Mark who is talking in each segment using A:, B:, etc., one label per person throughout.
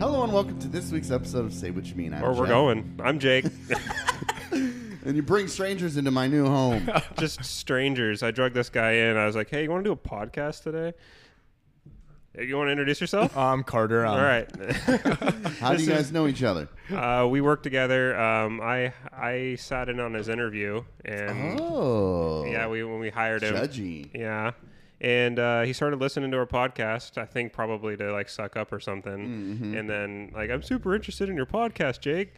A: Hello and welcome to this week's episode of Say What You Mean. I'm
B: Or we're
A: Jeff.
B: going. I'm Jake.
A: And you bring strangers into my new home.
B: Just strangers. I drug this guy in. I was like, hey, you want to do a podcast today? Hey, You want to introduce yourself?
C: I'm Carter. Um,
B: All right.
A: How do you
B: This
A: guys know each other?
B: uh, we worked together. Um, I I sat in on his interview, and
A: Oh.
B: yeah, we when we hired him,
A: Judgy.
B: yeah, and uh, he started listening to our podcast. I think probably to like suck up or something, and then like I'm super interested in your podcast, Jake,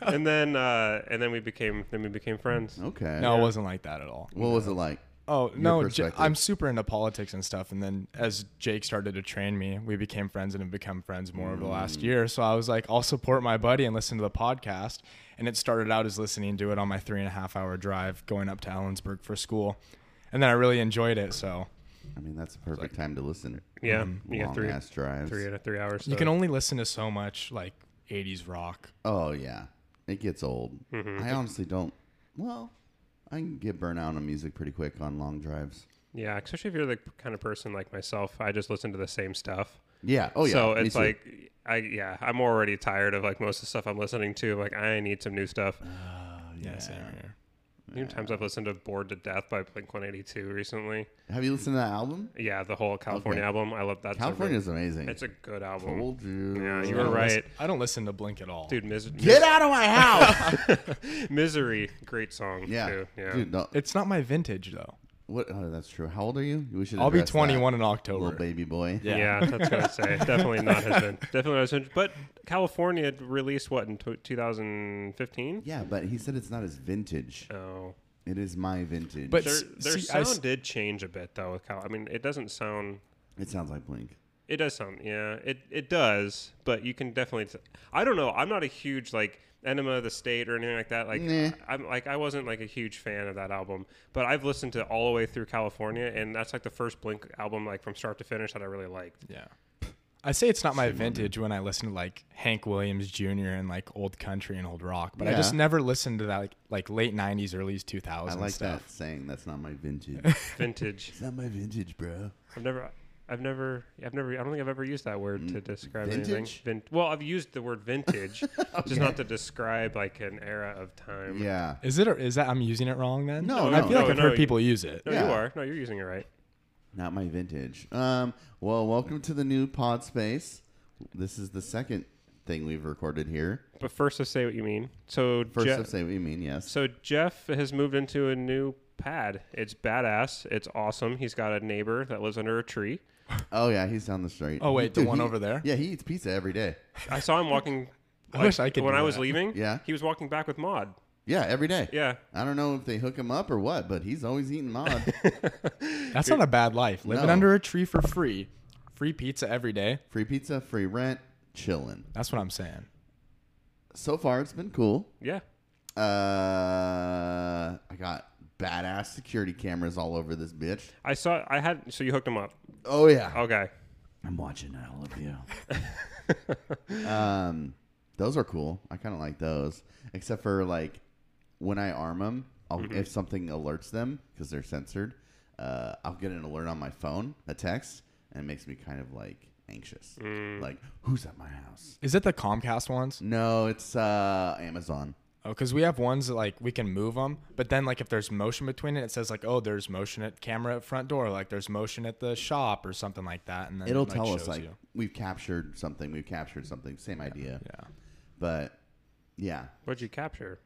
B: and then uh, and then we became then we became friends.
A: Okay.
C: No, it wasn't like that at all.
A: What was it like?
C: Oh no, J-
A: perspective.
C: I'm super into politics and stuff. And then as Jake started to train me, we became friends and have become friends more over the
A: Mm.
C: last year. So I was like, I'll support my buddy and listen to the podcast. And it started out as listening to it on my three and a half hour drive going up to Allensburg for school. And then I really enjoyed it. So
A: I mean, that's a perfect time to listen.
B: Yeah, you
A: Long
B: got three
A: ass drives.
B: three out of three hours.
C: you can only listen to so much like 80s rock.
A: Oh yeah, it gets old.
B: Mm-hmm.
A: I honestly don't. Well, I can get burnt out on music pretty quick on long drives.
B: yeah, especially if you're the kind of person like myself. I just listen to the same stuff.
A: Yeah. Oh yeah.
B: so
A: me
B: it's
A: too.
B: like I yeah, I'm already tired of like most of the stuff I'm listening to. Like I need some new stuff.
A: Oh,
C: Yeah, same here.
B: New times I've listened to "Bored to Death" by Blink 182 recently.
A: Have you listened to that album?
B: Yeah, the whole California
A: Okay.
B: album. I love that.
A: California's amazing.
B: It's a good album.
A: Told you.
B: Yeah, you
C: I
B: were
C: don't lis-
B: right,
C: I don't listen to Blink at all.
B: dude. Mis-
A: Get out of my house.
B: mis- misery, great song.
A: yeah.
B: too. yeah.
A: Dude, no,
C: It's not my vintage though.
A: what? Oh, that's true. How old are you? We should.
C: I'll be
A: address that.
C: 21 in
A: Little
C: October.
A: baby boy.
C: Yeah.
B: Yeah, that's what I say. Definitely not has been. Definitely not has been. But California released what in 2015?
A: Yeah, but he said it's not his vintage.
B: Oh,
A: It is my vintage.
C: But-
B: their
C: S-
B: their
C: see, I
B: sound
C: s-
B: did change a bit though. With Cal, I mean, it doesn't sound.
A: it sounds like Blink.
B: It does sound. Yeah, it it does. But you can definitely. T- I don't know. I'm not a huge like Enema of the State or anything like that. Like
A: Nah.
B: I'm like I wasn't like a huge fan of that album. But I've listened to it all the way through California, and that's like the first Blink album like from start to finish that I really liked.
C: Yeah. I say it's not my vintage when I listen to like Hank Williams Jr. and like old country and old rock, but I just
A: Yeah.
C: never listened to that like, like late '90s, early 2000s
A: I like
C: stuff.
A: that saying. That's not my vintage.
B: Vintage.
A: it's not my vintage, bro.
B: I've never. I've never, I've never, I don't think I've ever used that word to describe
A: Vintage?
B: anything. Vin- well, I've used the word vintage, just not to describe like an era of time.
A: Yeah.
C: Is it or is that I'm using it wrong then?
A: No, no,
C: I feel like
B: no,
C: I've
B: no,
C: heard
B: you-
C: people use it.
B: No,
A: Yeah.
B: you are. No, you're using it right.
A: Not my vintage. Um, well, welcome to the new pod space. This is the second thing we've recorded here.
B: But first, let's say what you mean. So
A: First
B: Je-
A: of say what you mean, yes.
B: so Jeff has moved into a new pad. It's badass. It's awesome. He's got a neighbor that lives under a tree.
A: Oh yeah, he's down the street.
C: Oh, wait, the one
A: he-
C: over there?
A: Yeah, he eats pizza every day.
B: I saw him walking.
C: I wish I could
B: When
C: do
B: I was
C: that.
B: leaving,
A: Yeah.
B: he was walking back with Maud.
A: Yeah, every day.
B: Yeah,
A: I don't know if they hook him up or what, but he's always eating mod.
C: That's not a bad life. Living
A: No.
C: under a tree for free, free pizza every day.
A: free pizza, free rent, chilling.
C: That's what I'm saying.
A: So far, it's been cool.
B: yeah.
A: Uh, I got badass security cameras all over this bitch.
B: I saw. I had. So you hooked him up.
A: Oh yeah,
B: Okay.
A: I'm watching all of you. um, those are cool. I kind of like those, except for like when I arm them, I'll,
B: Mm-hmm.
A: if something alerts them because they're censored, uh, I'll get an alert on my phone, a text, and it makes me kind of like anxious.
B: Mm.
A: Like, who's at my house?
C: Is it the Comcast ones?
A: No, it's uh, Amazon.
C: Oh, because we have ones that like we can move them, but then like if there's motion between it, it says like, oh, there's motion at camera at front door, like there's motion at the shop or something like that, and then
A: It'll
C: like,
A: tell us
C: shows
A: like
C: you.
A: we've captured something. We've captured something. Same idea,
C: yeah.
A: but yeah,
B: What'd you capture?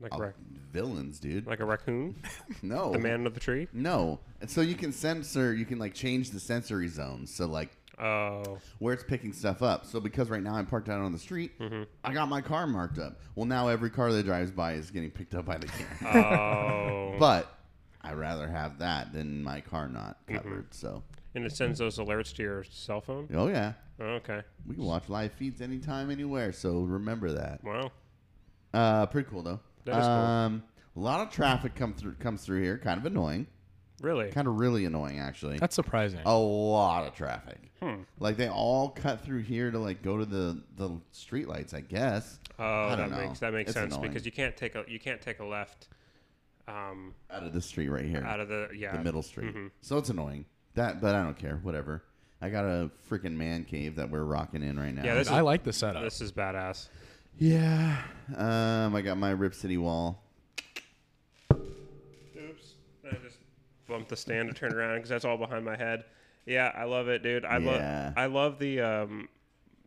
B: Like a
A: Oh,
B: rac-
A: villains, dude.
B: like a raccoon,
A: no,
B: the man of the tree.
A: No. And so you can censor, you can like change the sensory zones. So like
B: Oh,
A: where it's picking stuff up. So because right now I'm parked out on the street,
B: Mm-hmm.
A: I got my car marked up. Well, now every car that drives by is getting picked up by the camera.
B: oh,
A: but I rather have that than my car not
B: Mm-hmm.
A: covered. So,
B: and it sends those alerts to your cell phone.
A: oh yeah,
B: Okay,
A: we can watch live feeds anytime, anywhere. So remember that.
B: wow,
A: Uh, pretty cool though.
B: That is cool.
A: um, A lot of traffic come through comes through here. Kind of annoying.
B: really?
A: Kind of really annoying actually.
C: That's surprising.
B: Oh,
A: a lot of traffic.
B: Hmm.
A: Like they all cut through here to like go to the the streetlights, I guess.
B: Oh,
A: I
B: that
A: don't know.
B: makes that makes
A: It's
B: sense
A: annoying.
B: because you can't take a you can't take a left um,
A: Out of the street right here,
B: out of the yeah Mm-hmm.
A: the middle street. So it's annoying. That, but I don't care. Whatever. I got a freaking man cave that we're rocking in right now.
B: Yeah, this
C: I
B: is-
C: like the setup.
B: This is badass.
A: yeah. Um, I got my Rip City wall.
B: Oops. I just bumped the stand to turn around because that's all behind my head. Yeah, I love it, dude. I
A: Yeah.
B: love I love the um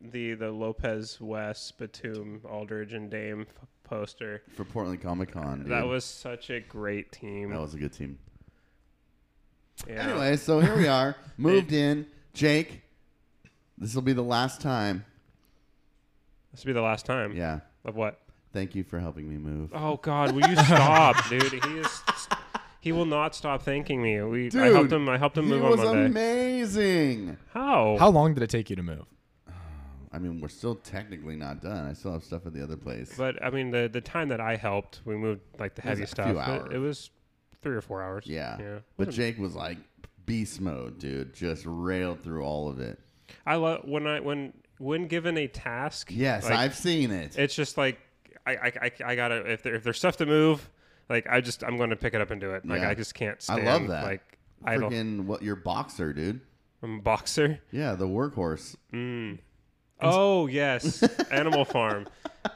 B: the the Lopez West Batum Aldridge and Dame f- poster.
A: for Portland Comic Con.
B: That was such a great team.
A: that was a good team.
B: Yeah.
A: Anyway, so here we are, moved in. Jake, this will be the last time.
B: this will be the last time.
A: Yeah,
B: Of what?
A: thank you for helping me move.
B: Oh God, will you stop, dude? He is he will not stop thanking me. We I helped him I helped him
A: he
B: move on
A: was
B: Monday.
A: amazing.
B: How?
C: How long did it take you to move?
A: I mean, we're still technically not done. I still have stuff at the other place.
B: But I mean the the time that I helped, we moved like the
A: was
B: heavy
A: a
B: stuff.
A: few
B: but
A: hours.
B: It was three or four hours.
A: yeah.
B: Yeah. Hmm.
A: but Jake was like beast mode, dude. Just railed through all of it.
B: I love when I when when given a task.
A: Yes,
B: like,
A: I've seen it.
B: It's just like I I, I, I gotta if there, if there's stuff to move, like I just I'm going to pick it up and do it. Like
A: Yeah.
B: I just can't.
A: I
B: Stand,
A: love that.
B: Like idle.
A: Freaking what your boxer, dude.
B: I'm a boxer.
A: Yeah, the workhorse.
B: Oh yes, Animal Farm.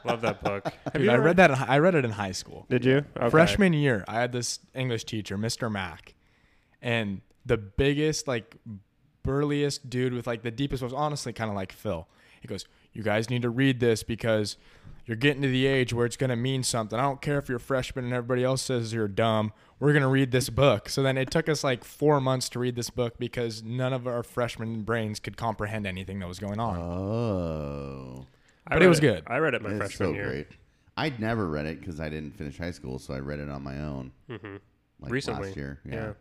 B: Love that book. Have
C: Dude, I read that. In, hi- I read it in high school.
B: Did you Okay.
C: Freshman year, I had this English teacher, Mr. Mack, and the biggest, like, burliest dude with like the deepest was honestly kind of like Phil. He goes, "You guys need to read this because you're getting to the age where it's going to mean something. I don't care if you're a freshman and everybody else says you're dumb. We're going to read this book." So then it took us like 4 months to read this book because none of our freshman brains could comprehend anything that was going on.
A: Oh.
B: I
C: but it
B: read
C: was good.
B: I read it my
A: It's
B: freshman
A: so
B: year.
A: great. I'd never read it because I didn't finish high school, so I read it on my own. Mm-hmm. Like
B: Recently.
A: last year, yeah.
B: Yeah.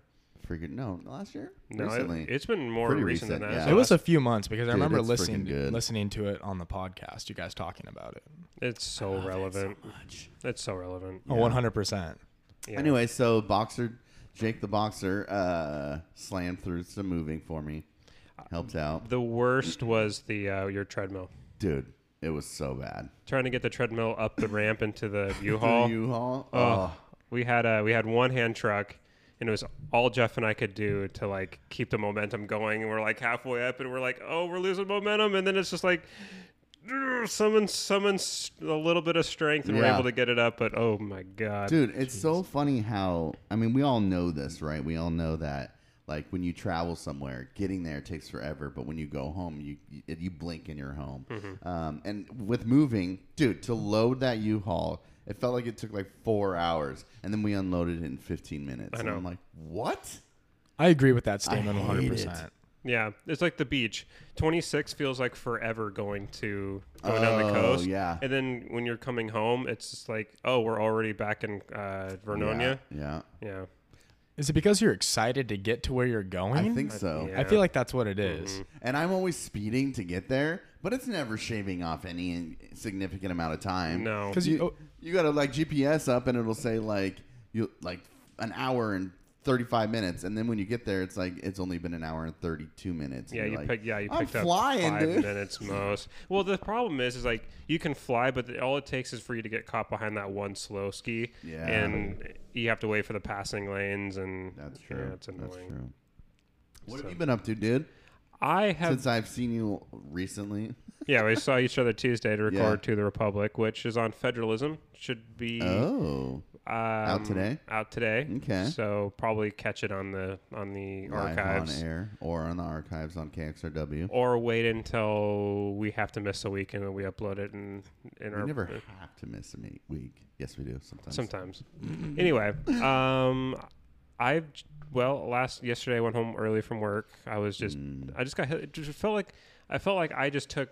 A: Freaking no, last year.
B: No,
A: Recently,
B: it, has been more
A: Pretty
B: recent, than
A: recent,
B: that.
A: yeah.
B: So
C: It was a few months because I
A: Oh,
C: remember
A: it's freaking
C: listening
A: good.
C: listening to it on the podcast. You guys talking about it.
B: It's
A: Oh,
B: so relevant. It's so relevant.
C: Oh, one hundred percent.
B: Yeah.
A: Anyway, so boxer Jake the boxer uh, slammed through some moving for me, helped out,
B: The worst was the uh, your treadmill.
A: dude. It was so bad.
B: trying to get the treadmill up the ramp into the U-Haul.
A: You haul. Oh,
B: oh, we had a we had one hand truck, and it was all Jeff and I could do to like keep the momentum going. And we're like halfway up, and we're like, oh, we're losing momentum, and then it's just like. "Grr," Summon, summon s- a little bit of strength, and we're
A: Yeah.
B: able to get it up. But oh my god,
A: dude, it's so funny how I mean we all know this, right? We all know that like when you travel somewhere, getting there takes forever, but when you go home, you you, you blink and you're home. Um, and with moving, dude, to load that U-Haul, it felt like it took like four hours, and then we unloaded it in 15 minutes. And
B: know.
A: I'm like, what?
C: I agree with that statement one hundred
A: hate it.
C: percent.
B: yeah, it's like the beach. Twenty six feels like forever going to going down the
A: Oh,
B: coast.
A: yeah.
B: and then when you're coming home, it's just like, oh, we're already back in uh, Vernonia.
A: Yeah, yeah.
B: yeah.
C: Is it because you're excited to get to where you're going?
A: I think so. Mm-hmm.
B: yeah.
C: I feel like that's what it is.
A: And I'm always speeding to get there, but it's never shaving off any significant amount of time.
B: No.
C: 'Cause you-
A: you, you gotta like GPS up and it'll say like you like an hour and thirty five minutes, and then when you get there, it's like it's only been an hour and thirty two minutes.
B: Yeah,
A: And
B: you
A: you're like,
B: pick, yeah, you
A: I'm
B: picked
A: flying,
B: up five
A: dude.
B: minutes most. Well, the problem is, is like you can fly, but the, all it takes is for you to get caught behind that one slow ski,
A: Yeah.
B: and you have to wait for the passing lanes, and
A: That's
B: yeah,
A: true.
B: it's annoying.
A: That's true. What have you been up to, dude?
B: I have,
A: Since I've seen you recently,
B: yeah, we saw each other Tuesday to
A: Yeah.
B: record to the Republic, which is on federalism. Should be
A: oh,
B: um, out
A: today?
B: Out today.
A: Okay.
B: So probably catch it on the on the
A: live
B: archives.
A: on air or on the archives on KXRW.
B: Or wait until we have to miss a week and then we upload it in, in
A: We
B: our uh,
A: never have to miss a me- week. Yes, we do sometimes.
B: Sometimes. anyway, um, I've well last yesterday I went home early from work. I was just
A: Mm.
B: I just got hit. It just felt like I felt like I just took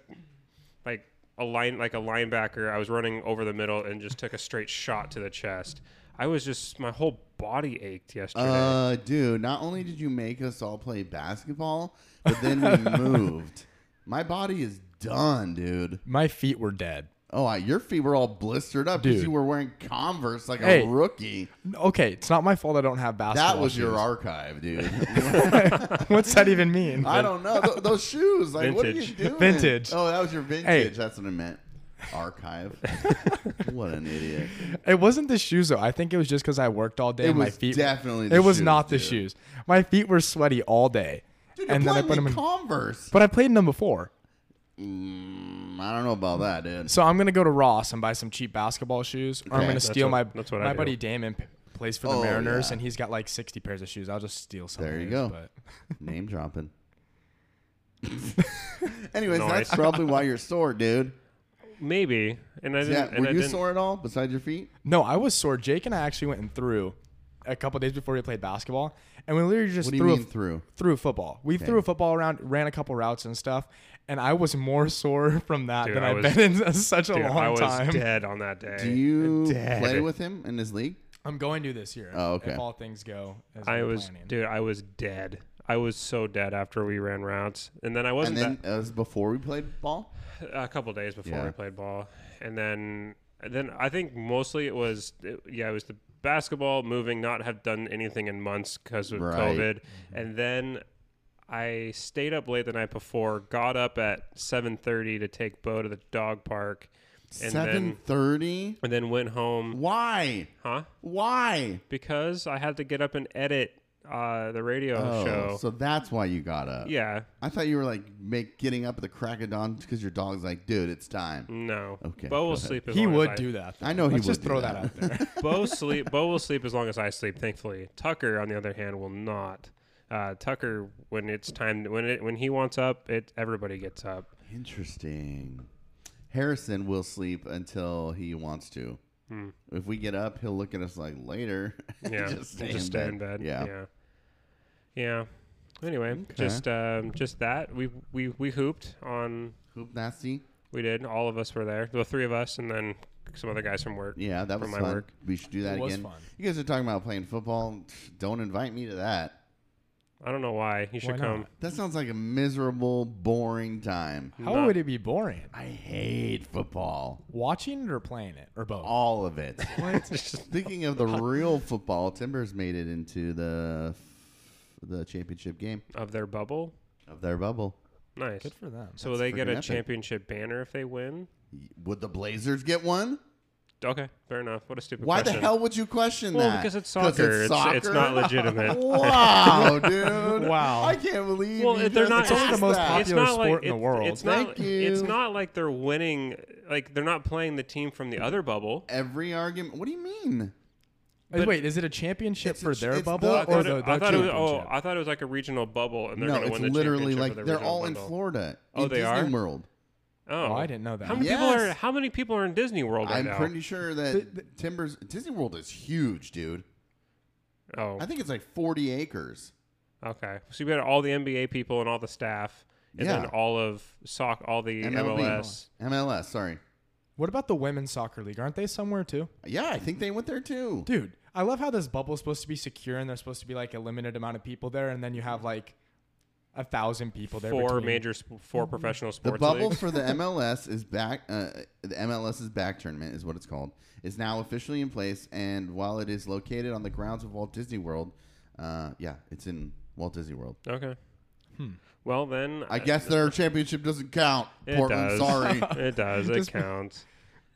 B: like a line like a linebacker. I was running over the middle and just took a straight shot to the chest. I was just my whole body ached yesterday.
A: Uh, dude, not only did you make us all play basketball, but then we moved. My body is done, dude.
C: My feet were dead.
A: Oh, I, your feet were all blistered up because
C: Dude.
A: you were wearing Converse like
C: Hey.
A: a rookie.
C: Okay, it's not my fault I don't have basketball.
A: That was your
C: shoes.
A: archive, dude.
C: What's that even mean?
A: I don't know Th- those shoes. Like, what are you
B: Vintage.
A: doing?
C: Vintage.
A: Oh, that was your vintage. That's what I meant. Archive. what an idiot.
C: It wasn't the shoes though. I think it was just because I worked all day.
A: It
C: and my
A: was
C: feet
A: definitely
C: It
A: the
C: was
A: shoes,
C: not the
A: dude.
C: shoes. My feet were sweaty all day,
A: Dude, you're
C: and then I
A: playing
C: put
A: me
C: him in.
A: Converse.
C: But I played in them before.
A: Mm, I don't know about that, dude.
C: So I'm gonna go to Ross and buy some cheap basketball shoes, or I'm
A: Okay.
C: gonna
A: That's
C: steal
B: what-
C: my
B: that's what I
C: my
B: do.
C: buddy Damon p- plays for the
A: Oh,
C: Mariners,
A: yeah.
C: and he's got like 60 pairs of shoes. I'll just steal some.
A: There
C: of
A: you
C: his,
A: go.
C: But
A: Name dropping. Anyways,
B: Nice.
A: that's probably why you're sore, dude.
B: Maybe. And I didn't.
A: Yeah,
B: and
A: were
B: I
A: you
B: didn't,
A: sore at all besides your feet?
C: no, I was sore. Jake and I actually went and threw a couple days before we played basketball, and we literally just
A: What do you
C: threw a
A: mean through?
C: threw a football. We threw a football around, ran a couple routes and stuff, and I was more sore from that
B: Dude,
C: than
B: I
C: I've
B: was-
C: been in such a
B: Dude,
C: long
B: I was
C: time.
B: dead on that day.
A: Do you
B: Dead.
A: play with him in his league?
C: I'm going to this year.
A: Oh, okay.
C: If all things go as
B: I
C: I'm
B: was,
C: planning.
B: dude. I was dead. I was so dead after we ran routes, and then I
A: And
B: wasn't
A: then uh, was before we played ball?
B: that, a couple days before
A: Yeah.
B: we played ball, and then and then I think mostly it was it- yeah, it was the basketball moving, not have done anything in months because of
A: Right. Mm-hmm.
B: COVID, and then I stayed up late the night before, got up at seven thirty to take Bo to the dog park, and
A: Seven
B: then
A: thirty?
B: and then went home,
A: Why?
B: huh?
A: Why?
B: Because I had to get up and edit uh, the radio
A: Oh,
B: show.
A: so that's why you got up.
B: yeah,
A: I thought you were like make getting up at the crack of dawn because your dog's like, dude, it's
B: Mm.
A: time.
B: No.
A: Okay,
B: Bo
A: go
B: will
A: ahead.
B: sleep. As
C: he
B: long
C: would
B: as I,
C: do that. though.
A: I know he
C: Let's
A: would
C: just
A: do
C: throw
A: that.
C: that. out there.
B: Bo sleep. Bo will sleep as long as I sleep. Thankfully, Tucker, on the other hand, will not. Uh, Tucker, when it's time, when it when he wants up, it everybody gets up.
A: Interesting. Harrison will sleep until he wants to. If we get up, he'll look at us like later. and
B: Hmm. Yeah,
A: just stay, in,
B: stay
A: bed.
B: in bed.
A: Yeah.
B: yeah, yeah. Anyway, just um, just that we we we hooped on.
A: Hoop nasty.
B: We did. All of us were there. The three of us, and then some other guys from work.
A: Yeah, that
B: For
A: was
B: my
A: fun.
B: work.
A: We should do that
C: It was
A: again.
C: fun.
A: You guys are talking about playing football. Don't invite me to that.
B: I don't know why. You should
C: Why not?
B: come.
A: That sounds like a miserable, boring time.
C: How
B: Not-
C: would it be boring?
A: I hate football.
C: Watching it or playing it or both?
A: All of it.
C: What?
A: Speaking of the real football, Timbers made it into the the championship game
B: Of their bubble.
A: of their bubble.
B: Nice.
C: Good for them.
B: so will they get
A: freaking
B: a
A: epic.
B: championship banner if they win?
A: Would the Blazers get one?
B: Okay, fair enough. What a stupid
A: Why
B: question.
A: the hell would you question
B: Well,
A: that?
B: because it's
A: 'Cause
B: soccer. It's, it's
A: soccer?
B: not legitimate.
A: wow, dude.
C: Wow.
A: I can't believe.
B: well,
A: you
B: they're
A: just asked
B: not.
C: only the most
A: that.
C: popular
B: it's not like,
C: sport in the
B: it's-
C: world.
B: It's not.
A: Thank
B: It's
A: you.
B: not like they're winning. Like they're not playing the team from the other bubble.
A: Every argument. What do you mean?
C: Wait, Wait, is it a championship
A: It's a
C: for
A: ch-
C: their
A: it's
C: bubble
A: the-
B: I
A: I
C: or
B: thought,
C: the,
B: it,
C: the
B: I thought it was. Oh,
C: championship?
B: I thought it was like a regional bubble, and they're
A: no,
B: going to
A: it's
B: win the
A: literally
B: championship
A: like
B: for the
A: they're
B: original
A: all in
B: bundle.
A: Florida.
B: Oh,
A: in
B: they
A: Disney
B: are?
A: World.
B: Oh.
C: Oh, I didn't know that.
B: How many people
A: Yes.
B: are? How many people are in Disney World right
A: I'm
B: now?
A: pretty sure that Timbers Disney World is huge, dude.
B: oh,
A: I think it's like 40 acres.
B: okay. So you got all the NBA people and all the staff, and then
A: Yeah.
B: all of soc, all the
A: MLB.
B: MLS.
A: MLS, sorry.
C: What about the women's soccer league? Aren't they somewhere too?
A: Yeah, I think they went there too.
C: Dude, I love how this bubble is supposed to be secure and there's supposed to be like a limited amount of people there, and then you have like a thousand people there.
B: Four
C: between.
B: major, sp- four professional
A: Mm-hmm. The
B: sports
A: bubble
B: leagues.
A: for the MLS is back. Uh, the MLS's back tournament is what it's called. Is now officially in place, and while it is located on the grounds of Walt Disney World, uh, yeah, it's in Walt Disney World.
B: Okay. Well, then
A: Hmm.
B: uh,
A: I guess their championship doesn't count.
B: It
A: Portland,
B: does.
A: sorry.
B: it does. It counts.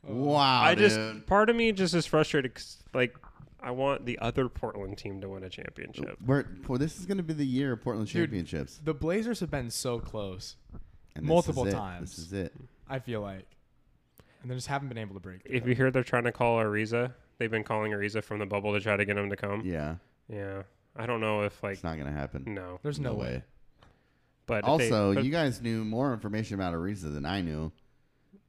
A: wow,
B: I just
A: dude.
B: part of me just is frustrated. 'cause, like I want the other Portland team to win a championship.
A: We're, for, this is going to be the year of Portland championships.
C: The Blazers have been so close,
A: And this
C: multiple
A: is it.
C: times.
A: This is it.
C: I feel like. And they just haven't been able to break.
B: If you hear they're trying to call Ariza, they've been calling Ariza from the bubble to try to get him to come. Yeah,
A: Yeah,
B: I don't know if like
A: it's not going to happen.
B: no,
C: Mm, There's no, way.
B: but if they-
A: Also,
B: but-
A: you guys knew more information about Ariza than I knew.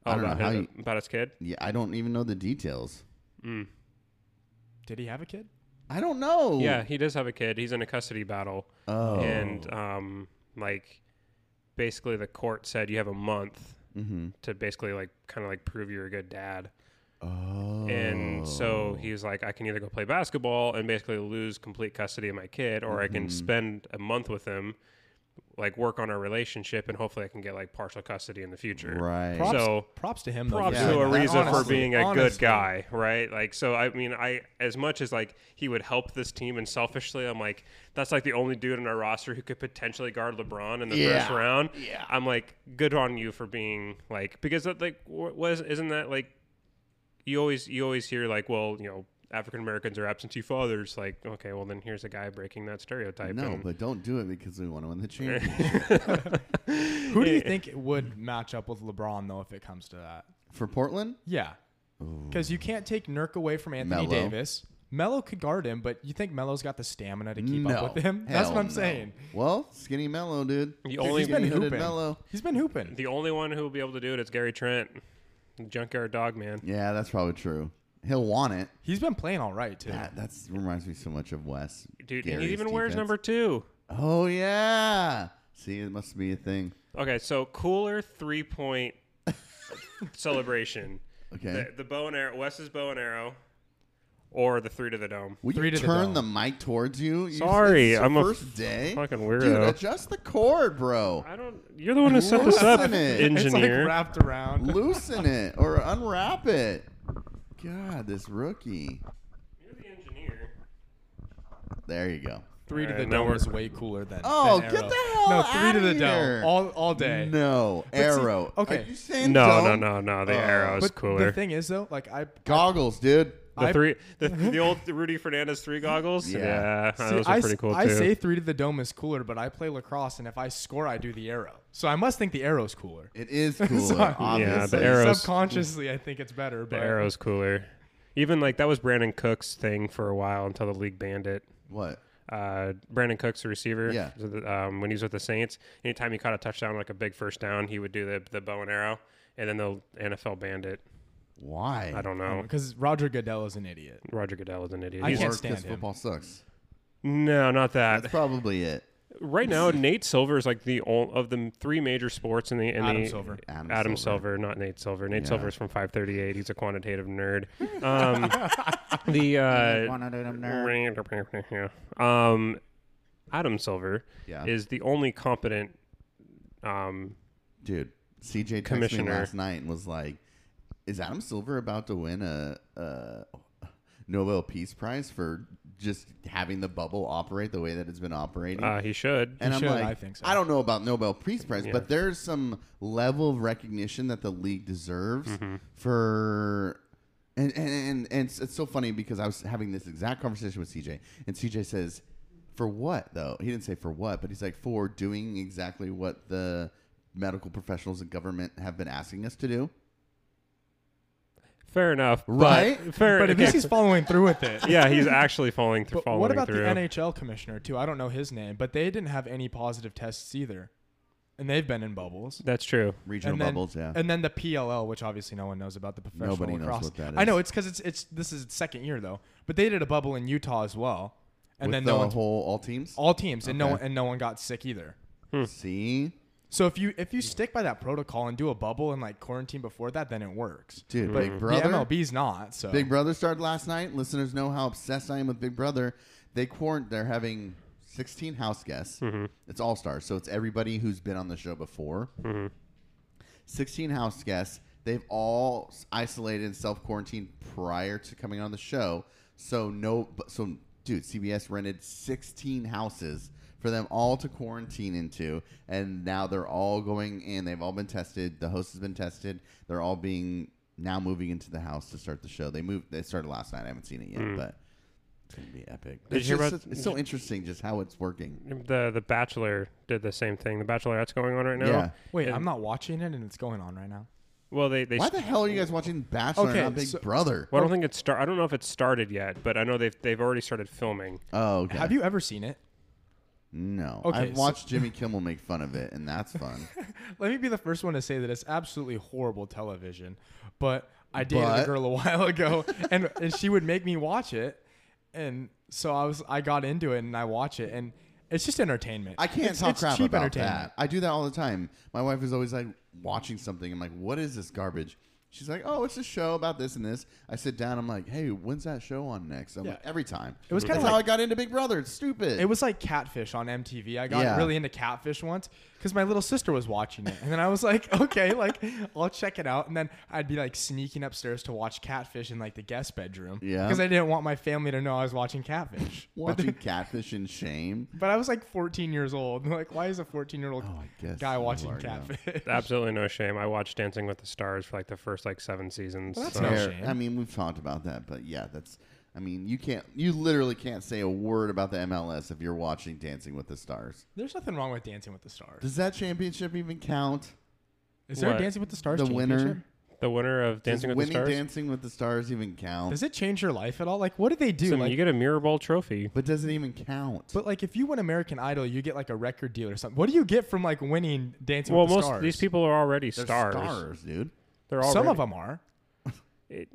A: I don't know
B: about,
A: how
B: his, about his kid. Mm.
A: Yeah, I don't even know the details.
C: Did he have a kid?
A: I don't know.
B: Yeah, he does have a kid. He's in a custody battle,
A: Oh.
B: and um, like basically the court said you have a month
A: Mm-hmm.
B: to basically like kind of like prove you're a good dad.
A: oh.
B: And so he was like, I can either go play basketball and basically lose complete custody of my kid, or I can spend a month with him, like work on our relationship, and hopefully I can get like partial custody in the future.
A: right.
C: Props,
B: So-
C: props to him. Though,
B: Props
C: for
B: to
A: Yeah,
C: doing that.
B: Ariza for
C: Honestly,
B: being a good
C: honestly.
B: guy, right? Like, so I mean, I as much as like he would help this team, and selfishly, I'm like, that's like the only dude in our roster who could potentially guard LeBron in the
A: Yeah.
B: first round. Yeah, I'm like, good on you for being uh, like, because that like wh- was isn't that like you always you always hear like, well, you know, African Americans are absentee fathers. Like, okay, well then here's a guy breaking that stereotype.
A: no,
B: and-
A: but don't do it because we want to win the championship.
C: Who do you think it would match up with LeBron though if it comes to that?
A: For Portland,
C: Yeah, because you can't take Nurk away from Anthony
A: Melo.
C: Davis. Melo could guard him, but you think Melo's got the stamina to keep
A: no.
C: up with him? That's
A: Hell
C: what I'm
A: no.
C: saying.
A: Well, skinny mellow, dude.
B: The only-
A: skinny
C: He's been
A: hooded
C: hooping.
A: mellow.
C: He's been hooping.
B: the only one who will be able to do it is Gary Trent, the junkyard dog man.
A: Yeah, that's probably true. He'll want it.
C: He's been playing all right too.
A: That that's, reminds me so much of Wes.
B: Dude, and
A: Gary's
B: he even wears
A: defense.
B: number two.
A: Oh yeah. See, it must be a thing.
B: Okay, so cooler three point celebration.
A: Okay.
B: The, the bow and arrow, Wes's bow and arrow, or the three to the dome.
A: Will
C: Three
A: you
C: to the
A: turn
C: dome.
A: the, mic towards you? You-
B: Sorry,
A: it's the
B: I'm a
A: first day.
B: fucking
A: Dude,
B: weirdo.
A: adjust the cord, bro.
B: I don't. You're the one who set this up,
A: Listen it.
C: It's like
B: engineer.
C: wrapped around.
A: Loosen it or unwrap it. God, this rookie.
B: you're the engineer.
A: There you go.
C: Three to
B: All
C: the
B: right, now
C: dome
B: we're-
C: is way cooler than.
A: Oh,
C: than
A: get
C: arrow.
A: the hell
C: No, three
A: outta
C: to the
A: here.
C: dome all all day.
A: No arrow.
C: okay.
A: Are you saying
B: No, no,
A: dome?
B: no, no. The
A: Oh.
B: arrow is
C: Uh, But
B: cooler.
C: the thing is though, like I
A: Goggles, dude.
B: the
C: I-
B: three, the, the old Rudy Fernandez three goggles.
A: Yeah.
B: Yeah,
C: See,
B: those
C: I
B: are
C: s-
B: pretty cool
C: I
B: too.
C: say three to the dome is cooler, but I play lacrosse, and if I score, I do the arrow. So I must think the arrow's cooler.
A: It is cooler.
C: Sorry.
A: obviously.
B: Yeah, the arrow- arrow's-
C: Subconsciously, I think it's better. But
B: the arrow's cooler. Even like that was Brandon Cook's thing for a while until the league banned it.
A: What?
B: uh, Brandon Cooks, the receiver,
A: Yeah.
B: so the- um, when he was with the Saints, anytime he caught a touchdown, like a big first down, he would do the, the bow and arrow, and then the NFL banned it.
A: Why?
B: I don't know.
C: because Roger Goodell is an idiot.
B: Roger Goodell is an idiot.
C: I
B: He's-
C: can't
A: Or
C: stand
A: 'cause
C: him.
A: football sucks.
B: no, not that.
A: That's probably it.
B: right now, Nate Silver is like the ol of the three major sports in the in
C: Adam
B: the,
C: Silver.
A: Adam
B: Adam,
A: Silver.
B: Silver. not Nate Silver. Nate
A: Yeah.
B: Silver is from 538. He's a quantitative nerd. Um, the uh, yeah. um, Adam Silver
A: Yeah.
B: is the only competent um,
A: Dude, CJ texted me
B: Commissioner.
A: last night and was like, "Is Adam Silver about to win a, a Nobel Peace Prize for just having the bubble operate the way that it's been operating?"
B: Uh, he should.
A: and I'm
C: should,
A: like,
C: I think so.
A: don't know about Nobel Peace Prize,
B: Yeah.
A: but there's some level of recognition that the league deserves for. And and, and, and it's, it's so funny because I was having this exact conversation with CJ, and CJ says, "For what though?" He didn't say for what, but he's like for doing exactly what the medical professionals and government have been asking us to do.
B: fair enough, but-
A: Right?
B: fair,
C: But at least
B: okay.
C: he's following through with it.
B: yeah, he's actually falling through.
C: But
B: following
C: what about
B: through.
C: the NHL commissioner too? I don't know his name, but they didn't have any positive tests either, and they've been in bubbles.
B: That's true.
A: Regional
C: and then,
A: bubbles, yeah.
C: And then the PLL, which obviously no one knows about the professional
A: Nobody knows
C: lacrosse.
A: what that
C: I know
A: is.
C: it's because it's it's this is its second year though, but they did a bubble in Utah as well, and
A: With
C: then
A: the
C: no one's
A: whole all teams.
C: all teams and no
A: Okay.
C: one and no one got sick either.
A: See,
C: So if you if you stick by that protocol and do a bubble and like quarantine before that, then it works.
A: dude, Big
C: The
A: Brother.
C: MLB's not. So
A: Big Brother started last night. Listeners know how obsessed I am with Big Brother. They quarant. They're having 16 house guests. It's all stars, so it's everybody who's been on the show before. 16 house guests. They've all s- isolated and self quarantined prior to coming on the show. So no, but- so dude, CBS rented 16 houses for them all to quarantine into, and now they're all going in. They've all been tested. The host has been tested. They're all being now moving into the house to start the show. They moved. They started last night. I haven't seen it yet, but. It's gonna be epic.
B: Hmm. Did
A: it's,
B: you hear
A: just-
B: about-
A: it's so interesting just how it's working.
B: The The Bachelor did the same thing. The Bachelorette's going on right now.
A: Yeah.
C: wait,
B: And-
C: I'm not watching it and it's going on right now.
B: Well, they they.
A: Why
B: St-
A: the hell are you guys watching Bachelor and
C: Okay,
A: not Big
C: so-
A: Brother?
B: well, I don't think it's start. I don't know if it's started yet, but I know they've they've already started filming.
A: Oh, okay.
C: Have you ever seen it?
A: No.
C: Okay,
A: I've
C: so-
A: watched Jimmy Kimmel make fun of it, and that's fun.
C: Let me be the first one to say that it's absolutely horrible television. But I dated
A: But-
C: a girl a while ago, and, and she would make me watch it, and so I was I got into it and I watch it, and it's just entertainment.
A: I can't
C: it's,
A: talk
C: it's
A: crap
C: cheap
A: about
C: entertainment.
A: that. I do that all the time. My wife is always like watching something. I'm like, what is this garbage? She's like, oh, it's a show about this and this. I sit down. I'm like, hey, when's that show on next? I'm
C: Yeah.
A: like, every time.
C: It was
A: That's
C: kinda
A: how I
C: like-
A: got into Big Brother. It's stupid.
C: It was like Catfish on MTV. I got
A: Yeah.
C: really into Catfish once because my little sister was watching it, and then I was like, okay, like I'll check it out. And then I'd be like sneaking upstairs to watch Catfish in like the guest bedroom,
A: Yeah.
C: because I didn't want my family to know I was watching Catfish. but,
A: watching Catfish and Shame.
C: but I was like 14 years old. Like, why is a 14 year old
A: Oh, I guess
C: guy
A: you
C: watching
A: are now.
C: Catfish?
B: Absolutely no shame. I watched Dancing with the Stars for like the first like seven seasons.
C: Well, that's
B: so-
C: No
A: Fair.
C: shame.
A: I mean, we've talked about that, but yeah, that's. I mean, you can't. You literally can't say a word about the MLS if you're watching Dancing with the Stars.
C: There's nothing wrong with Dancing with the Stars.
A: Does that championship even count?
C: Is there
B: What?
C: a Dancing with the Stars
A: The
C: championship?
A: winner.
B: The winner of Dancing
A: Does
B: with the
A: winning
B: Stars.
A: Dancing with the Stars even count?
C: Does it change your life at all? Like, what do they do?
B: So, I mean,
C: like,
B: you get a mirror ball trophy.
A: but does it even count?
C: but like, if you win American Idol, you get like a record deal or something. What do you get from like winning Dancing
B: Well,
C: with the
B: most
C: Stars?
B: of these people are already
A: They're
B: stars.
A: stars, dude.
B: They're already,
C: Some of them are.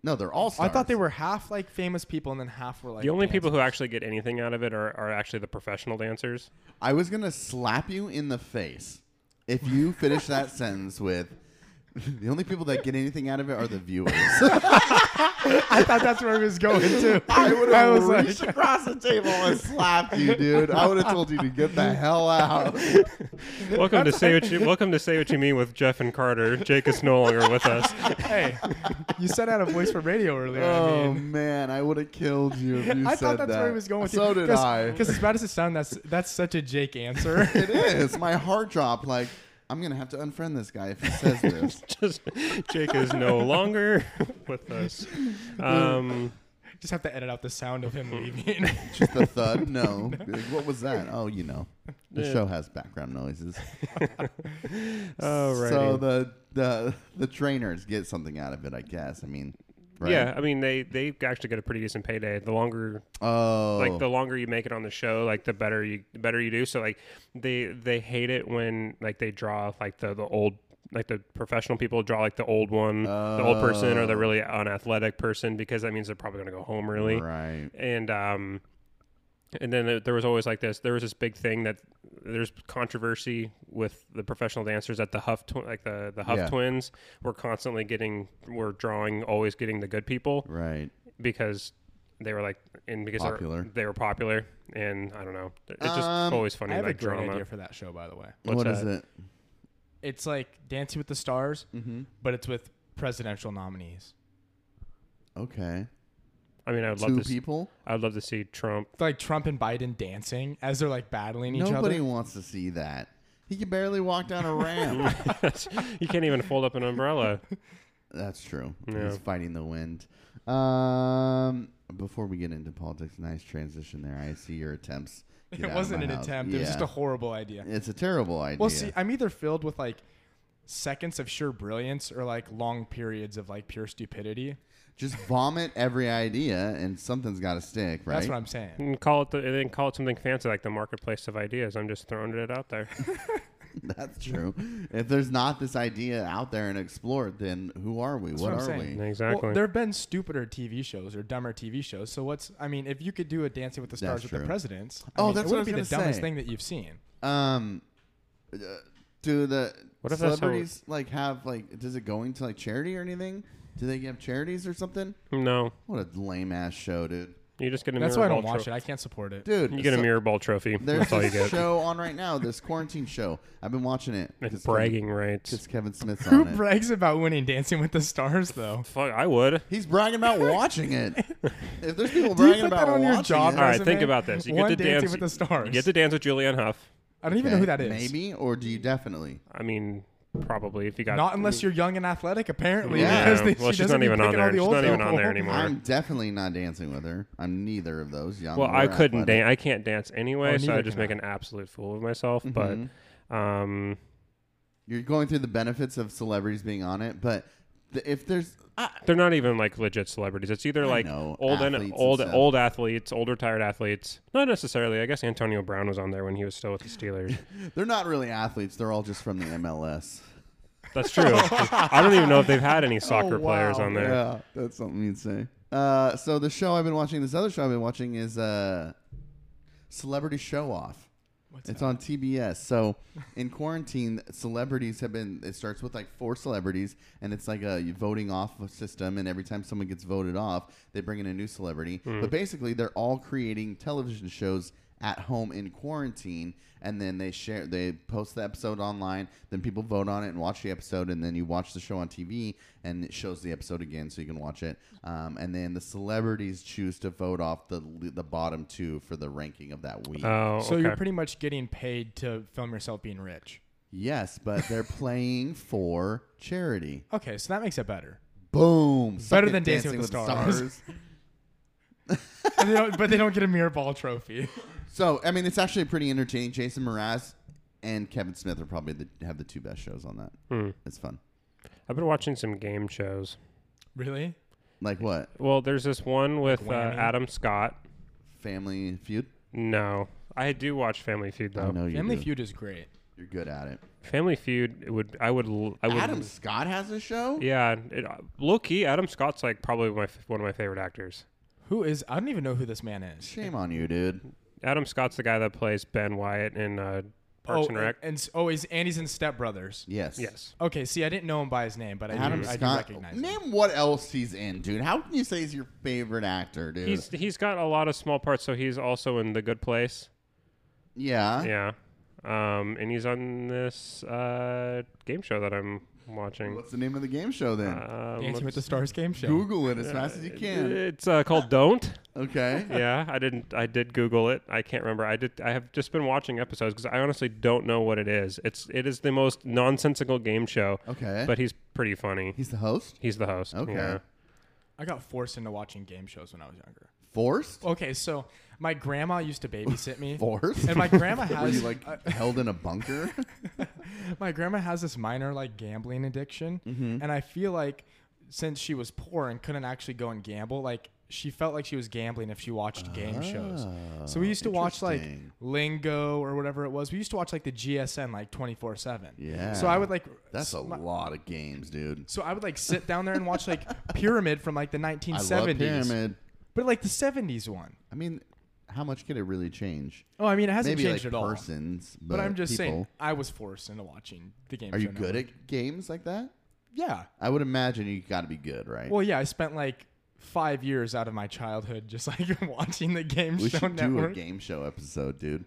A: No, they're all stars.
C: I thought they were half like famous people and then half were like
B: The only
C: dancers.
B: people who actually get anything out of it are, are actually the professional dancers.
A: I was gonna slap you in the face if you finish that sentence with. The only people that get anything out of it are the viewers.
C: I thought that's where he was going to. I, was like,
A: across the table and slapped you, dude. I would have told you to get the hell out.
B: Welcome to say what you welcome to say what you mean with Jeff and Carter. Jake is no longer with us.
C: hey, you sent out a voice for radio earlier. I
A: Oh
C: mean.
A: man, I would have killed you if you
C: I
A: said
C: thought that's
A: that.
C: where he was going with
A: so
C: you.
A: did
C: Cause,
A: I.
C: Because as bad as it sounds, that's that's such a Jake answer.
A: it is. My heart dropped. Like I'm gonna have to unfriend this guy if he says this.
B: Just Jake is no longer with us. Um,
C: Just have to edit out the sound of him
B: Hmm.
C: leaving.
A: Just the thud. No. Be like, what was that? Oh, you know, the
B: Yeah.
A: show has background noises.
B: all right.
A: So the the the trainers get something out of it, I guess. I mean, right?
B: Yeah, I mean they they actually get a pretty decent payday. The longer
A: Oh,
B: like the longer you make it on the show, like the better you the better you do. So like they they hate it when like they draw like the the old like the professional people draw like the old one, the old person or the
A: Oh.
B: really unathletic person because that means they're probably gonna go home early.
A: right.
B: and um and then there- there was always like this there was this big thing that there's controversy with the professional dancers that the huff tw- like the the huff
A: Yeah.
B: twins were constantly getting were drawing always getting the good people
A: Right.
B: because they were like and because they were-
A: Popular.
B: They, were, popular and i don't know it's just
A: Um,
B: always funny
C: I have
B: like
C: a great
B: drama
C: idea for that show, by the way.
B: What's
A: what is
B: that?
A: it? Mm-hmm.
C: It's like Dancing with the Stars, but it's with presidential nominees.
A: Okay.
B: i mean i would love
A: Two
B: to see,
A: people.
B: i'd love to see trump
C: Like Trump and Biden dancing as they're like battling each
A: Nobody
C: other.
A: wants to see that. He can barely walk down a ramp.
B: you can't even fold up an umbrella
A: That's true.
B: Yeah.
A: He's fighting the wind. Um, before we get into politics, nice transition there. I see your attempts. Get out
C: It
A: of
C: wasn't
A: my
C: an
A: house.
C: attempt. It was
A: Yeah.
C: just a horrible idea.
A: It's a terrible idea.
C: Well, see, I'm either filled with like seconds of sheer brilliance or like long periods of like pure stupidity.
A: Just vomit every idea, and something's got to stick, right?
C: That's what I'm saying.
B: and call it the, and then call it something fancy like the marketplace of ideas i'm just throwing it out there
A: That's true. If there's not this idea out there and explored, then who are we? what,
C: what I'm
A: are
C: saying.
A: we?
B: exactly
C: Well, there have been stupider TV shows or dumber TV shows. So what's I mean, if you could do a Dancing with the Stars
A: That's
C: with
A: true.
C: the presidents, I
A: Oh,
C: mean,
A: that's
C: it
A: what I
C: would be the
A: was gonna
C: dumbest
A: say.
C: thing that you've seen.
A: Um, uh, do the
B: What if that's how-
A: celebrities like have like? Does it go into like charity or anything? Do they give charities or something?
B: no
A: What a lame ass show, dude.
B: You just get a
C: That's why I
B: mirror ball
C: don't watch
B: trophy.
C: it. I can't support it.
A: Dude,
B: You get a
A: so-
B: mirror ball trophy.
A: There's
B: That's all you
A: this
B: get.
A: show on right now. This quarantine show. I've been watching it.
B: It's
A: 'cause
B: bragging rights.
A: Kevin, 'cause Kevin Smith's
C: Who
A: on it.
C: brags about winning Dancing with the Stars though?
B: Fuck, I would.
A: He's bragging about watching it. If there's people
C: Do you
A: bragging
C: put
A: about
C: that on
A: watching
C: your job?
A: it,
B: All right,
C: Resume,
B: think about this. You get
C: one
B: to
C: Dancing
B: dance
C: with the Stars.
B: You get to dance with Julianne Huff.
C: I don't even know who that
A: okay,
C: is.
A: Maybe or do you definitely?
B: I mean, probably if you got
C: Not unless you're young and athletic, apparently.
A: Yeah.
C: because they-
B: Yeah. Well, she's
C: she doesn't
B: not
C: be
B: even on
C: picking all
B: there.
C: the
B: She's
C: old
B: not even on
C: people.
B: there anymore.
A: I'm definitely not dancing with her. I'm neither of those. Young.
B: Well,
A: or
B: I couldn't
A: athletic.
B: dance. I can't dance anyway,
C: Oh,
B: so I
C: neither
B: just
C: can
B: make
C: I. Mm-hmm.
B: an absolute fool of myself. But um,
A: You're going through the benefits of celebrities being on it, but th- if there's I,
B: they're not even like legit celebrities. It's either like
A: know,
B: old and
A: athletes and
B: old
A: stuff.
B: old athletes, old retired athletes. Not necessarily. I guess Antonio Brown was on there when he was still with the Steelers.
A: they're not really athletes. They're all just from the MLS.
B: That's true. I don't even know if they've had any soccer players
C: Oh, wow.
B: on there.
A: Yeah, that's something you'd say. Uh, so the show I've been watching, this other show I've been watching is uh, Celebrity Show Off.
C: What's
A: It's on TBS. So in quarantine, celebrities have been. It starts with like four celebrities, and it's like a voting off system. And every time someone gets voted off, they bring in a new celebrity. But basically, they're all creating television shows at home in quarantine, and then they share. They post the episode online. Then people vote on it and watch the episode, and then you watch the show on TV, and it shows the episode again, so you can watch it. Um, and then the celebrities choose to vote off the the bottom two for the ranking of that week.
B: Oh,
C: So
B: okay.
C: you're pretty much getting paid to film yourself being rich.
A: Yes, but they're playing for charity.
C: Okay, so that makes it better.
A: Boom. Suck
C: Better
A: it,
C: than Dancing with the Stars. But they don't- but they don't get a mirror ball trophy.
A: So I mean, it's actually pretty entertaining. Jason Mraz and Kevin Smith are probably the, have the two best shows on that.
B: Hmm.
A: It's fun.
B: I've been watching some game shows.
C: Really?
A: Like what?
B: Well, there's this one with uh,
C: Whammy?
B: Adam Scott.
A: Family Feud.
B: No, I do watch Family Feud
A: I
B: though.
A: know you.
C: Uh, Family
A: do.
C: Feud is great.
A: You're good at it.
B: Family Feud it would I would l- I would
A: Adam Scott has a show.
B: yeah it, low key Adam Scott's like probably my f- one of my favorite actors.
C: Who is? I don't even know who this man is.
A: Shame on you, dude.
B: Adam Scott's the guy that plays Ben Wyatt in uh, Parks
C: oh,
B: and Rec.
C: And, s- oh, he's and he's in Step Brothers.
A: Yes.
B: yes,
C: Okay, see, I didn't know him by his name, but I
A: Adam
C: do, I do
A: Scott. Oh,
C: recognize him.
A: Name what else he's in, dude. How can you say he's your favorite actor, dude?
B: he's he's got a lot of small parts, so he's also in The Good Place.
A: yeah.
B: Yeah, um, and he's on this uh, game show that I'm watching.
A: What's the name of the game show then?
C: Uh,
B: Um,
C: Dancing with the
B: let's-
C: Stars game show.
A: Google it as fast as you can.
B: It's uh, called Don't.
A: Okay.
B: yeah, I didn't. I did Google it. I can't remember. I did. I have just been watching episodes because I honestly don't know what it is. It's it is the most nonsensical game show,
A: Okay.
B: but he's pretty funny.
A: he's the host.
B: He's the host.
A: Okay.
B: yeah.
C: I got forced into watching game shows when I was younger.
A: Forced.
C: Okay, so my grandma used to babysit me.
A: Forced.
C: And my grandma
A: Were
C: has
A: you like held in a bunker?
C: my grandma has this minor like gambling addiction,
A: Mm-hmm.
C: and I feel like since she was poor and couldn't actually go and gamble, like she felt like she was gambling if she watched game shows. So we used to watch like
A: Ah, interesting.
C: Lingo or whatever it was. We used to watch like the GSN like twenty four seven.
A: Yeah.
C: So I would like
A: That's a
C: my-
A: lot of games, dude.
C: So I would like sit down there and watch like Pyramid from like the nineteen
A: I love
C: seventies,
A: Pyramid.
C: but like the seventies one.
A: I mean, how much could it really change?
C: Oh, I mean, it hasn't
A: Maybe
C: changed
A: like
C: at all.
A: persons, but,
C: But I'm just
A: people.
C: saying, I was forced into watching the game.
A: Are you
C: show
A: good
C: network.
A: at games like that?
C: Yeah.
A: I would imagine you got to be good, right?
C: Well, yeah. I spent like five years out of my childhood just like watching the game
A: we
C: show
A: should do
C: network.
A: a game show episode, dude.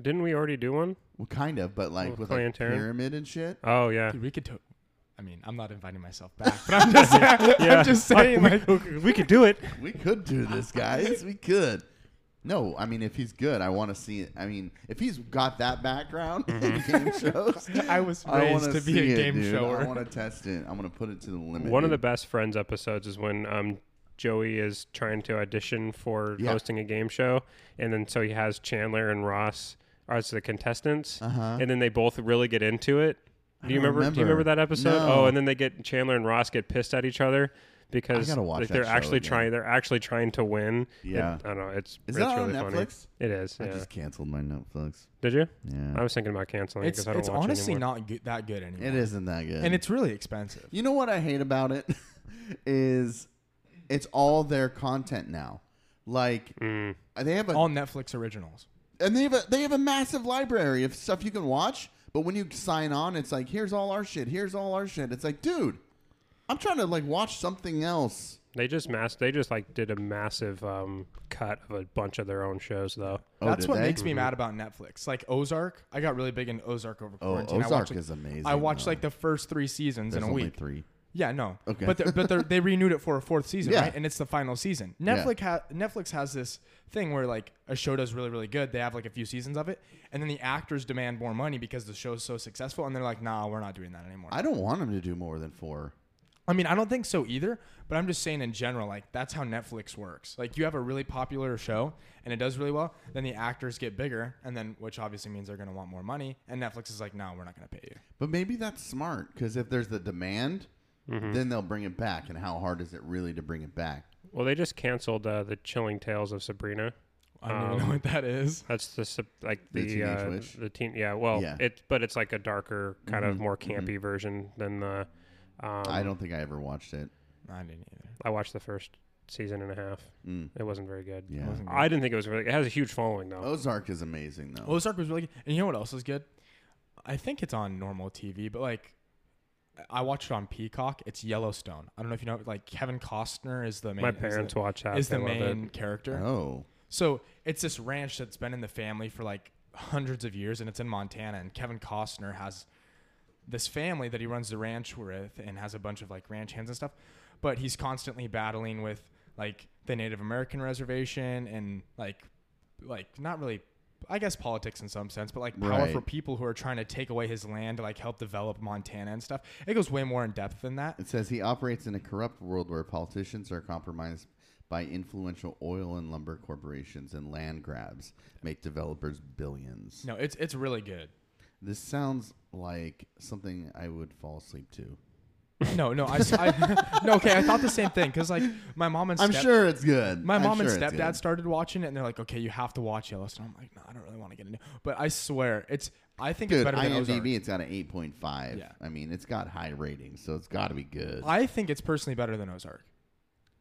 B: Didn't we already do one?
A: Well, kind of, but like
B: With
A: with
B: Clay
A: like
B: and Taryn?
A: pyramid and shit.
B: Oh yeah.
C: Dude, we could. To- I mean, I'm not inviting myself back, but I'm just, I'm just saying, like,
B: we could do it.
A: We could do this, guys. We could. No, I mean if he's good, I want to see it. I mean, if he's got that background in game shows,
C: I was
A: I want
C: Mm-hmm. raised to be
A: see
C: a
A: it,
C: game
A: dude. I
C: shower.
A: want to test it. I'm gonna put it to the limit.
B: One of the
A: dude.
B: best Friends episodes is when um, Joey is trying to audition for
A: Yeah.
B: hosting a game show, and then so he has Chandler and Ross as the contestants,
A: Uh-huh.
B: and then they both really get into it. Do you
A: don't
B: remember, Do you
A: remember.
B: remember that episode?
A: No.
B: Oh, and then they get Chandler and Ross get pissed at each other because
A: gotta watch
B: like,
A: that
B: they're
A: show
B: actually
A: again.
B: trying. They're actually trying to win. It-
A: Yeah.
B: I don't know. It's
A: Is
B: it's
A: that on
B: really funny.
A: Netflix?
B: It is.
A: I
B: yeah.
A: just canceled my Netflix.
B: Did you? I
A: Yeah,
B: was thinking about canceling
C: It's
B: because I don't
C: it's
B: watch
C: honestly
B: anymore.
C: not good, that good anymore,
A: it isn't that good.
C: and it's really expensive.
A: You know what I hate about it is it's all their content now. Like
B: Mm.
A: they have a
C: All Netflix originals.
A: and they have a they have a massive library of stuff you can watch. But when you sign on, it's like here's all our shit. Here's all our shit. It's like, dude, I'm trying to like watch something else.
B: They just mass. They just like did a massive um, cut of a bunch of their own shows, though.
A: Oh,
C: That's
A: did
C: what
A: they?
C: makes me
B: Mm-hmm.
C: mad about Netflix. Like Ozark, I got really big in Ozark over
A: Oh,
C: quarantine. I
A: Ozark
C: watched,
A: is amazing,
C: I watched
A: though.
C: like the first three seasons
A: There's
C: in a
A: only
C: week.
A: three.
C: Yeah, no.
A: Okay.
C: But they're, but they're, they renewed it for a fourth season,
A: Yeah.
C: right? And it's the final season. Netflix ha- Netflix has this thing where like a show does really really good, they have like a few seasons of it, and then the actors demand more money because the show's so successful, and they're like, nah, we're not doing that anymore. I,
A: I don't want them to do more than four.
C: mean, I don't think so either. But I'm just saying in general, like that's how Netflix works. Like you have a really popular show and it does really well, then the actors get bigger, and then which obviously means they're gonna want more money, and Netflix is like, no, we're not gonna pay you.
A: But maybe that's smart because if there's the demand,
C: Mm-hmm.
A: then they'll bring it back. And how hard is it really to bring it back?
B: Well, they just canceled uh, the Chilling Tales of Sabrina.
C: I don't even know what that is.
B: That's the sub- like
A: The
B: the
A: Teenage
B: uh,
A: Witch?
B: the teen. Yeah, well,
A: Yeah. Mm-hmm.
B: it but it's like a darker kind of more campy version than the. Um,
A: I
C: Uh-huh.
B: I
A: don't think I ever watched it.
C: I didn't either.
B: watched the first season and a half.
A: Mm.
B: It wasn't very good.
A: Yeah. Oh,
C: Wasn't
B: I didn't think it was really. It has a huge following though.
A: Ozark is amazing though.
C: Ozark was really good. And you know what else is good? I think it's on normal TV, but like I watched it on Peacock. It's Yellowstone. I don't know if you know like Kevin Costner is the main
B: My
C: is the-
B: parents watch that.
C: is the
B: They love it.
C: main character.
A: oh,
C: So it's this ranch that's been in the family for like hundreds of years and it's in Montana and Kevin Costner has this family that he runs the ranch with and has a bunch of like ranch hands and stuff. But he's constantly battling with like the Native American reservation and like like not really I guess politics in some sense, but like powerful
A: Right.
C: people who are trying to take away his land to like help develop Montana and stuff. It goes way more in depth than that.
A: it says he operates in a corrupt world where politicians are compromised by influential oil and lumber corporations and land grabs make developers billions.
C: No, it's it's really good.
A: This sounds like something I would fall asleep to.
C: No, no, I, I no. Okay, I thought the same thing because like my mom and
A: I'm
C: step-
A: sure it's good.
C: My
A: I'm
C: mom
A: sure
C: and
A: it's good.
C: stepdad started watching it, and they're like, "Okay, you have to watch Yellowstone." I'm like, "No, I don't really want to get into." it. But I swear, it's. I think it's
A: Dude,
C: better than Ozark.
A: IMDb, it's got an 8.5.
C: Yeah.
A: I mean, it's got high ratings, so it's got to be good.
C: I think it's personally better than Ozark.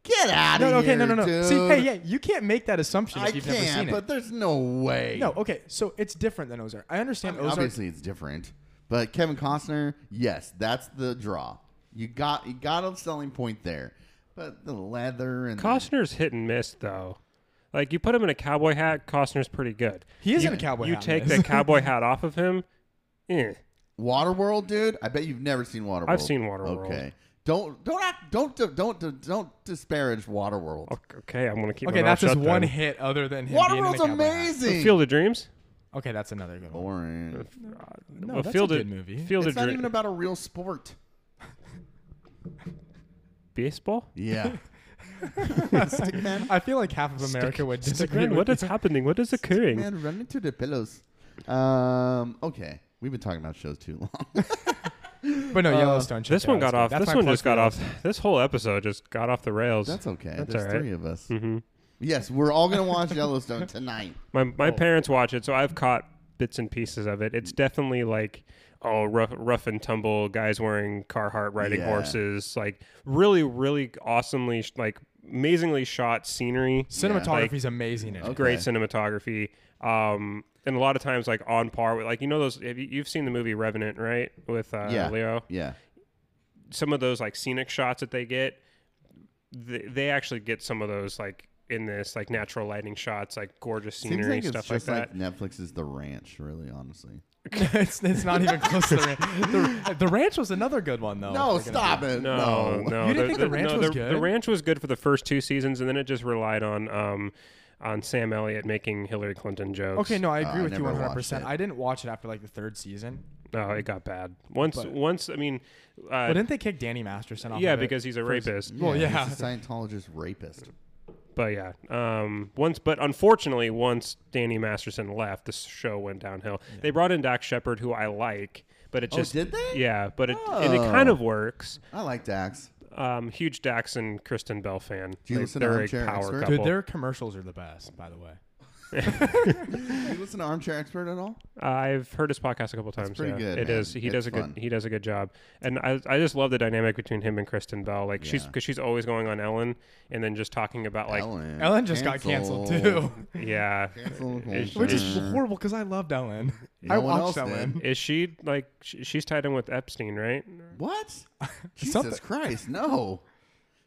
A: Get out
C: No,
A: of
C: no, okay,
A: here,
C: no, no, no.
A: Dude.
C: See, hey, yeah, you can't make that assumption if
A: I
C: you've never
A: can't,
C: seen
A: but
C: it.
A: there's no way.
C: No, okay, so it's different than Ozark. I understand Ozark.
A: obviously it's different. But Kevin Costner, yes, that's the draw. You got you got a selling point there. But the leather and the-
B: Costner's hit and miss though. Like you put him in a cowboy hat, Costner's pretty good.
C: He is
B: you,
C: in a cowboy
B: You
C: hat in
B: take
C: this.
B: the cowboy hat off of him. Eh.
A: Waterworld, dude. I bet you've never seen Waterworld.
B: I've seen Waterworld.
A: Okay. Don't don't act, don't don't don't don't disparage Waterworld.
B: Okay, I'm gonna keep.
C: Okay,
B: my mouth
C: that's just
B: shut
C: one
B: then.
C: hit other than him being in a
A: Waterworld's
C: cowboy hat.
A: amazing.
B: Field of Dreams.
C: Okay, that's another good one.
A: Boring.
C: No,
B: Well,
C: that's
B: Field
C: a
B: of-
C: good movie.
B: Field
A: It's
B: of
A: not
B: Dreams.
A: even about a real sport.
B: baseball.
A: Yeah.
C: I feel like half of America would disagree.
B: Glenn,
C: With
B: what is happening? What is occurring?
A: Man, run into the pillows. Um. Okay. We've been talking about shows too long.
C: you. But no,
A: Uh,
C: Yellowstone. check
B: This
C: it out,
B: one got
C: it's good.
B: off.
C: That's
B: This
C: my
B: one
C: plug
B: just
C: for
B: got off.
C: Yellowstone.
B: This whole episode just got off the rails.
A: That's okay.
B: That's
A: There's
B: all right.
A: three of us.
B: hmm
A: Yes, we're all gonna watch Yellowstone tonight.
B: My my
C: Oh.
B: parents watch it, so I've caught bits and pieces of it. It's definitely like oh rough rough and tumble guys wearing Carhartt riding
A: Yeah.
B: horses, like really really awesomely sh- like amazingly shot scenery,
C: Cinematography's amazing. In it.
B: great
A: Okay.
B: cinematography. Um, and a lot of times like on par with like you know those have you, you've seen the movie Revenant right with uh,
A: yeah.
B: Leo
A: Yeah.
B: some of those like scenic shots that they get they, they actually get some of those like in this like natural lighting shots like gorgeous
A: Seems
B: scenery
A: like it's
B: stuff like
A: just
B: that
A: like, Netflix's The Ranch. Really, honestly.
C: it's, it's not even close to the ranch. The, the ranch was another good one though. Oh
A: No,
C: if we're gonna
A: stop it.
B: Oh, No, no.
C: You didn't think The Ranch
B: no,
C: was
B: the,
C: good?
B: The ranch was good for the first two seasons, and then it just relied on um, on Sam Elliott making Hillary Clinton jokes.
C: Okay, no, I
A: Uh,
C: agree
A: I
C: with you
A: never
C: 100.
A: watched it.
C: percent I didn't watch it after like the third season.
B: no, Oh, it got bad. Once,
C: But-
B: once, I mean,
C: But
B: uh,
C: didn't they kick Danny Masterson off?
B: yeah,
C: of it?
B: because he's a rapist.
C: well, yeah.
A: He's a Scientologist rapist.
B: But yeah, um, once, but unfortunately, once Danny Masterson left, the show went downhill. They brought in Doc Shepard, who I like, but it
A: Oh,
B: just
A: did they?
B: Yeah, but it and it
A: Oh.
B: kind of works.
A: I like Dax.
B: Um, huge Dax and Kristen Bell fan.
A: Do you
B: They-
A: listen to
B: they're a
A: Armchair
B: power
A: Expert?
B: couple.
C: Dude, their commercials are the best, by the way.
A: You listen to Armchair Expert at all?
B: I've heard his podcast a couple times.
A: pretty
B: yeah.
A: good,
B: It
A: man.
B: is. He
A: It's
B: does a
A: fun.
B: good. He does a good job, and I, I just love the dynamic between him and Kristen Bell. Like she's
A: Yeah.
B: because she's always going on Ellen, and then just talking about like
A: Ellen.
C: Ellen just got canceled too,
B: yeah,
A: Cancel
B: Is-
A: culture.
C: which is horrible because I loved Ellen.
A: No
C: I
A: one else
C: watched
A: did.
C: Ellen.
B: is she like sh- she's tied in with Epstein, right?
A: what? Jesus
C: Something-
A: Christ, no.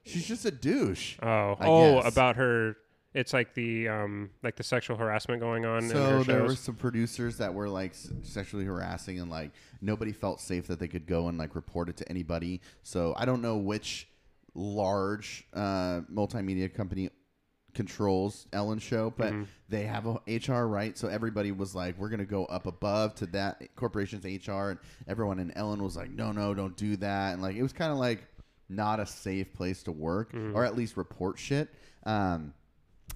A: She's just a douche.
B: Oh,
A: I
B: oh,
A: guess.
B: about her. It's like the um like the sexual harassment going on in
A: So
B: her
A: there
B: shows.
A: were some producers that were like s- sexually harassing, and like nobody felt safe that they could go and like report it to anybody. So I don't know which large uh, multimedia company controls Ellen's show, but
B: Mm-hmm.
A: they have a HR right. So everybody was like, "We're gonna go up above to that corporation's HR," and everyone in Ellen was like, "No, no, don't do that." And like it was kind of like not a safe place to work,
B: Mm-hmm.
A: or at least report shit. Um,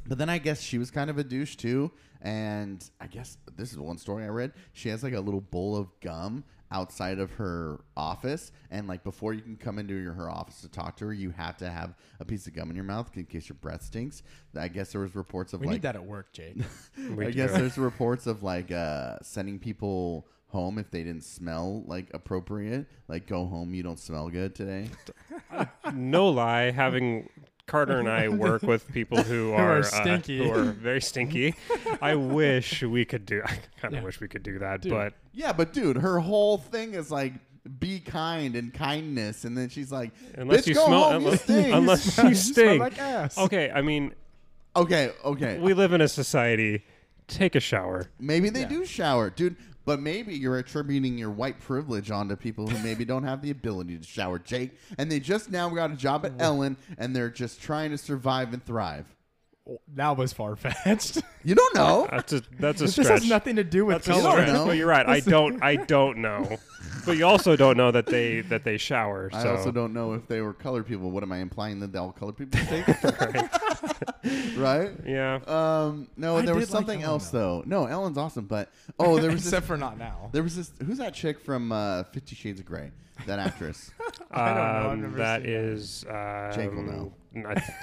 A: but then I guess she was kind of a douche too. And I guess this is one story I read. She has like a little bowl of gum outside of her office. And like before you can come into your, her office to talk to her, you have to have a piece of gum in your mouth in case your breath stinks. I guess there was reports of
C: We
A: like
C: need that at work, Jake.
B: We
A: I
B: do.
A: guess there's reports of like uh, sending people home if they didn't smell like appropriate. Like go home, you don't smell good today.
B: no lie, having Carter and I work with people who
C: are
B: are, uh,
C: stinky.
B: who are very stinky. I wish we could do. I kind of
C: Yeah.
B: wish we could do that, but
A: yeah, but dude, her whole thing is like be kind and kindness, and then she's like,
B: unless
A: "Bitch,
B: you
A: go
B: smell,
A: home,
B: unless,
A: you stink."
B: unless you
C: smell
B: stink.
C: like ass.
B: Okay, I mean,
A: okay, okay,
B: we live in a society. Take a shower.
A: maybe they do shower, dude. But maybe you're attributing your white privilege onto people who maybe don't have the ability to shower, Jake. And they just now got a job at Ellen, and they're just trying to survive and thrive.
C: Oh, that was far fetched.
A: You don't know.
B: That's a that's a
C: this
B: stretch.
C: has nothing to do with
B: that's a
A: You don't
B: stretch.
A: know.
B: But you're right. I don't. I don't know. but you also don't know that they that they shower. So
A: I also don't know if they were colored people. What am I implying that all colored people think? right?
B: Yeah.
C: Uh,
A: Um, no,
C: I
A: there was
C: did like
A: something
C: Ellen,
A: else though. No, Ellen's awesome, but oh, there was this,
C: Except for not now.
A: there was this. Who's that chick from uh, Fifty Shades of Grey? That actress.
C: I don't know. I've
B: Um,
C: never
B: that
C: seen
B: is. Um,
A: Jake will know.
B: I-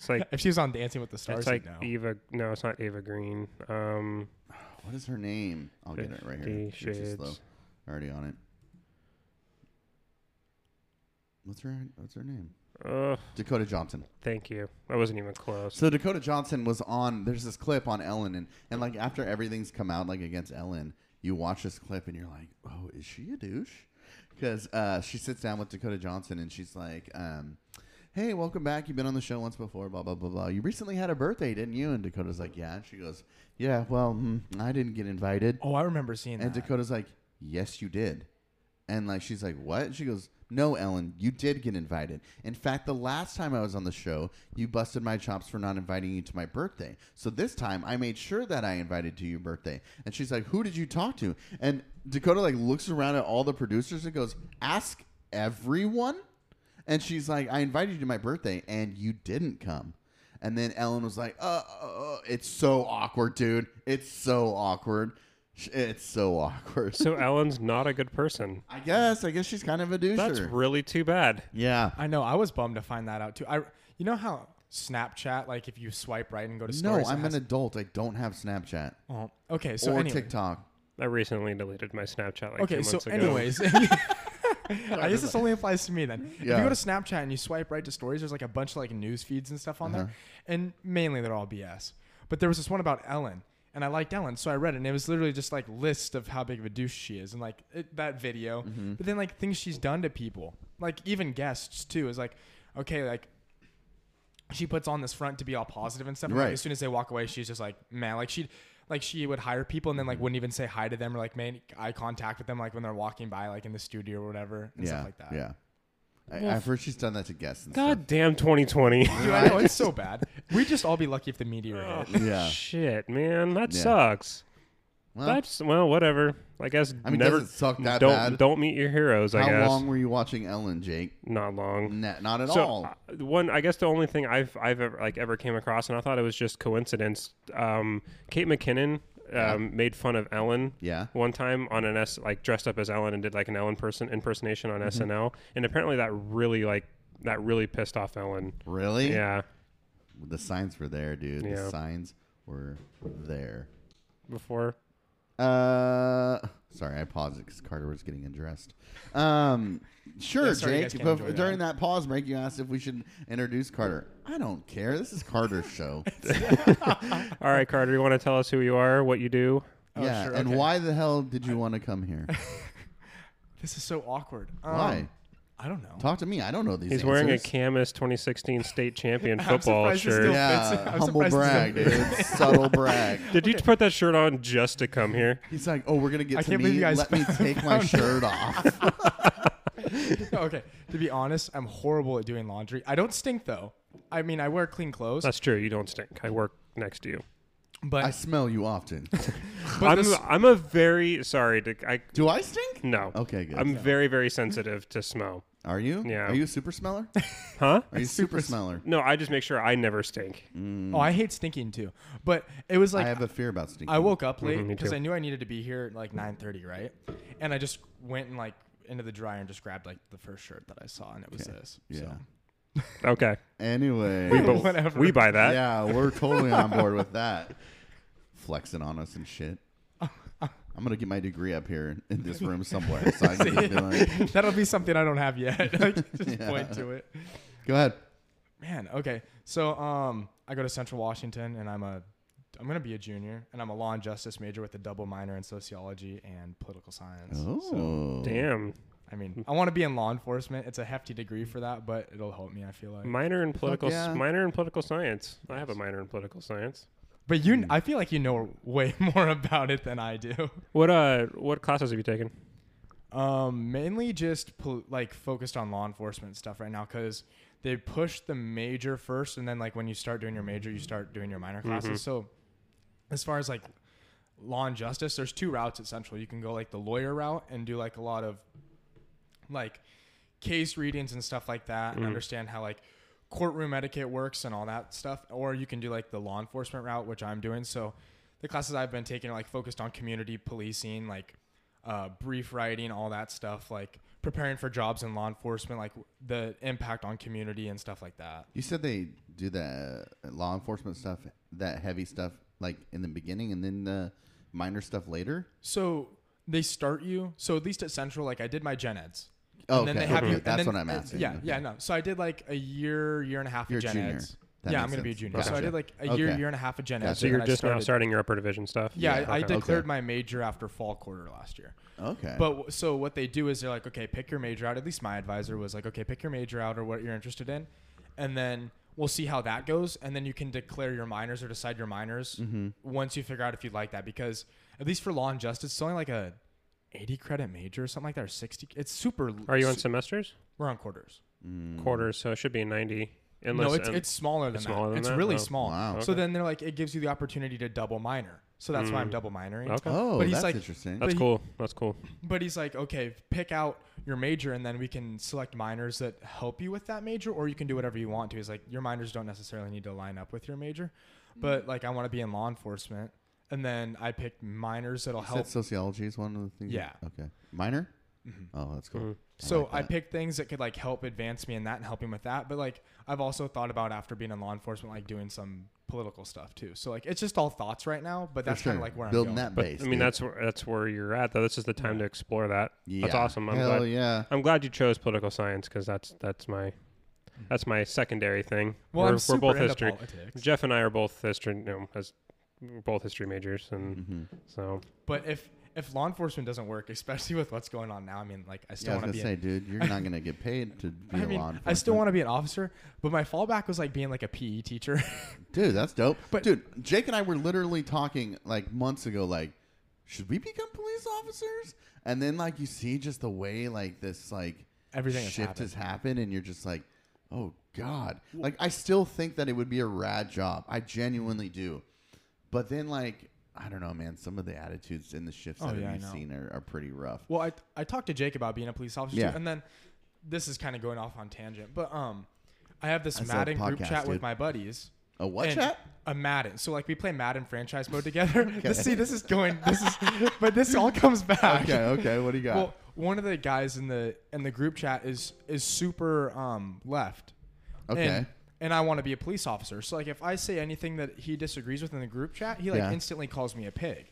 B: it's like
C: If she was on Dancing with the Stars,
B: it's like
C: now.
A: e
B: Eva. No, it's not Eva Green. Um,
A: What is her name? I'll get it right here.
B: Fifty
A: You're too slow.
B: Shades.
A: Already on it. What's her What's her name?
B: oh,
A: Dakota Johnson.
B: thank you. I wasn't even close.
A: So Dakota Johnson was on. There's this clip on Ellen, and and like after everything's come out like against Ellen, you watch this clip and you're like, oh, is she a douche? Because uh, she sits down with Dakota Johnson and she's like, um, hey, welcome back. You've been on the show once before. Blah blah blah blah. You recently had a birthday, didn't you? And Dakota's like, yeah. And she goes, yeah. Well, mm, I didn't get invited.
C: Oh, I remember seeing
A: And
C: that.
A: Dakota's like, "Yes, you did." And like she's like, "What?" And she goes, "No, Ellen, you did get invited. In fact, the last time I was on the show, you busted my chops for not inviting you to my birthday. So this time, I made sure that I invited to your birthday." And she's like, "Who did you talk to?" And Dakota like looks around at all the producers and goes, "Ask everyone." And she's like, "I invited you to my birthday, and you didn't come." And then Ellen was like, uh, uh, uh, it's so awkward, dude. It's so awkward. Sh- It's so awkward.
B: So Ellen's not a good person.
A: I guess. I guess she's kind of a douche.
B: That's really too bad.
A: yeah.
C: I know. I was bummed to find that out too. I, you know how Snapchat, like if you swipe right and go to
A: No,
C: stories, it
A: I'm an
C: has-
A: adult. I don't have Snapchat
C: Oh, okay, so
A: or
C: anyway.
A: TikTok.
B: I recently deleted my Snapchat like
C: Okay,
B: two
C: so
B: months ago.
C: anyways, I guess this only applies to me then. If
A: Yeah.
C: you go to Snapchat and you swipe right to stories, there's like a bunch of like news feeds and stuff on
A: Uh-huh.
C: there, and mainly they're all BS. But there was this one about Ellen, and I liked Ellen, so I read it, and it was literally just like list of how big of a douche she is, and like it, that video.
A: Mm-hmm.
C: But then like things she's done to people, like even guests too, is like, okay, like. She puts on this front to be all positive and stuff. and, like,
A: Right.
C: as soon as they walk away, she's just like, man, like she, like she would hire people and then
A: Mm-hmm.
C: like wouldn't even say hi to them or like make eye contact with them like when they're walking by like in the studio or whatever and
A: yeah.
C: stuff like that.
A: Yeah. I,
B: Well,
A: I've heard she's done that to guests. And
B: God damn 2020.
C: Dude, I know it's so bad. We'd just all be lucky if the meteor hit.
A: stuff. Yeah.
B: Shit, man, that
A: Yeah.
B: sucks.
A: Well,
B: That's well, whatever. I guess
A: I mean,
B: never
A: does it suck that
B: don't
A: bad?
B: don't meet your heroes. I
A: How
B: guess
A: long were you watching Ellen, Jake?
B: not long.
A: Nah, not at
B: so
A: all.
B: uh, one, I guess the only thing I've I've ever like ever came across, and I thought it was just coincidence. Um, Kate McKinnon um, made fun of Ellen.
A: Yeah.
B: One time on an S, like dressed up as Ellen and did like an Ellen person impersonation
C: Mm-hmm.
B: on SNL, and apparently that really like that really pissed off Ellen.
A: really?
B: Yeah.
A: The signs were there, dude.
B: Yeah.
A: The signs were there.
B: Before.
A: Uh, sorry, I paused it because Carter was getting undressed. Um, sure,
C: Yeah, sorry, you guys
A: Jake.
C: can
A: but
C: enjoy
A: during that. pause break, you asked if we should introduce Carter. I don't care. This is Carter's show.
B: All right, Carter, you want to tell us who you are, what you do?
A: yeah,
C: Oh, sure,
A: and
C: okay.
A: why the hell did you want to come here?
C: This is so awkward. Um,
A: Why?
C: I don't know.
A: Talk to me. I don't know these.
B: He's wearing a
A: answers.
B: Camus 2016 state champion
C: I'm
B: football
C: surprised he's
B: shirt.
C: still- I'm
A: Yeah, humble
C: surprised he's
A: brag,
C: not-
A: dude. Subtle brag.
B: Did you put that shirt on just to come here?
A: He's like, oh, we're gonna get
C: I
A: to
C: can't believe
A: me.
C: you guys
A: Let me take my
C: found-
A: shirt off.
C: okay, to be honest, I'm horrible at doing laundry. I don't stink though. I mean, I wear clean clothes,
B: That's true. You don't stink. I work next to you.
C: but,
A: I smell you often.
C: but
B: I'm
C: this-
B: I'm a very sorry to I
A: Do I stink?
B: no.
A: Okay, good.
B: I'm very very sensitive to smell.
A: Are you?
B: Yeah.
A: Are you a super smeller?
B: Huh?
A: Are you a super smeller?
B: No, I just make sure I never stink.
A: Mm.
C: oh, I hate stinking too. But it was like
A: I have a fear about stinking.
C: I woke up late
B: me
C: because
B: too.
C: I knew I needed to be here at like 9:30, right? And I just went and like into the dryer and just grabbed like the first shirt that I saw, and it was this.
A: Yeah.
C: So.
B: Okay.
A: Anyway,
B: We, bu-
C: Whatever.
B: we buy that.
A: yeah, we're totally on board with that. Flexing on us and shit. I'm gonna get my degree up here in this room somewhere. So I can be like,
C: That'll be something I don't have yet. Like, just point to it.
A: go ahead.
C: Man, okay. So um, I go to Central Washington, and I'm a I'm gonna be a junior, and I'm a law and justice major with a double minor in sociology and political science. So,
A: Oh,
B: Damn.
C: I mean, I want to be in law enforcement. It's a hefty degree for that, but it'll help me. I feel like.
B: Minor in political
A: yeah.
B: minor in political science. I have a minor in political science.
C: But
A: Mm.
C: you, I feel like you know way more about it than I do.
B: What uh what classes have you taken?
C: Um, mainly just pol- like focused on law enforcement stuff right now because they push the major first, and then like when you start doing your major, you start doing your minor classes. So, as far as like law and justice, there's two routes at Central. You can go like the lawyer route and do like a lot of like case readings and stuff like that and understand how like courtroom etiquette works and all that stuff. Or you can do like the law enforcement route, which I'm doing. So the classes I've been taking are like focused on community policing, like uh, brief writing, all that stuff, like preparing for jobs in law enforcement, like the impact on community and stuff like that.
A: You said they do the uh, law enforcement stuff, that heavy stuff, like in the beginning, and then the minor stuff later.
C: So they start you. So at least at Central, like I did my gen eds.
A: Oh,
C: And then
A: okay.
C: they have you-
A: Okay,
C: and
A: That's
C: then-
A: what I'm
C: uh,
A: asking.
C: Yeah,
A: Okay.
C: yeah, no. So I did like a year, year and a half
A: You're a
C: of gen
A: junior.
C: eds.
A: That
C: yeah,
A: makes
C: I'm gonna be a
A: sense.
C: junior.
A: Gotcha.
C: So I did like a year,
A: Okay.
C: year and a half of gen ed.
A: Gotcha.
B: So you're
C: and I
B: just now
C: started-
B: starting your upper division stuff.
C: Yeah, I- I
B: Okay.
C: declared
A: Okay.
C: my major after fall quarter last year.
A: Okay.
C: But w- so what they do is they're like, okay, pick your major out. At least my advisor was like, okay, pick your major out or what you're interested in, and then we'll see how that goes, and then you can declare your minors or decide your minors once you figure out if you'd like that. Because at least for law and justice, it's only like a 80 credit major or something like that, or 60. It's super.
B: Are you on
C: su-
B: semesters?
C: We're on quarters.
A: Mm. Mm-hmm.
B: Quarters, so it should be a 90. Unless
C: no, it's,
B: um,
C: it's smaller than
B: it's
C: that.
B: smaller than
C: it's
B: that?
C: really
B: Oh.
C: small.
A: Wow.
C: So then they're like, it gives you the opportunity to double minor. So that's why I'm double minoring.
B: Mm. okay.
A: oh,
C: but he's
A: that's
C: like-
A: interesting.
B: That's
C: he-
B: cool. That's cool.
C: But he's like, okay, pick out your major, and then we can select minors that help you with that major, or you can do whatever you want to. He's like, your minors don't necessarily need to line up with your major, but like, I want to be in law enforcement, and then I picked minors that'll
A: Said
C: help. So,
A: sociology is one of the things.
C: Yeah. Mm-hmm.
A: Okay. Minor. Oh, that's
B: Mm.
A: cool. like
C: I
A: that.
C: picked things that could like help advance me in that and help him with that. But like, I've also thought about after being in law enforcement, like doing some political stuff too. So like, it's just all thoughts right now. But
A: For
C: that's
A: sure.
C: kind of like where
A: building that
C: I'm going.
B: But
A: base.
B: I mean,
A: dude.
B: that's where, that's where you're at though. This is the time to explore that. That's
A: Yeah.
B: awesome. I'm
A: Hell
B: glad.
A: yeah.
B: I'm glad you chose political science because that's that's my that's my secondary thing.
C: Well,
B: we're,
C: I'm
B: we're
C: super
B: both
C: into
B: history.
C: politics.
B: Jeff and I are both history. You know, as we're both history majors, and
A: Mm-hmm.
B: so
C: But if if law enforcement doesn't work, especially with what's going on now, I mean, like, I
A: Yeah,
C: still
A: I was
C: want to
A: gonna
C: be.
A: say,
C: in-
A: dude, you're not gonna get paid to be
C: I
A: a
C: mean,
A: law
C: I still
A: enforcement.
C: want to be an officer, but my fallback was like being like a PE teacher.
A: Dude, that's dope.
C: But-
A: dude, Jake and I were literally talking like months ago, like, should we become police officers? And then like you see just the way like this like
C: Everything has
A: shift has happened, and you're just like, oh god. Like I still think that it would be a rad job. I genuinely do. But then like I don't know, man. Some of the attitudes and the shifts
C: Oh,
A: that
C: yeah, I
A: we've
C: know.
A: seen are, are pretty rough.
C: well, I I talked to Jake about being a police officer,
A: Yeah.
C: too, and then this is kind of going off on tangent, but um, I have this
A: That's a
C: Madden group
A: podcast,
C: chat with
A: dude.
C: my buddies.
A: A what
C: and
A: chat?
C: A Madden. So like we play Madden franchise mode together. This- see, this is going. This is, but this all comes back.
A: Okay, okay. What do you got?
C: Well, one of the guys in the in the group chat is is super um, left.
A: Okay.
C: And, and I want to be a police officer. So like if I say anything that he disagrees with in the group chat, he like
A: Yeah.
C: instantly calls me a pig.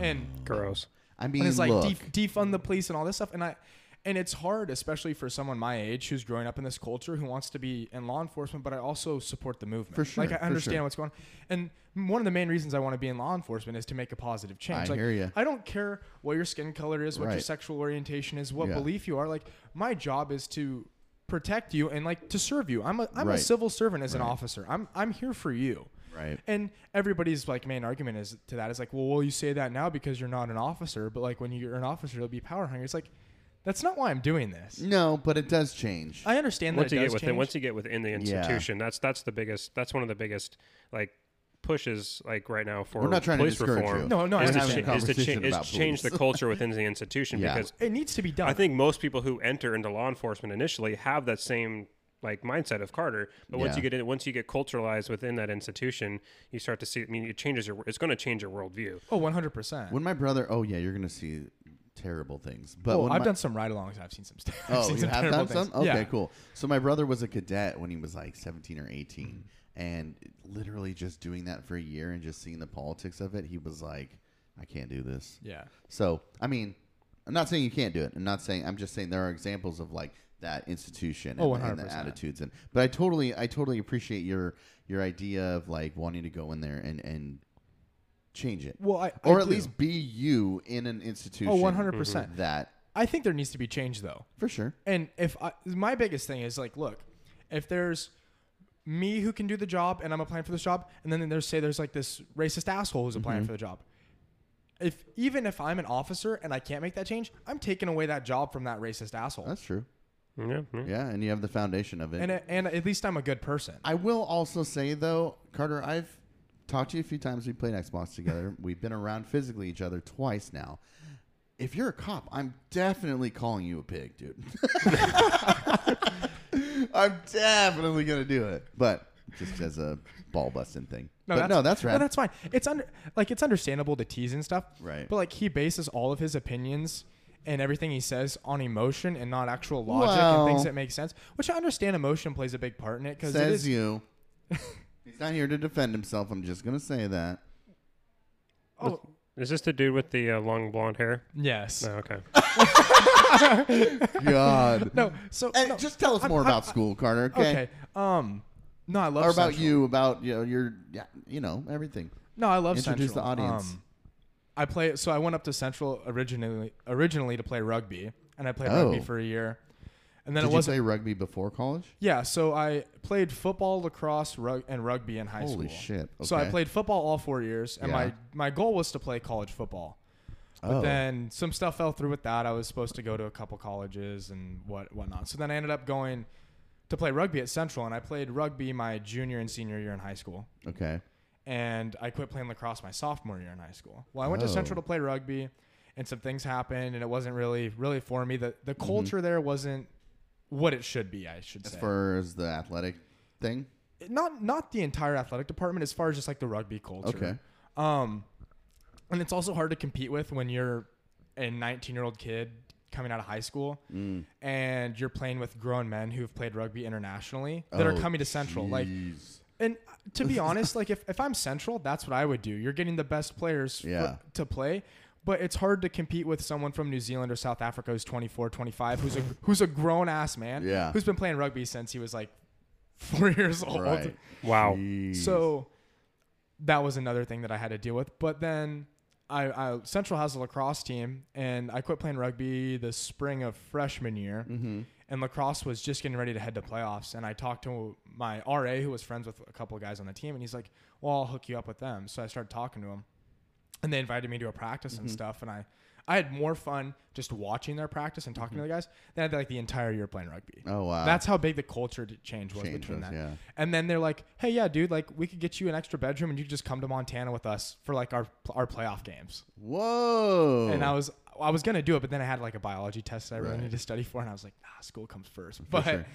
C: and
B: gross.
A: Uh, I mean,
C: and it's like
A: look,
C: def- defund the police and all this stuff and I and it's hard especially for someone my age who's growing up in this culture who wants to be in law enforcement but I also support the movement.
A: For sure,
C: Like I
A: for
C: understand
A: sure.
C: what's going on. And one of the main reasons I want to be in law enforcement is to make a positive change.
A: I
C: like
A: hear ya.
C: I don't care what your skin color is, what your
A: Right.
C: sexual orientation is, what
A: Yeah.
C: belief you are. Like my job is to protect you and like to serve you. I'm a I'm a
A: Right.
C: civil servant as an officer. I'm I'm here for you.
A: Right.
C: And everybody's like main argument is to that is like, well, well, you say that now because you're not an officer, but like when you're an officer, you'll be power hungry. It's like, that's not why I'm doing this.
A: no, but it does change.
C: I understand that
B: once
C: it
B: you
C: does
B: get within
C: change.
B: once you get within the institution, that's that's the biggest. That's one of the biggest like pushes like right now for
A: We're not trying to
B: police
A: discourage
B: reform.
A: you.
C: No, no,
B: is
C: I'm
B: to,
C: having a
B: cha- is to,
A: conversation
B: cha- is
A: about
B: to change the
A: police.
B: culture within the institution
A: Yeah.
B: because
C: it needs to be done.
B: I think most people who enter into law enforcement initially have that same like mindset of Carter, but once
A: Yeah.
B: you get in, once you get culturalized within that institution, you start to see. I mean, it changes your. It's going to change your worldview.
C: oh, 100 percent.
A: When my brother, oh yeah, you're gonna see terrible things. But
C: Oh,
A: when
C: I've
A: my,
C: done some ride-alongs. I've seen some stuff. I've
A: Oh,
C: seen
A: you
C: some
A: have
C: terrible
A: done some.
C: things.
A: Okay,
C: Yeah.
A: cool. So my brother was a cadet when he was like 17 or 18, and literally just doing that for a year and just seeing the politics of it, he was like, "I can't do this."
C: Yeah.
A: So, I mean, I'm not saying you can't do it. I'm not saying. I'm just saying there are examples of like that institution and,
C: Oh,
A: and the
C: 100%.
A: attitudes. And but I totally, I totally appreciate your your idea of like wanting to go in there and and change it.
C: Well, I- I
A: or at
C: do. Oh,
A: least be you in an institution.
C: 100%.
A: That
C: I think there needs to be change though.
A: for sure.
C: And if I, my biggest thing is like, look, if there's me who can do the job and I'm applying for this job, and then there's say there's like this racist asshole who's
A: Mm-hmm.
C: applying for the job. If even if I'm an officer and I can't make that change, I'm taking away that job from that racist asshole.
A: That's true.
B: Yeah, yeah.
A: Yeah, and you have the foundation of it.
C: and and at least I'm a good person.
A: I will also say though, Carter, I've talked to you a few times. We played Xbox together. We've been around physically each other twice now. If you're a cop, I'm definitely calling you a pig, dude. I'm definitely gonna do it, but just as a ball busting thing. No, but
C: that's,
A: no, that's right.
C: that's fine. It's under like it's understandable to tease and stuff.
A: Right.
C: But like he bases all of his opinions and everything he says on emotion and not actual logic
A: Well-
C: and things that make sense. Which I understand emotion plays a big part in it because it
A: Says
C: is
A: you. He's not here to defend himself. I'm just gonna say that.
C: oh,
B: Is this the dude with the uh, long blonde hair?
C: yes.
B: No, okay.
A: God.
C: No. So
A: And
C: no,
A: just tell us more about school, Carter. Okay.
C: okay. Um no, I love
A: Or about
C: Central.
A: you, about you know, your, yeah, you know, everything.
C: No, I love
A: Introduce
C: Central. Um,
A: the audience.
C: I play so I went up to Central originally originally to play rugby and I played
A: Oh.
C: rugby for a year. And then
A: Did
C: it
A: you
C: wasn't
A: play rugby before college?
C: Yeah, so I played football, lacrosse, rug- and rugby in high
A: Holy
C: school.
A: shit,
C: So I
A: okay.
C: played football all four years, and
A: Yeah.
C: my my goal was to play college football. But
A: Oh.
C: then some stuff fell through with that. I was supposed to go to a couple colleges and what whatnot. So then I ended up going to play rugby at Central, and I played rugby my junior and senior year in high school.
A: Okay.
C: And I quit playing lacrosse my sophomore year in high school. Well, I went
A: Oh.
C: to Central to play rugby, and some things happened, and it wasn't really really for me. The the culture there wasn't what it should be. I should
A: Mm-hmm. As
C: say
A: far as the athletic thing,
C: not not the entire athletic department as far as just like the rugby culture.
A: Okay.
C: Um and it's also hard to compete with when you're a 19-year-old kid coming out of high school
A: Mm.
C: and you're playing with grown men who've played rugby internationally that are
A: Oh,
C: coming to Central like
A: jeez.
C: and to be honest like if if I'm Central that's what I would do. You're getting the best players for-
A: Yeah.
C: to play but it's hard to compete with someone from New Zealand or South Africa who's 24, 25 who's a who's a grown ass man
A: Yeah.
C: who's been playing rugby since he was like 4 years old.
A: right.
B: Wow.
A: Jeez.
C: So that was another thing that I had to deal with. But then I, I Central has a lacrosse team, and I quit playing rugby the spring of freshman year.
A: Mm. Mm-hmm.
C: And lacrosse was just getting ready to head to playoffs. And I talked to my RA, who was friends with a couple of guys on the team, and he's like, "Well, I'll hook you up with them." So I started talking to him, and they invited me to a practice
A: Mm-hmm.
C: and stuff. And I, I had more fun just watching their practice and
A: Mm-hmm.
C: talking to the guys than I did like the entire year playing rugby.
A: Oh wow.
C: That's how big the culture d- change was
A: Change
C: between
A: was,
C: that.
A: yeah.
C: And then they're like, "Hey, yeah, dude, like we could get you an extra bedroom, and you could just come to Montana with us for like our our playoff games."
A: whoa.
C: And I was I was gonna do it, but then I had like a biology test that I really
A: Oh. Right.
C: need to study for, and I was like, "Nah, school comes first. But
A: sure.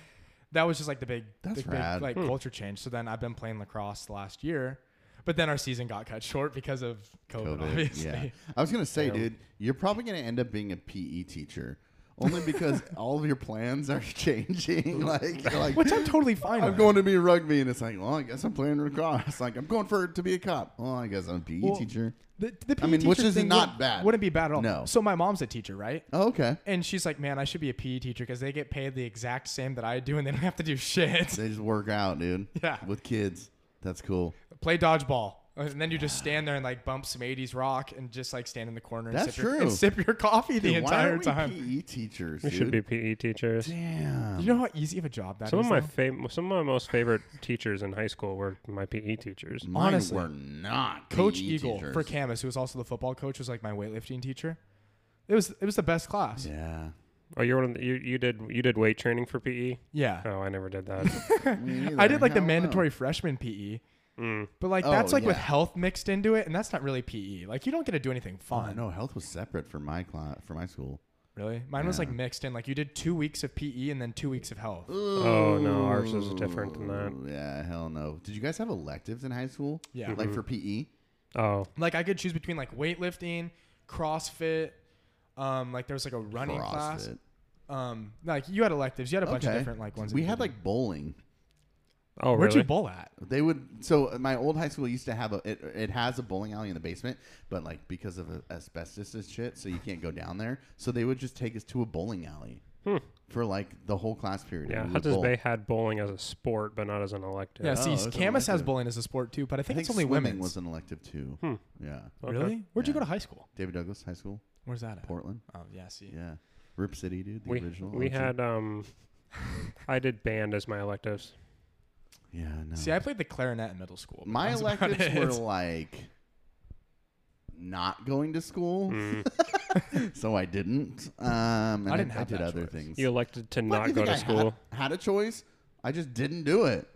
C: that was just like the big
A: That's
C: the big,
A: rad.
C: like culture change. So then I've been playing lacrosse the last year, but then our season got cut short because of COVID,
A: COVID,
C: obviously.
A: Yeah. I was gonna say, dude, you're probably gonna end up being a PE teacher, only because all of your plans are changing. like, you're like
C: Which I'm totally fine.
A: I'm
C: with.
A: going to be rugby, and it's like, well, I guess I'm playing lacrosse. Like, I'm going for to be a cop. Well, I guess I'm a PE
C: Well,
A: teacher.
C: The, the PE
A: mean, which
C: teacher
A: is
C: thing
A: not
C: wouldn't-
A: bad.
C: Wouldn't be bad at all.
A: No.
C: So my mom's a teacher, right?
A: Oh, okay.
C: And she's like, man, I should be a PE teacher because they get paid the exact same that I do and they don't have to do shit.
A: They just work out, dude.
C: Yeah.
A: With kids, that's cool.
C: Play dodgeball. And then you just stand there and like bump some 80s rock and just like stand in the corner and,
A: That's
C: sip, Your,
A: true.
C: and sip your coffee the
A: Dude, why
C: entire
A: aren't we E
C: time.
A: PE teachers,
B: We
A: dude.
B: should be PE teachers.
A: Damn.
C: You know how easy of a job that is.
B: Some of my
C: though?
B: fam- some of my most favorite teachers in high school were my PE teachers.
A: Mine
C: honestly,
A: were not
C: Coach
A: PE
C: Eagle
A: E teachers.
C: for Camus, who was also the football coach, was like my weightlifting teacher. It was it was the best class. Yeah.
A: Yeah.
B: Oh, you're one of the, you you did you did weight training for PE? Oh, I never did that.
C: I did like the mandatory freshman PE.
B: Mm.
C: But like
A: Oh,
C: that's like with
A: yeah.
C: health mixed into it, and that's not really PE. Like you don't get to do anything
A: Oh, I
C: fun.
A: know health was separate for my class, for my school.
C: Really? Mine was like mixed in. Like you did two weeks of PE and then two weeks of health.
B: oh no, ours was different than that.
A: Ooh, Yeah, hell no. Did you guys have electives in high school?
C: Yeah.
A: Like for E? PE?
B: Oh,
C: Like I could choose between like weightlifting, CrossFit. Um, like there was like a running class.
A: CrossFit.
C: Um, like you had electives. You had a bunch of
A: Okay.
C: different like ones. that
A: We
C: you
A: had
C: could do.
A: like bowling.
B: oh
C: where'd
B: really?
C: you bowl at?
A: They would. So my old high school used to have a. It, it has a bowling alley in the basement, but like because of asbestos and shit, so you can't go down there. So they would just take us to a bowling alley
C: Hmm.
A: for like the whole class period.
B: yeah,
A: We would
B: Hudson's
A: bowl.
B: Bay had bowling as a sport, but not as an elective.
C: Yeah,
A: Oh,
C: see,
A: it was an
C: Camus has
A: elective.
C: bowling as a sport too, but I
A: I
C: think,
A: think
C: it's only
A: swimming
C: women's. Hmm.
A: was an elective too. Yeah,
B: Okay.
C: Really? Where'd
A: Yeah.
C: you go to high school?
A: David Douglas High School,
C: Where's that at?
A: Portland.
C: Oh yeah, see.
A: Yeah, Rip City, dude. The
B: We
A: original.
B: we
A: OG.
B: had um, I did band as my electives.
A: Yeah, no.
C: See, I played the clarinet in middle school. but
A: my
C: that was about
A: electives
C: it.
A: were like not going to school,
C: Hmm.
B: Mm.
A: so I didn't. Um, and I
C: didn't
A: I
C: have
A: did
C: that
A: other
C: choice.
A: things.
B: You elected to
A: What,
B: not
A: you
B: go
A: think
B: to
A: I
B: school.
A: Had, had a choice. I just didn't do it.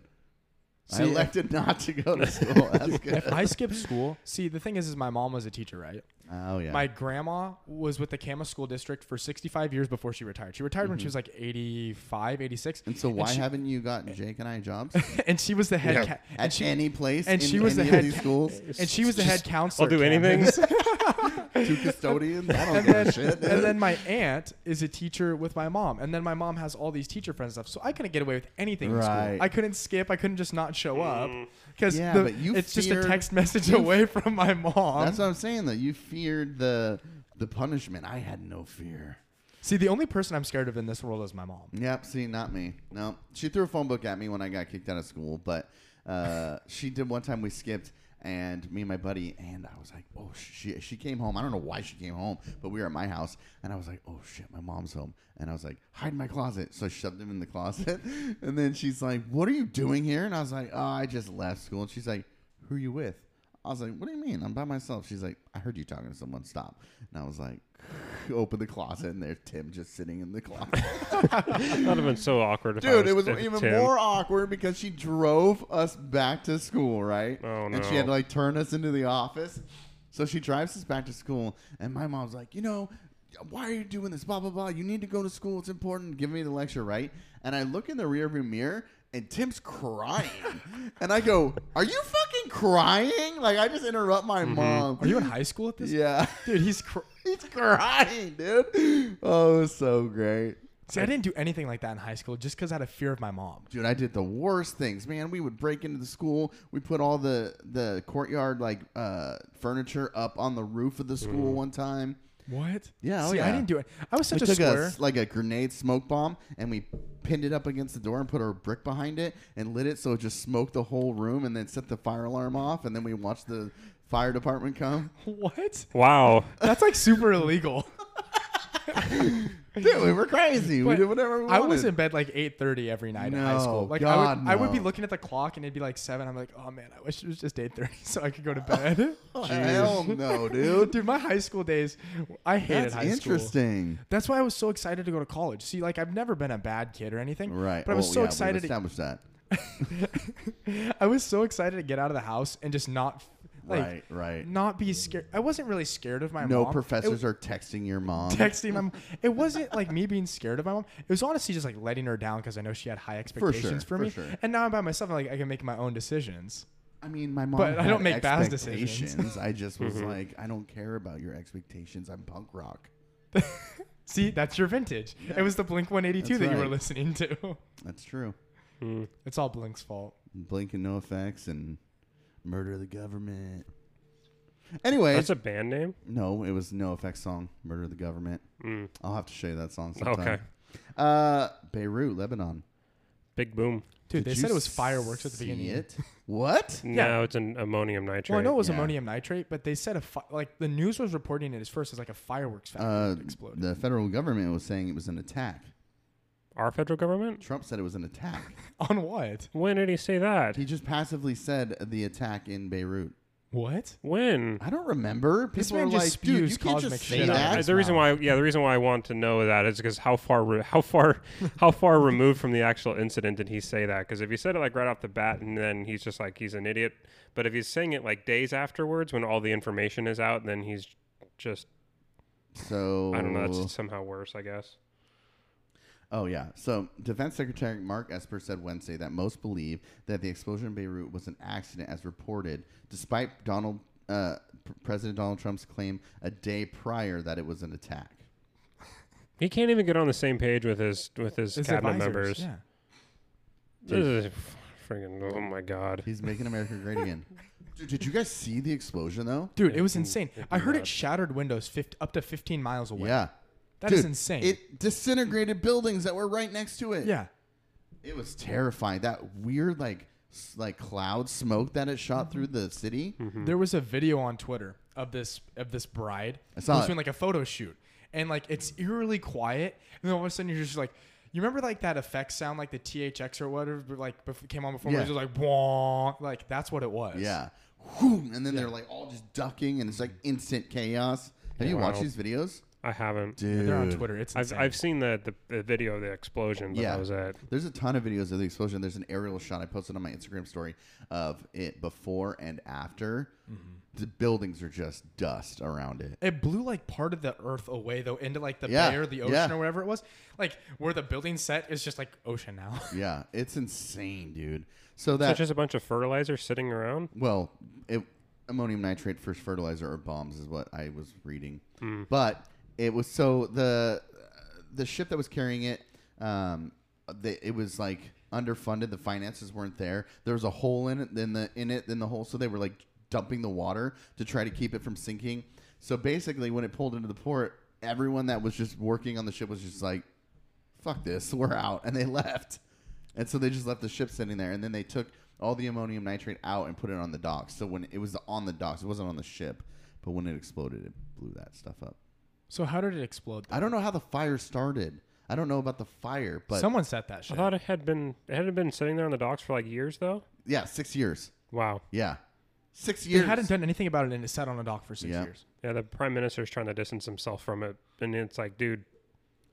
A: I
C: See, uh,
A: elected not to go to school. That's good.
C: if I skipped school, see, the thing is, is my mom was a teacher, right?
A: Oh yeah.
C: My grandma was with the Kama School District for 65 years before she retired. She retired when
A: Mm-hmm.
C: she was like 85, 86.
A: and so why
C: she-
A: haven't you gotten Jake and I jobs
C: and she was the head.
B: Yeah.
C: ca-
A: at
C: and she
A: any place?
C: and
A: in
C: she was the
A: any of
C: head
A: these
C: ca-
A: schools.
C: and she was the head counselor.
B: I'll do
C: Cam.
B: anything.
A: Two custodians. I don't
C: And
A: give
C: then,
A: a shit. dude.
C: and then my aunt is a teacher with my mom, and then my mom has all these teacher friends and stuff. So I couldn't get away with anything. In
A: Right.
C: school. I couldn't skip. I couldn't just not show up because
A: Yeah, but you
C: it's
A: feared-
C: just a text message
A: you-
C: away from my mom.
A: That's what I'm saying. Though you feared the the punishment. I had no fear.
C: See, the only person I'm scared of in this world is my mom.
A: Yep. See, not me. No, she threw a phone book at me when I got kicked out of school. But uh, she did one time. We skipped, and me and my buddy, and I was like, "Oh, she she came home. I don't know why she came home, but we were at my house, and I was like, "Oh shit, my mom's home." And I was like, "Hide in my closet." So I shoved him in the closet, and then she's like, "What are you doing here?" And I was like, "Oh, I just left school." And she's like, "Who are you with?" I was like, "What do you mean? I'm by myself." She's like, "I heard you talking to someone. Stop." And I was like, "Open the closet, and there's Tim just sitting in the closet."
B: That would have been so awkward. If I
A: Dude, it was
B: if
A: even
B: Tim-
A: more awkward because she drove us back to school, right?
B: Oh,
A: And she
B: no.
A: had to like turn us into the office. So she drives us back to school, and my mom's like, you know, why are you doing this? Blah blah blah. You need to go to school. It's important. Give me the lecture, right? And I look in the rearview mirror, and Tim's crying, and I go, "Are you fucking crying?" Like I just interrupt my
B: Mm-hmm.
A: mom.
C: Are you in high school at this?
A: Yeah,
C: Dude, he's. Cr-
A: he's crying, dude. Oh, it was so great.
C: See, I didn't do anything like that in high school just because I had a fear of my mom.
A: Dude, I did the worst things, man. We would break into the school. We put all the the courtyard like uh, furniture up on the roof of the school one time.
C: What?
A: Yeah, oh
C: See,
A: yeah.
C: I didn't do it. I was
A: We
C: such a
A: took a
C: square.
A: s- like a grenade smoke bomb and we pinned it up against the door and put a brick behind it and lit it so it just smoked the whole room and then set the fire alarm off and then we watched the fire department come.
C: what?
B: Wow.
C: That's like super illegal.
A: Dude, we were crazy. we
C: But
A: did whatever we wanted.
C: I was in bed like 8:30 every night in high
A: No,
C: school. Like I
A: God,
C: would I would be
A: no.
C: looking at the clock and it'd be like 7. I'm like, "Oh man, I wish it was just 8:30 so I could go to bed."
A: Oh, Hell no, dude.
C: Dude, my high school days, I hated
A: That's
C: high school.
A: interesting.
C: That's why I was so excited to go to college. See, like I've never been a bad kid or anything.
A: Right.
C: But I was
A: Well,
C: so
A: yeah, we've
C: excited to
A: established that.
C: I was so excited to get out of the house and just not like
A: Right, right.
C: not be scared. I wasn't really scared of my
A: No
C: mom. It-
A: professors are texting your mom.
C: texting my mom. It wasn't like me being scared of my mom. It was honestly just like letting her down because I know she had high expectations
A: sure,
C: for me.
A: for sure.
C: And now I'm by myself. I'm like I can make my own decisions.
A: I mean, my mom.
C: But I
A: had
C: don't make bad decisions. Mm-hmm.
A: expectations. I just was like, I don't care about your expectations. I'm punk rock.
C: See, that's your vintage. It was the Blink
A: That's
C: 182 that you were
A: right.
C: listening to.
A: That's true.
B: Mm.
C: It's all Blink's fault.
A: Blink and no effects and murder the government. Anyway,
B: That's a band name. Mm.
A: no, it was no effects song. Murder the government. I'll have to show you that song sometime.
B: Okay.
A: Uh, Beirut, Lebanon.
B: Big boom.
A: Did
C: Dude, they
A: you
C: said it was fireworks at the
A: see
C: beginning.
A: It? What?
B: No, it's an ammonium nitrate.
C: Well, I know it was
A: Yeah.
C: ammonium nitrate, but they said a fi- like the news was reporting it as first as like a fireworks factory
A: Uh,
C: that exploded.
A: the federal government was saying it was an attack.
B: Our federal government.
A: Trump said it was an attack.
C: On what?
B: When did he say that?
A: he just passively said the attack in Beirut.
C: What?
B: When?
A: I don't remember. People
C: This
A: are
C: man just
A: like, dude, you
C: spews
A: can't
C: cosmic
A: just say
C: shit out of
A: that.
B: Uh, the reason why, yeah, the reason why I want to know that is because how far, re- how far, how far removed from the actual incident did he say that? Because if he said it like right off the bat, and then he's just like he's an idiot. But if he's saying it like days afterwards, when all the information is out, then he's just
A: So
B: I don't know. That's somehow worse, I guess.
A: Oh yeah. So Defense Secretary Mark Esper said Wednesday that most believe that the explosion in Beirut was an accident, as reported, despite Donald uh, P- President Donald Trump's claim a day prior that it was an attack.
B: He can't even get on the same page with his with his,
C: His
B: cabinet members.
C: advisors, Yeah.
B: This is friggin' oh my god.
A: He's making America great again. Dude, did you guys see the explosion though?
C: Dude, it was insane. I heard it shattered windows 50, up to 15 miles away.
A: Yeah.
C: That
A: Dude,
C: is insane.
A: It disintegrated buildings that were right next to it.
C: yeah.
A: It was terrifying. That weird like s- like cloud smoke that it shot through the city.
C: There was a video on Twitter of this of this bride I
A: saw it.
C: doing like a photo shoot. And like it's eerily quiet. And then all of a sudden you're just like you remember like that effect sound like the THX or whatever like bef- came on before where
A: Yeah.
C: it was like "Bwah," like that's what it was.
A: Yeah. Whoom, and then they're like all just ducking, and it's like instant chaos. Have you watched
B: Wow.
A: these videos?
B: I haven't.
A: Dude,
C: They're on Twitter. It's
B: I've,
C: insane.
B: I've seen the, the, the video of the explosion, but
A: Yeah.
B: that was it.
A: There's a ton of videos of the explosion. There's an aerial shot I posted on my Instagram story of it before and after. The buildings are just dust around it.
C: it blew like part of the earth away though into like the
A: Yeah,
C: bay or the ocean
A: yeah.
C: or wherever it was. Like where the building set is just like ocean now.
A: Yeah, it's insane, dude. So
B: So
A: that
B: it's just a bunch of fertilizer sitting around.
A: well, it, ammonium nitrate for fertilizer or bombs is what I was reading. But it was so the the ship that was carrying it, um, they, it was like underfunded. The finances weren't there. There was a hole in it, then the in it, then the hole. So they were like dumping the water to try to keep it from sinking. So basically, when it pulled into the port, everyone that was just working on the ship was just like, fuck this, we're out. And they left. And so they just left the ship sitting there. And then they took all the ammonium nitrate out and put it on the docks. So when it was on the docks, it wasn't on the ship. But when it exploded, it blew that stuff up.
C: so how did it explode?
A: I don't know how the fire started. I don't know about the fire, but
C: Someone set that shit.
B: I thought it had been it had been sitting there on the docks for like years though.
A: yeah, six years.
B: Wow.
A: Yeah. Six
C: They
A: years.
C: hadn't done anything about it and it sat on a dock for six
A: Yeah.
C: years.
B: Yeah, the prime minister's trying to distance himself from it, and it's like, dude,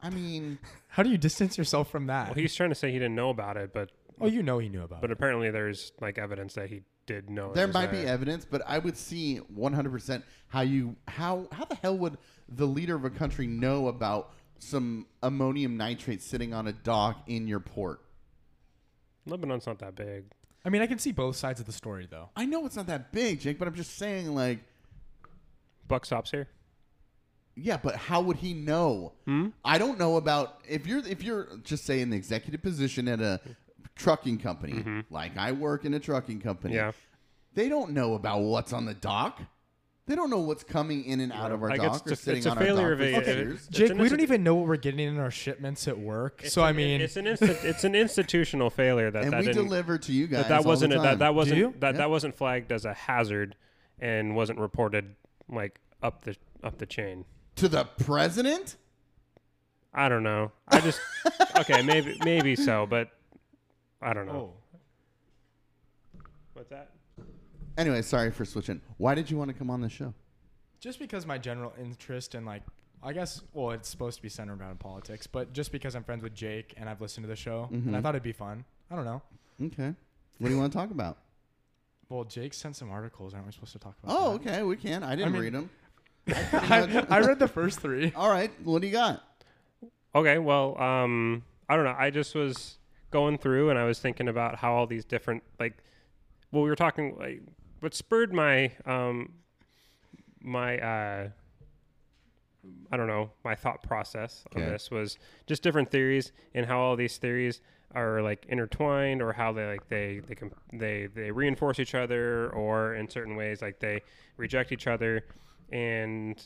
A: I mean,
C: How do you distance yourself from that?
B: well, he's trying to say he didn't know about it, but
C: oh, you know he knew about
B: but
C: it.
B: apparently there's like evidence that he did know. it
A: there
B: was
A: might be e- evidence, but I would see 100% how you how how the hell would the leader of a country know about some ammonium nitrate sitting on a dock in your port?
B: Lebanon's not that big.
C: I mean, I can see both sides of the story though.
A: I know it's not that big, Jake, but I'm just saying, like,
B: Buck stops here.
A: yeah, but how would he know?
B: Hmm?
A: I don't know about if you're if you're just say in the executive position at a trucking company, like I work in a trucking company.
B: Mm-hmm. Yeah,
A: they don't know about what's on the dock. They don't know what's coming in and out of our
B: Like, it's
A: dock
B: a-
A: or
B: it's
A: sitting
B: a
A: on our
B: failure
A: dock
B: of
A: for
B: a- uh,
A: six
B: it-
A: years.
B: It's
C: Jake,
B: an
C: we
B: insti-
C: don't even know what we're getting in our shipments at work. so I mean,
B: it's an insti- it's an institutional failure that
A: and
B: that
A: we
B: didn't,
A: deliver to you guys.
B: that, that wasn't
A: all
B: a,
A: the time.
B: that that
C: Do you?
B: wasn't that,
A: Yeah.
B: that wasn't flagged as a hazard and wasn't reported like up the up the chain.
A: to the president.
B: I don't know. I just okay, maybe maybe so, but I don't know.
C: oh,
B: What's that?
A: Anyway, sorry for switching. Why did you want to come on the show?
C: just because my general interest in like i guess well it's supposed to be centered around politics but just because i'm friends with jake and i've listened to the show and
A: Mm-hmm.
C: i thought it'd be fun i don't know
A: Okay, what do you want to talk about?
C: well jake sent some articles aren't we supposed to talk about
A: Oh, okay, we can. I didn't
C: mean-
A: read them.
C: that? I, I read the first three
A: All right, what do you got?
B: Okay, well, um, I don't know. I just was going through and I was thinking about how all these different like, well, we were talking like what spurred my um, my uh, I don't know my thought process on
A: Okay.
B: this was just different theories and how all these theories are like intertwined or how they like they they com- they they reinforce each other or in certain ways like they reject each other and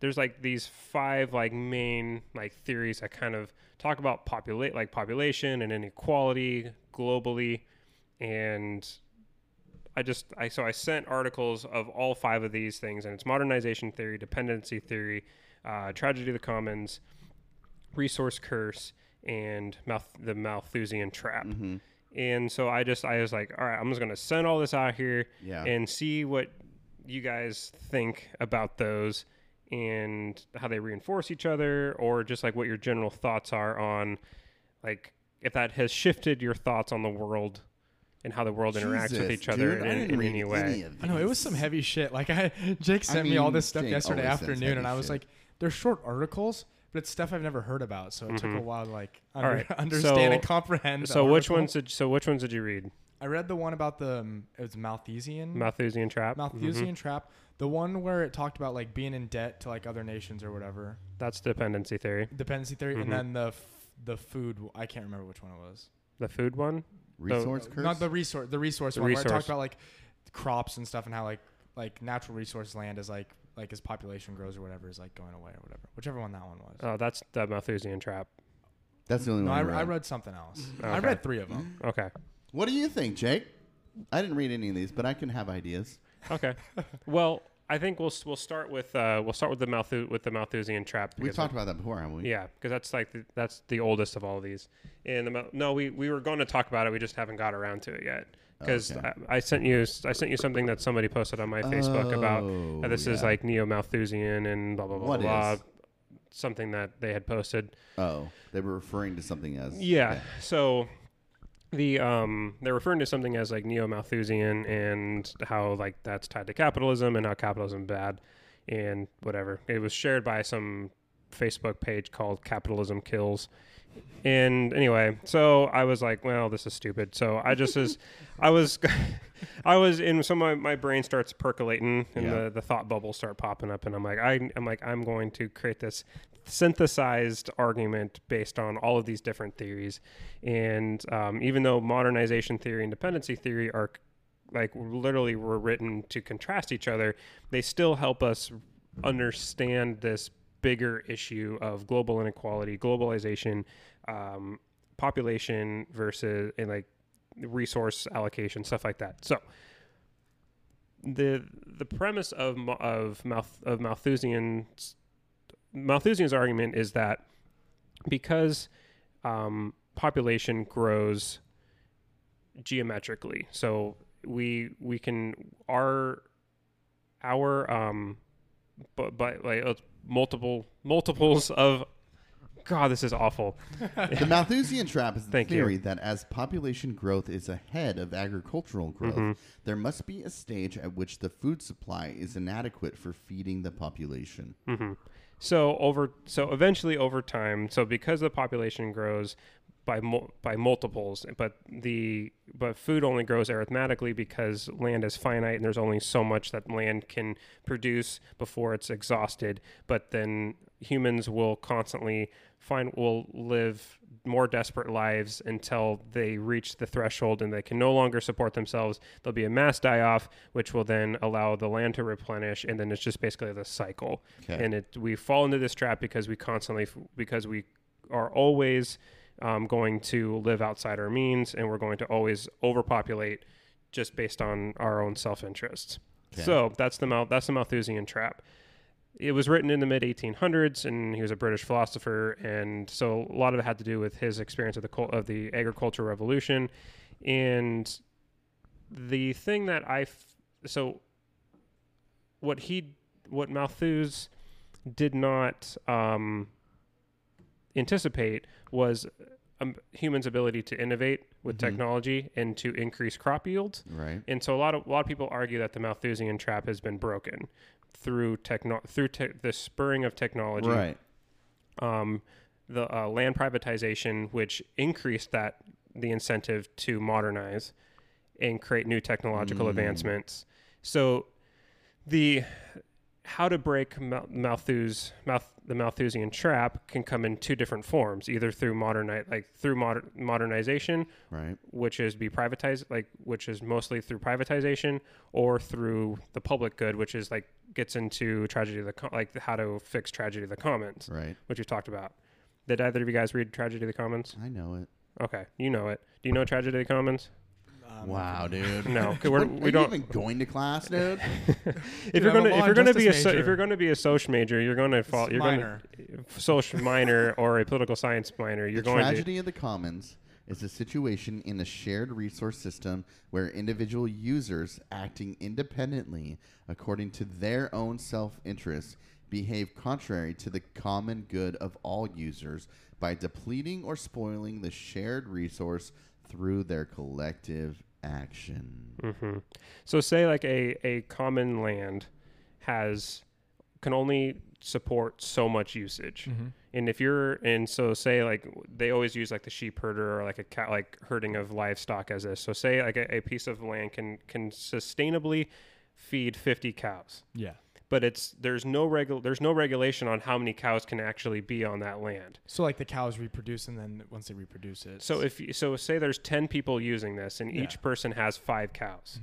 B: there's like these five like main like theories that kind of talk about populate like population and inequality globally and I just I so I sent articles of all five of these things and it's modernization theory, dependency theory, uh, tragedy of the commons, resource curse, and Malth- the Malthusian trap. And so I just I was like, all right, I'm just gonna send all this out here
A: Yeah.
B: and see what you guys think about those and how they reinforce each other or just like what your general thoughts are on like if that has shifted your thoughts on the world and how the world interacts with
A: Jesus,
B: each other
A: dude, I
B: in,
A: didn't
B: in
A: read
B: any way.
A: of
C: i know it
A: these.
C: was some heavy shit like i jake sent me all
A: mean,
C: this stuff
A: Jake
C: yesterday
A: always sends
C: afternoon and
A: heavy
C: i was
A: shit.
C: like they're short articles but it's stuff i've never heard about so it took a while to like under,
B: Mm-hmm. right, so-
C: understand and comprehend the
B: So which
C: article.
B: ones did so which ones did you read?
C: i read the one about the um, it was malthusian
B: Malthusian trap. Mm-hmm.
C: Malthusian trap, the one where it talked about like being in debt to like other nations or whatever,
B: That's dependency theory.
C: dependency theory,
B: Mm-hmm.
C: and then the f- the food. I can't remember which one it was.
B: The food one.
A: resource curse.
C: Not the resource, the resource
B: The
C: one where it
B: resource.
C: talked about like crops and stuff and how like like natural resource land is like like as population grows or whatever is like going away or whatever. Whichever one that one was.
B: Oh, that's the Malthusian trap.
A: That's the only
C: no,
A: one
C: I,
A: I read.
C: I read something else. I
B: Okay.
C: read three of them.
B: Okay.
A: What do you think, Jake? I didn't read any of these, but I can have ideas.
B: Okay. well, I think we'll s- we'll start with uh, we'll start with the Malthu- with the Malthusian trap.
A: We
B: because
A: talked about that before, haven't we?
B: Yeah, because that's like the, that's the oldest of all these. And the, mo- no, we, we were going to talk about it. We just haven't got around to it yet. Because
A: Okay.
B: I, I sent you I sent you something that somebody posted on my Facebook about
A: Oh,
B: how this is
A: yeah.
B: like neo Malthusian and blah blah blah
A: What
B: blah.
A: is?
B: something that they had posted.
A: Oh, they were referring to something as
B: Yeah. So the um they're referring to something as like neo Malthusian and how like that's tied to capitalism and how capitalism bad and whatever. It was shared by some Facebook page called Capitalism Kills. And anyway, so I was like, well, this is stupid. So I just was I was I was in so my, my brain starts percolating and
A: Yeah.
B: the, the thought bubbles start popping up and I'm like I I'm like I'm going to create this synthesized argument based on all of these different theories. And um, even though modernization theory and dependency theory are like literally were written to contrast each other, they still help us understand this bigger issue of global inequality, globalization, um, population versus and like resource allocation, stuff like that. So the the premise of Ma- of Malth, of Malthusian's Malthusian's argument is that because um, population grows geometrically, so we we can our our um but but like uh, multiple multiples of God, this is awful.
A: The Malthusian trap is the
B: Thank you.
A: theory that as population growth is ahead of agricultural growth,
B: Mm-hmm.
A: there must be a stage at which the food supply is inadequate for feeding the population.
B: Hmm. So over so eventually over time, so because the population grows by mul- by multiples, but the but food only grows arithmetically because land is finite and there's only so much that land can produce before it's exhausted. But then humans will constantly find will live more desperate lives until they reach the threshold and they can no longer support themselves. There'll be a mass die off, which will then allow the land to replenish, and then it's just basically the cycle.
A: Okay.
B: And it we fall into this trap because we constantly because we are always um, going to live outside our means, and we're going to always overpopulate just based on our own self interests.
A: Okay.
B: So that's the Mal- that's the Malthusian trap it was written in the mid 1800s, and he was a British philosopher, and so a lot of it had to do with his experience of the cul- of the agricultural revolution, and the thing that I f- so what he what Malthus did not um, anticipate was um, humans' ability to innovate with technology and to increase crop yields.
A: Right?
B: And so a lot of a lot of people argue that the Malthusian trap has been broken through techno through te- the spurring of technology,
A: Right.
B: um, the uh, land privatization, which increased that the incentive to modernize and create new technological advancements. So the how to break Mal- Malthus, Malth- the Malthusian trap can come in two different forms, either through moderni- like through moder- modernization
A: Right.
B: which is be privatized like which is mostly through privatization or through the public good which is like gets into tragedy of the com- like how to fix tragedy of the commons
A: Right.
B: which you talked about did either of you guys read tragedy of the commons
A: I know it.
B: okay you know it do you know tragedy of the commons
A: wow, dude.
B: no 'cause we're,
A: What- are
B: we don't
A: you even going to class, dude.
B: if
C: Dude,
B: you're
C: I'm a
B: gonna
C: law
B: if you're
C: and
B: gonna
C: justice
B: be a so, if
C: major.
B: you're gonna be a social major you're gonna fall you're
C: minor.
B: gonna social minor or a political science minor you're
A: the
B: going to
A: tragedy of the commons is a situation in a shared resource system where individual users acting independently according to their own self-interest behave contrary to the common good of all users by depleting or spoiling the shared resource through their collective action.
B: Mm-hmm. So say like a, a common land has can only support so much usage. And if you're and so say like they always use like the sheep herder or like a cat like herding of livestock as this. So say like a, a piece of land can can sustainably feed 50 cows.
C: Yeah.
B: But it's there's no regu- there's no regulation on how many cows can actually be on that land.
C: So like the cows reproduce, and then once they reproduce it,
B: So if you, so, say there's ten people using this, and
C: Yeah.
B: each person has five cows,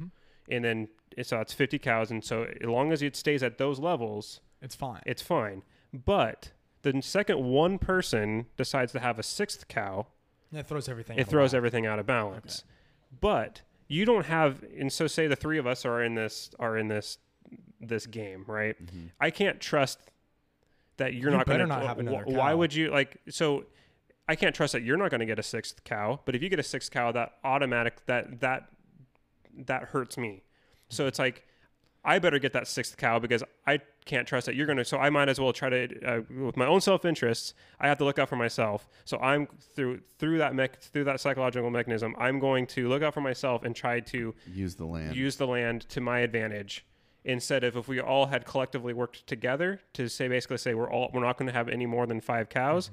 B: and then eh, so it's fifty cows, and so as long as it stays at those levels,
C: it's fine.
B: it's fine. But the second one person decides to have a sixth cow,
C: it throws everything.
B: it throws everything out of balance. But you don't have, and so say the three of us are in this are in this this game, right? I can't trust that you're
C: Mm-hmm. You
B: not going to.
C: better not have another
B: Why
C: cow.
B: would you like? So I can't trust that you're not going to get a sixth cow. But if you get a sixth cow, that automatic that that that hurts me. So it's like I better get that sixth cow because I can't trust that you're going to. So I might as well try to, uh, with my own self interests, I have to look out for myself. So I'm through through that mech through that psychological mechanism. I'm going to look out for myself and try to
A: Use the land.
B: use the land to my advantage instead of if we all had collectively worked together to say basically say we're all we're not going to have any more than five cows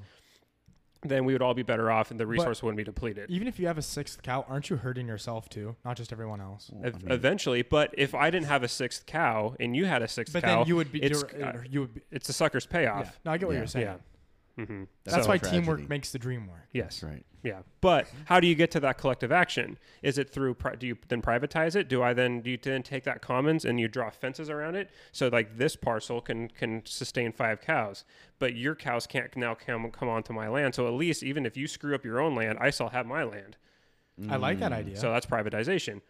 B: then we would all be better off and the resource wouldn't be depleted
C: Even if Mm-hmm. you have a sixth cow, aren't you hurting yourself too? Not just everyone else.
B: Ev- e-, eventually but if i didn't have a sixth cow and you had a sixth
C: But
B: cow
C: then you would be.
B: it's,
C: dir-
B: uh,
C: you would. Be,
B: it's a sucker's
C: yeah.
B: payoff
C: No, I get what
A: Yeah.
C: you're saying.
B: yeah, hmm
C: That's
A: So-
C: why
A: Tragedy.
C: teamwork makes the dream work.
B: yes
A: That's right.
B: yeah but how do you get to that collective action is it through pri- do you then privatize it do i then do you then take that commons and you draw fences around it so like this parcel can can sustain five cows but your cows can't now come come onto my land so at least even if you screw up your own land i still have my land
C: I like that idea.
B: so that's privatization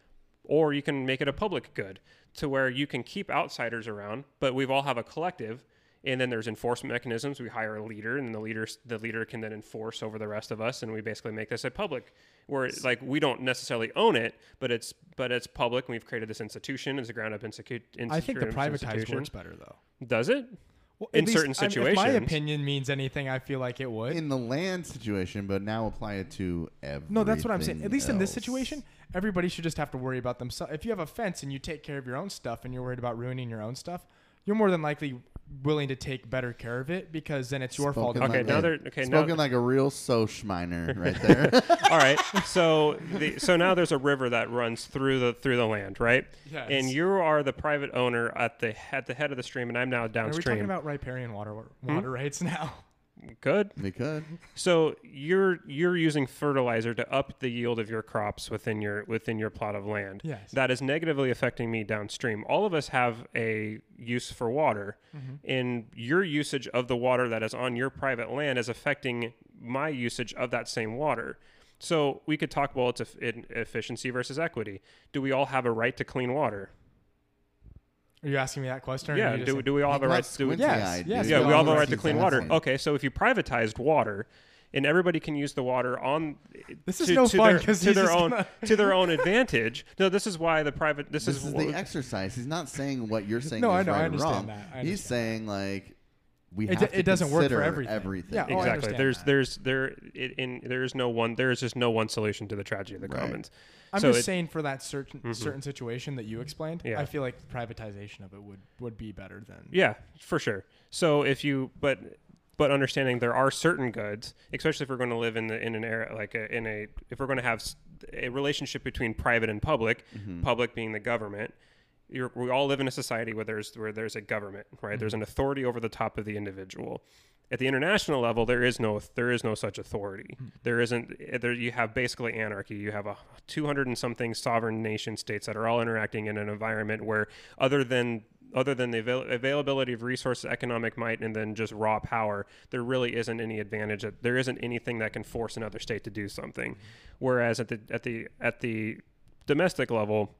B: or you can make it a public good to where you can keep outsiders around but we've all have a collective and then there's enforcement mechanisms we hire a leader and the leader the leader can then enforce over the rest of us and we basically make this a public where like we don't necessarily own it but it's but it's public and we've created this institution it's a ground up institution
C: I think the privatized works better though.
B: does it
C: Well,
B: In
C: at
B: certain
C: I mean, if my
B: situations.
C: opinion means anything, I feel like it would.
A: In the land situation, but now apply it to everything.
C: no, that's what I'm saying. At least in this
A: else.
C: situation, everybody should just have to worry about themselves. If you have a fence and you take care of your own stuff and you're worried about ruining your own stuff, you're more than likely willing to take better care of it because then it's your
A: Spoken
C: fault.
B: Okay,
A: like
B: now
A: a-
B: they're- okay, now-
A: Spoken like a real Sochminer right there.
B: All right. So the, so now there's a river that runs through the through the land, right?
C: Yes.
B: And you are the private owner at the at the head of the stream, and I'm now
C: Are we
B: downstream.
C: talking about riparian water
B: Hmm?
C: water rights now?
B: Good.
A: they could.
B: So you're you're using fertilizer to up the yield of your crops within your within your plot of land.
C: Yes.
B: That is negatively affecting me downstream. All of us have a use for water,
C: Mm-hmm.
B: and your usage of the water that is on your private land is affecting my usage of that same water. So we could talk well, it's eff- in- efficiency versus equity. Do we all have a right to clean water?
C: Are you asking me that question? or are
B: Yeah.
C: you just
B: Do,
C: saying-
B: do we all have a right? Do we,
C: squint. Yes, yes,
B: yeah, we all have a right to
A: He's
B: clean water. Oh,
A: asking.
B: Okay, so if you privatized water, and everybody can use the water on
C: This is no fun
B: their-
C: 'cause
B: to
C: he's
B: their
C: just
B: own
C: gonna-
B: to their own advantage. No, this is why the private. This,
A: This
B: is,
A: is
B: wh-
A: the exercise. He's not saying what you're saying
C: No,
A: is
C: I know,
A: right
C: I
A: or
C: understand
A: wrong.
C: that. I
A: He's
C: understand
A: saying like we have
C: It d-
A: to
C: it doesn't work for
A: consider
C: everything. Yeah, oh, I
B: exactly.
C: understand
B: There's
C: that.
B: there's there it, in there is no one there is just no one solution to the tragedy of the
A: Right.
B: commons.
C: I'm
B: so
C: just
B: it- Mm-hmm.
C: saying for that certain certain situation that you explained,
B: Yeah.
C: I feel like privatization of it would would be better than
B: Yeah, for sure. So if you but but understanding there are certain goods, especially if we're going to live in the in an era like a, in a if we're going to have s- a relationship between private and public, public being the government. You're, we all live in a society where there's where there's a government, right? There's an authority over the top of the individual. At the international level, there is no there is no such authority. There isn't. eh, There you have basically anarchy. You have a 200 and something sovereign nation states that are all interacting in an environment where, other than other than the avail- availability of resources, economic might, and then just raw power, there really isn't any advantage. That there isn't anything that can force another state to do something. Whereas at the at the at the domestic level,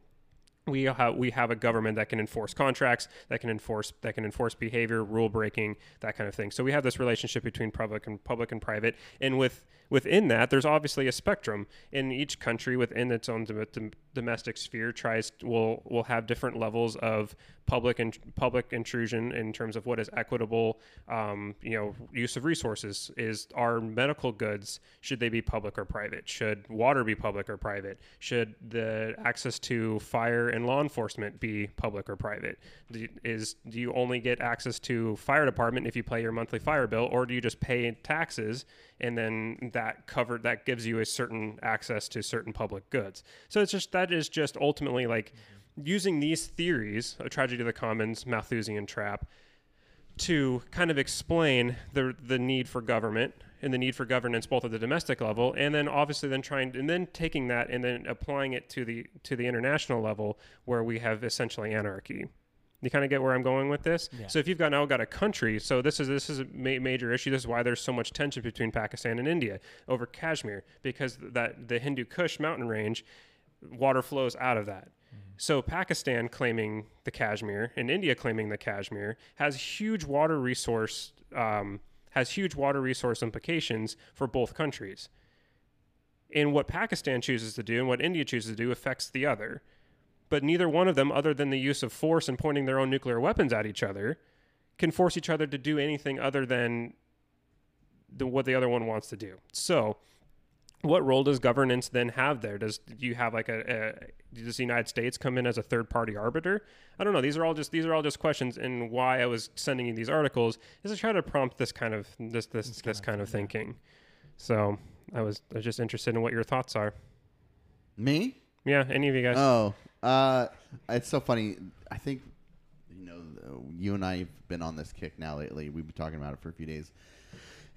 B: we have we have a government that can enforce contracts, that can enforce that can enforce behavior, rule breaking, that kind of thing. So we have this relationship between public and public and private, and with within that, there's obviously a spectrum. In each country, within its own dom- dom- domestic sphere, tries will will have different levels of public and public intrusion in terms of what is equitable, um, you know, use of resources. Is our medical goods should they be public or private? Should water be public or private? Should the access to fire and law enforcement be public or private? Do you- Is do you only get access to fire department if you pay your monthly fire bill, or do you just pay taxes and then that cover that gives you a certain access to certain public goods? So it's just that is just ultimately like using these theories, a tragedy of the commons, Malthusian trap, to kind of explain the the need for government and the need for governance both at the domestic level and then obviously then trying and then taking that and then applying it to the to the international level where we have essentially anarchy. You kind of get where I'm going with this. So if you've got now got a country, so this is this is a ma- major issue. This is why there's so much tension between Pakistan and India over Kashmir because that the Hindu Kush mountain range water flows out of that. So Pakistan claiming the Kashmir and India claiming the Kashmir has huge water resource um, has huge water resource implications for both countries. And what Pakistan chooses to do and what India chooses to do affects the other. but neither one of them, other than the use of force and pointing their own nuclear weapons at each other, can force each other to do anything other than the, what the other one wants to do. So, what role does governance then have there? Does do you have like a, a does the United States come in as a third party arbiter? I don't know. These are all just these are all just questions, and why I was sending you these articles is to try to prompt this kind of this this this, kind of thinking. So I was I was just interested in what your thoughts are.
A: Me?
B: Yeah, any of you guys?
A: Oh, uh, it's so funny. I think you know you and I've been on this kick now lately. We've been talking about it for a few days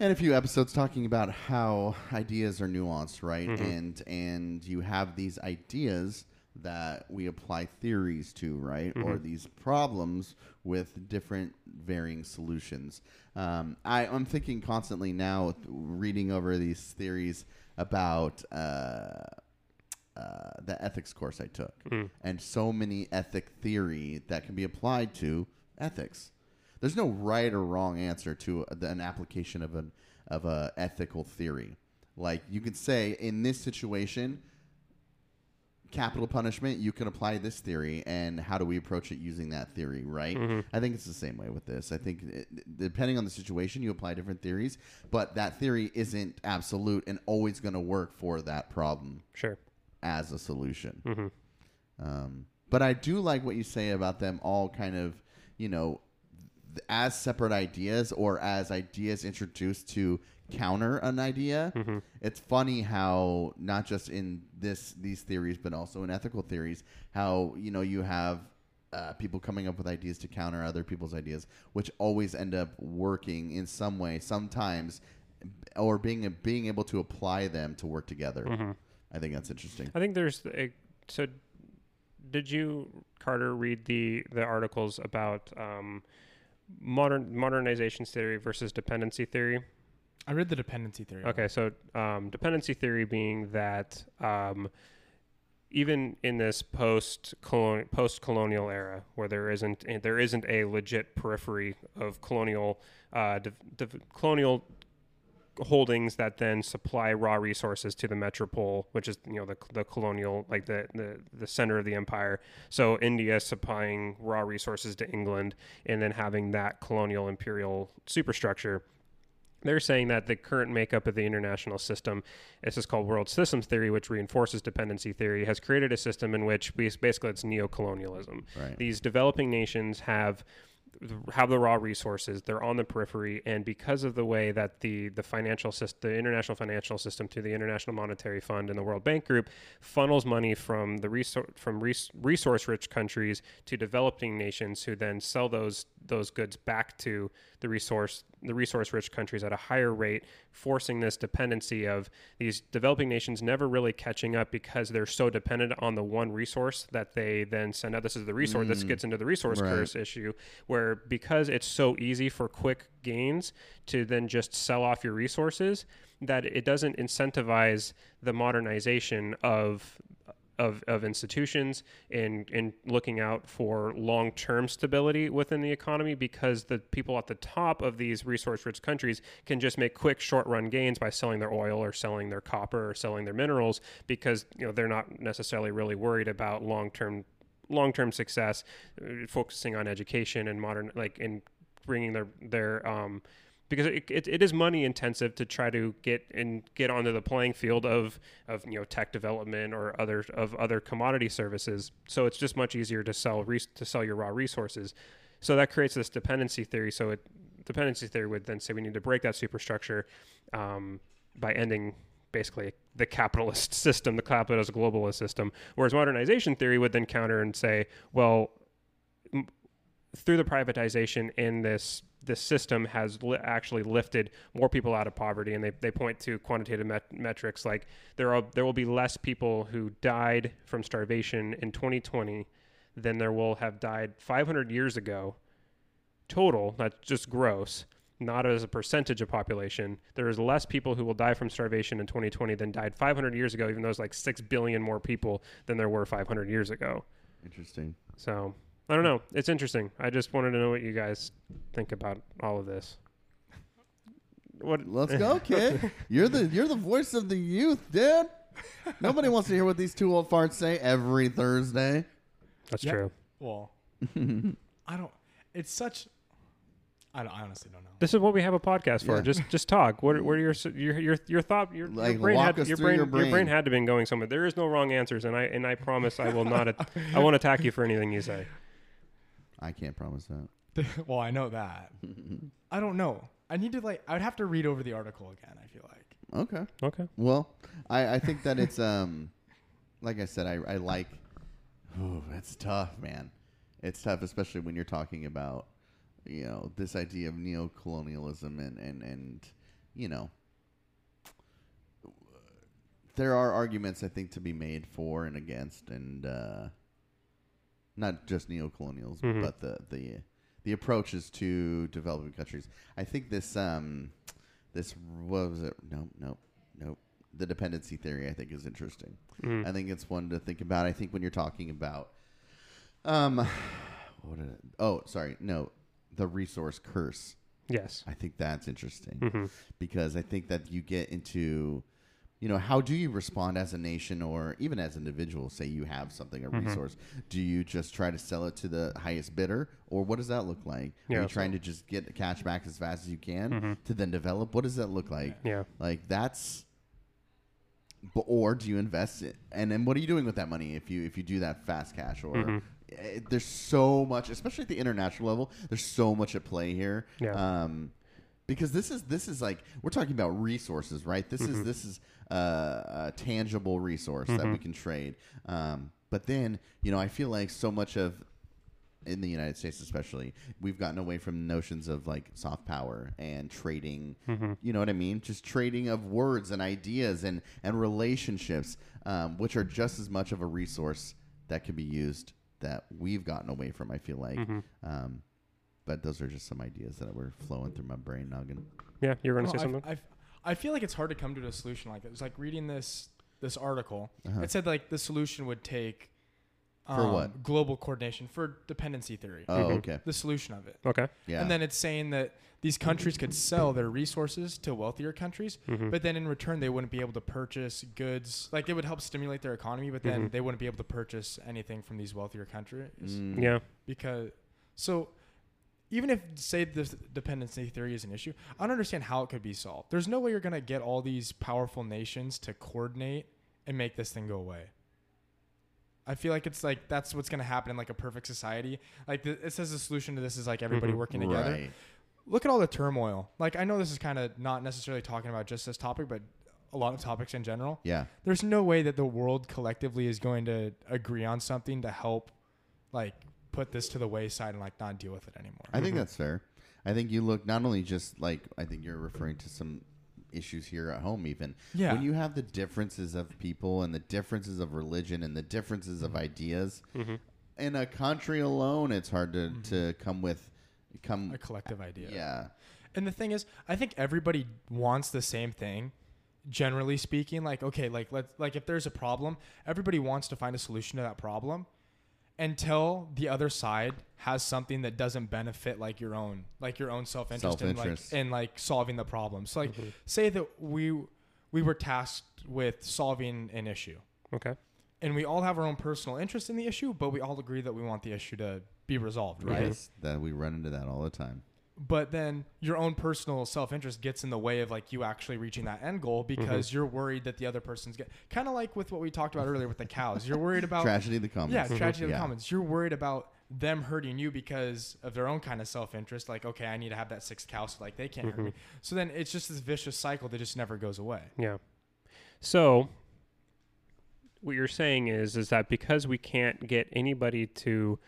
A: and a few episodes talking about how ideas are nuanced, right? And and you have these ideas that we apply theories to, right? Or these problems with different varying solutions. Um, I, I'm thinking constantly now, reading over these theories about. Uh, uh, the ethics course I took, and so many ethic theory that can be applied to ethics. There's no right or wrong answer to a- an application of an of a ethical theory. Like you could say, in this situation, capital punishment, you can apply this theory, and how do we approach it using that theory, right? I think it's the same way with this. I think it, depending on the situation, you apply different theories, but that theory isn't absolute and always going to work for that problem
B: Sure.
A: as a solution. Um, but I do like what you say about them all kind of, you know, th- as separate ideas or as ideas introduced to counter an idea. It's funny how not just in this these theories, but also in ethical theories, how you know you have. Uh, people coming up with ideas to counter other people's ideas, which always end up working in some way, sometimes, or being being able to apply them to work together. I think that's interesting.
B: I think there's a, so. Did you Carter read the the articles about um, modern modernization theory versus dependency theory?
C: I read the dependency theory.
B: Okay, so um, dependency theory being that um, even in this post post colonial era, where there isn't and there isn't a legit periphery of colonial uh, div- div- colonial holdings that then supply raw resources to the metropole, which is you know the, the colonial like the, the the center of the empire. So India supplying raw resources to England, and then having that colonial imperial superstructure they're saying that the current makeup of the international system, this is called world systems theory, which reinforces dependency theory, has created a system in which we, basically it's neocolonialism.
A: Right.
B: These developing nations have have the raw resources they're on the periphery and because of the way that the the financial system the international financial system through the international monetary fund and the world bank group funnels money from the resource from res- resource rich countries to developing nations who then sell those those goods back to the resource the resource rich countries at a higher rate forcing this dependency of these developing nations never really catching up because they're so dependent on the one resource that they then send out this is the resource this gets into the resource
A: right.
B: curse this issue where because it's so easy for quick gains to then just sell off your resources that it doesn't incentivize the modernization of of, of institutions and, and looking out for long term stability within the economy because the people at the top of these resource rich countries can just make quick short run gains by selling their oil or selling their copper or selling their minerals because you know they're not necessarily really worried about long term long-term success, uh, focusing on education and modern like in bringing their their um because it, it, it is money intensive to try to get and get onto the playing field of of you know tech development or other of other commodity services. So it's just much easier to sell res- to sell your raw resources. So that creates this dependency theory. So it dependency theory would then say we need to break that superstructure um, by ending basically the capitalist system, the capitalist globalist system. Whereas modernization theory would then counter and say, well, m- through the privatization in this this system has li- actually lifted more people out of poverty, and they, they point to quantitative met- metrics like there are there will be less people who died from starvation in 2020 than there will have died 500 years ago total, that's just gross, not as a percentage of population. There is less people who will die from starvation in 2020 than died 500 years ago, even though it's like 6 billion more people than there were 500 years ago.
A: Interesting.
B: So I don't know. It's interesting. I just wanted to know what you guys think about all of this. What?
A: Let's go, kid. You're the you're the voice of the youth, dude. Nobody wants to hear what these two old farts say every Thursday.
B: That's
C: Yeah.
B: true.
C: Well, I don't. It's such. I, don't, I honestly don't know.
B: This is what we have a podcast for.
A: Yeah.
B: Just just talk. What what are your s- your your, your thought your,
A: Like,
B: your brain
A: walk
B: had
A: us
B: your
A: through
B: brain,
A: your
B: your brain
A: brain.
B: had to been going somewhere. There is no wrong answers and I and I promise I will not at, I won't attack you for anything you say.
A: I can't promise that.
C: well, I know that. I don't know. I need to like. I'd have to read over the article again. I feel like.
A: Okay.
B: Okay.
A: Well, I, I think that it's um, like I said, I I like. Oh, that's tough, man. It's tough, especially when you're talking about, you know, this idea of neocolonialism and and and, you know. There are arguments I think to be made for and against, and uh, not just neocolonialism,
B: Mhm.
A: but the the the approaches to developing countries. I think this um, this what was it? Nope, nope, nope. The dependency theory I think is interesting.
B: Mm.
A: I think it's one to think about. I think when you're talking about, um, what did it, oh sorry no, the resource curse.
B: Yes.
A: I think that's interesting
B: hmm
A: because I think that you get into, you know, how do you respond as a nation or even as an individual? Say you have something, a resource. Do you just try to sell it to the highest bidder, or what does that look like? Are
B: Yeah,
A: you trying to just get cash back as fast as you can to then develop? What does that look like?
B: Yeah.
A: Like that's. But, or do you invest it? And then what are you doing with that money if you if you do that fast cash or eh, there's so much, especially at the international level. There's so much at play here.
B: Yeah.
A: Um, because this is this is like we're talking about resources, right? This is this is uh, a tangible resource that we can trade. Um, but then you know, I feel like so much of in the United States, especially, we've gotten away from notions of like soft power and trading. You know what I mean? Just trading of words and ideas and and relationships, um, which are just as much of a resource that can be used that we've gotten away from. I feel like.
B: Mm-hmm.
A: Um, but those are just some ideas that were flowing through my brain noggin.
B: Yeah, you're going to
C: No,
B: say
C: I-
B: something?
C: I, I feel like it's hard to come to a solution like that. It's like reading this this article. It said like the solution would take
A: Uh-huh.
C: um,
A: For what?
C: global coordination for dependency theory.
A: Oh, okay.
C: the solution of it.
B: okay.
A: Yeah.
C: And then it's saying that these countries could sell their resources to wealthier countries,
B: Mm-hmm.
C: but then in return they wouldn't be able to purchase goods. Like it would help stimulate their economy, but then they wouldn't be able to purchase anything from these wealthier countries
A: Mm.
B: Yeah.
C: because so even if say this dependency theory is an issue i don't understand how it could be solved there's no way you're going to get all these powerful nations to coordinate and make this thing go away i feel like it's like that's what's going to happen in like a perfect society like th- it says the solution to this is like everybody working together
A: Right.
C: look at all the turmoil like i know this is kind of not necessarily talking about just this topic but a lot of topics in general
A: Yeah.
C: there's no way that the world collectively is going to agree on something to help like put this to the wayside and like not deal with it anymore.
A: I think that's fair. I think you look not only just like I think you're referring to some issues here at home even.
C: Yeah.
A: When you have the differences of people and the differences of religion and the differences
C: Mm-hmm.
A: of ideas
B: Mm-hmm.
A: in a country alone it's hard to,
C: Mm-hmm.
A: to come with come
C: a collective idea.
A: yeah.
C: And the thing is, I think everybody wants the same thing. Generally speaking, like okay, like let's like if there's a problem, everybody wants to find a solution to that problem until the other side has something that doesn't benefit like your own like your own self-interest, and like
A: Self-interest.
C: in like solving the problem. So like say that we we were tasked with solving an issue.
B: Okay.
C: and we all have our own personal interest in the issue, but we all agree that we want the issue to be resolved, right?
A: Yes. That we run into that all the time.
C: But then your own personal self-interest gets in the way of like you actually reaching that end goal
B: Mm-hmm.
C: because you're worried that the other person's get kind of like with what we talked about earlier with the cows. You're worried about
A: Tragedy of the commons.
C: yeah,
B: Mm-hmm.
C: tragedy of the
A: Yeah.
C: commons. You're worried about them hurting you because of their own kind of self-interest. Like, okay, I need to have that sixth cow so like they can't hurt me.
B: Mm-hmm.
C: So then it's just this vicious cycle that just never goes away.
B: Yeah. So what you're saying is is that because we can't get anybody to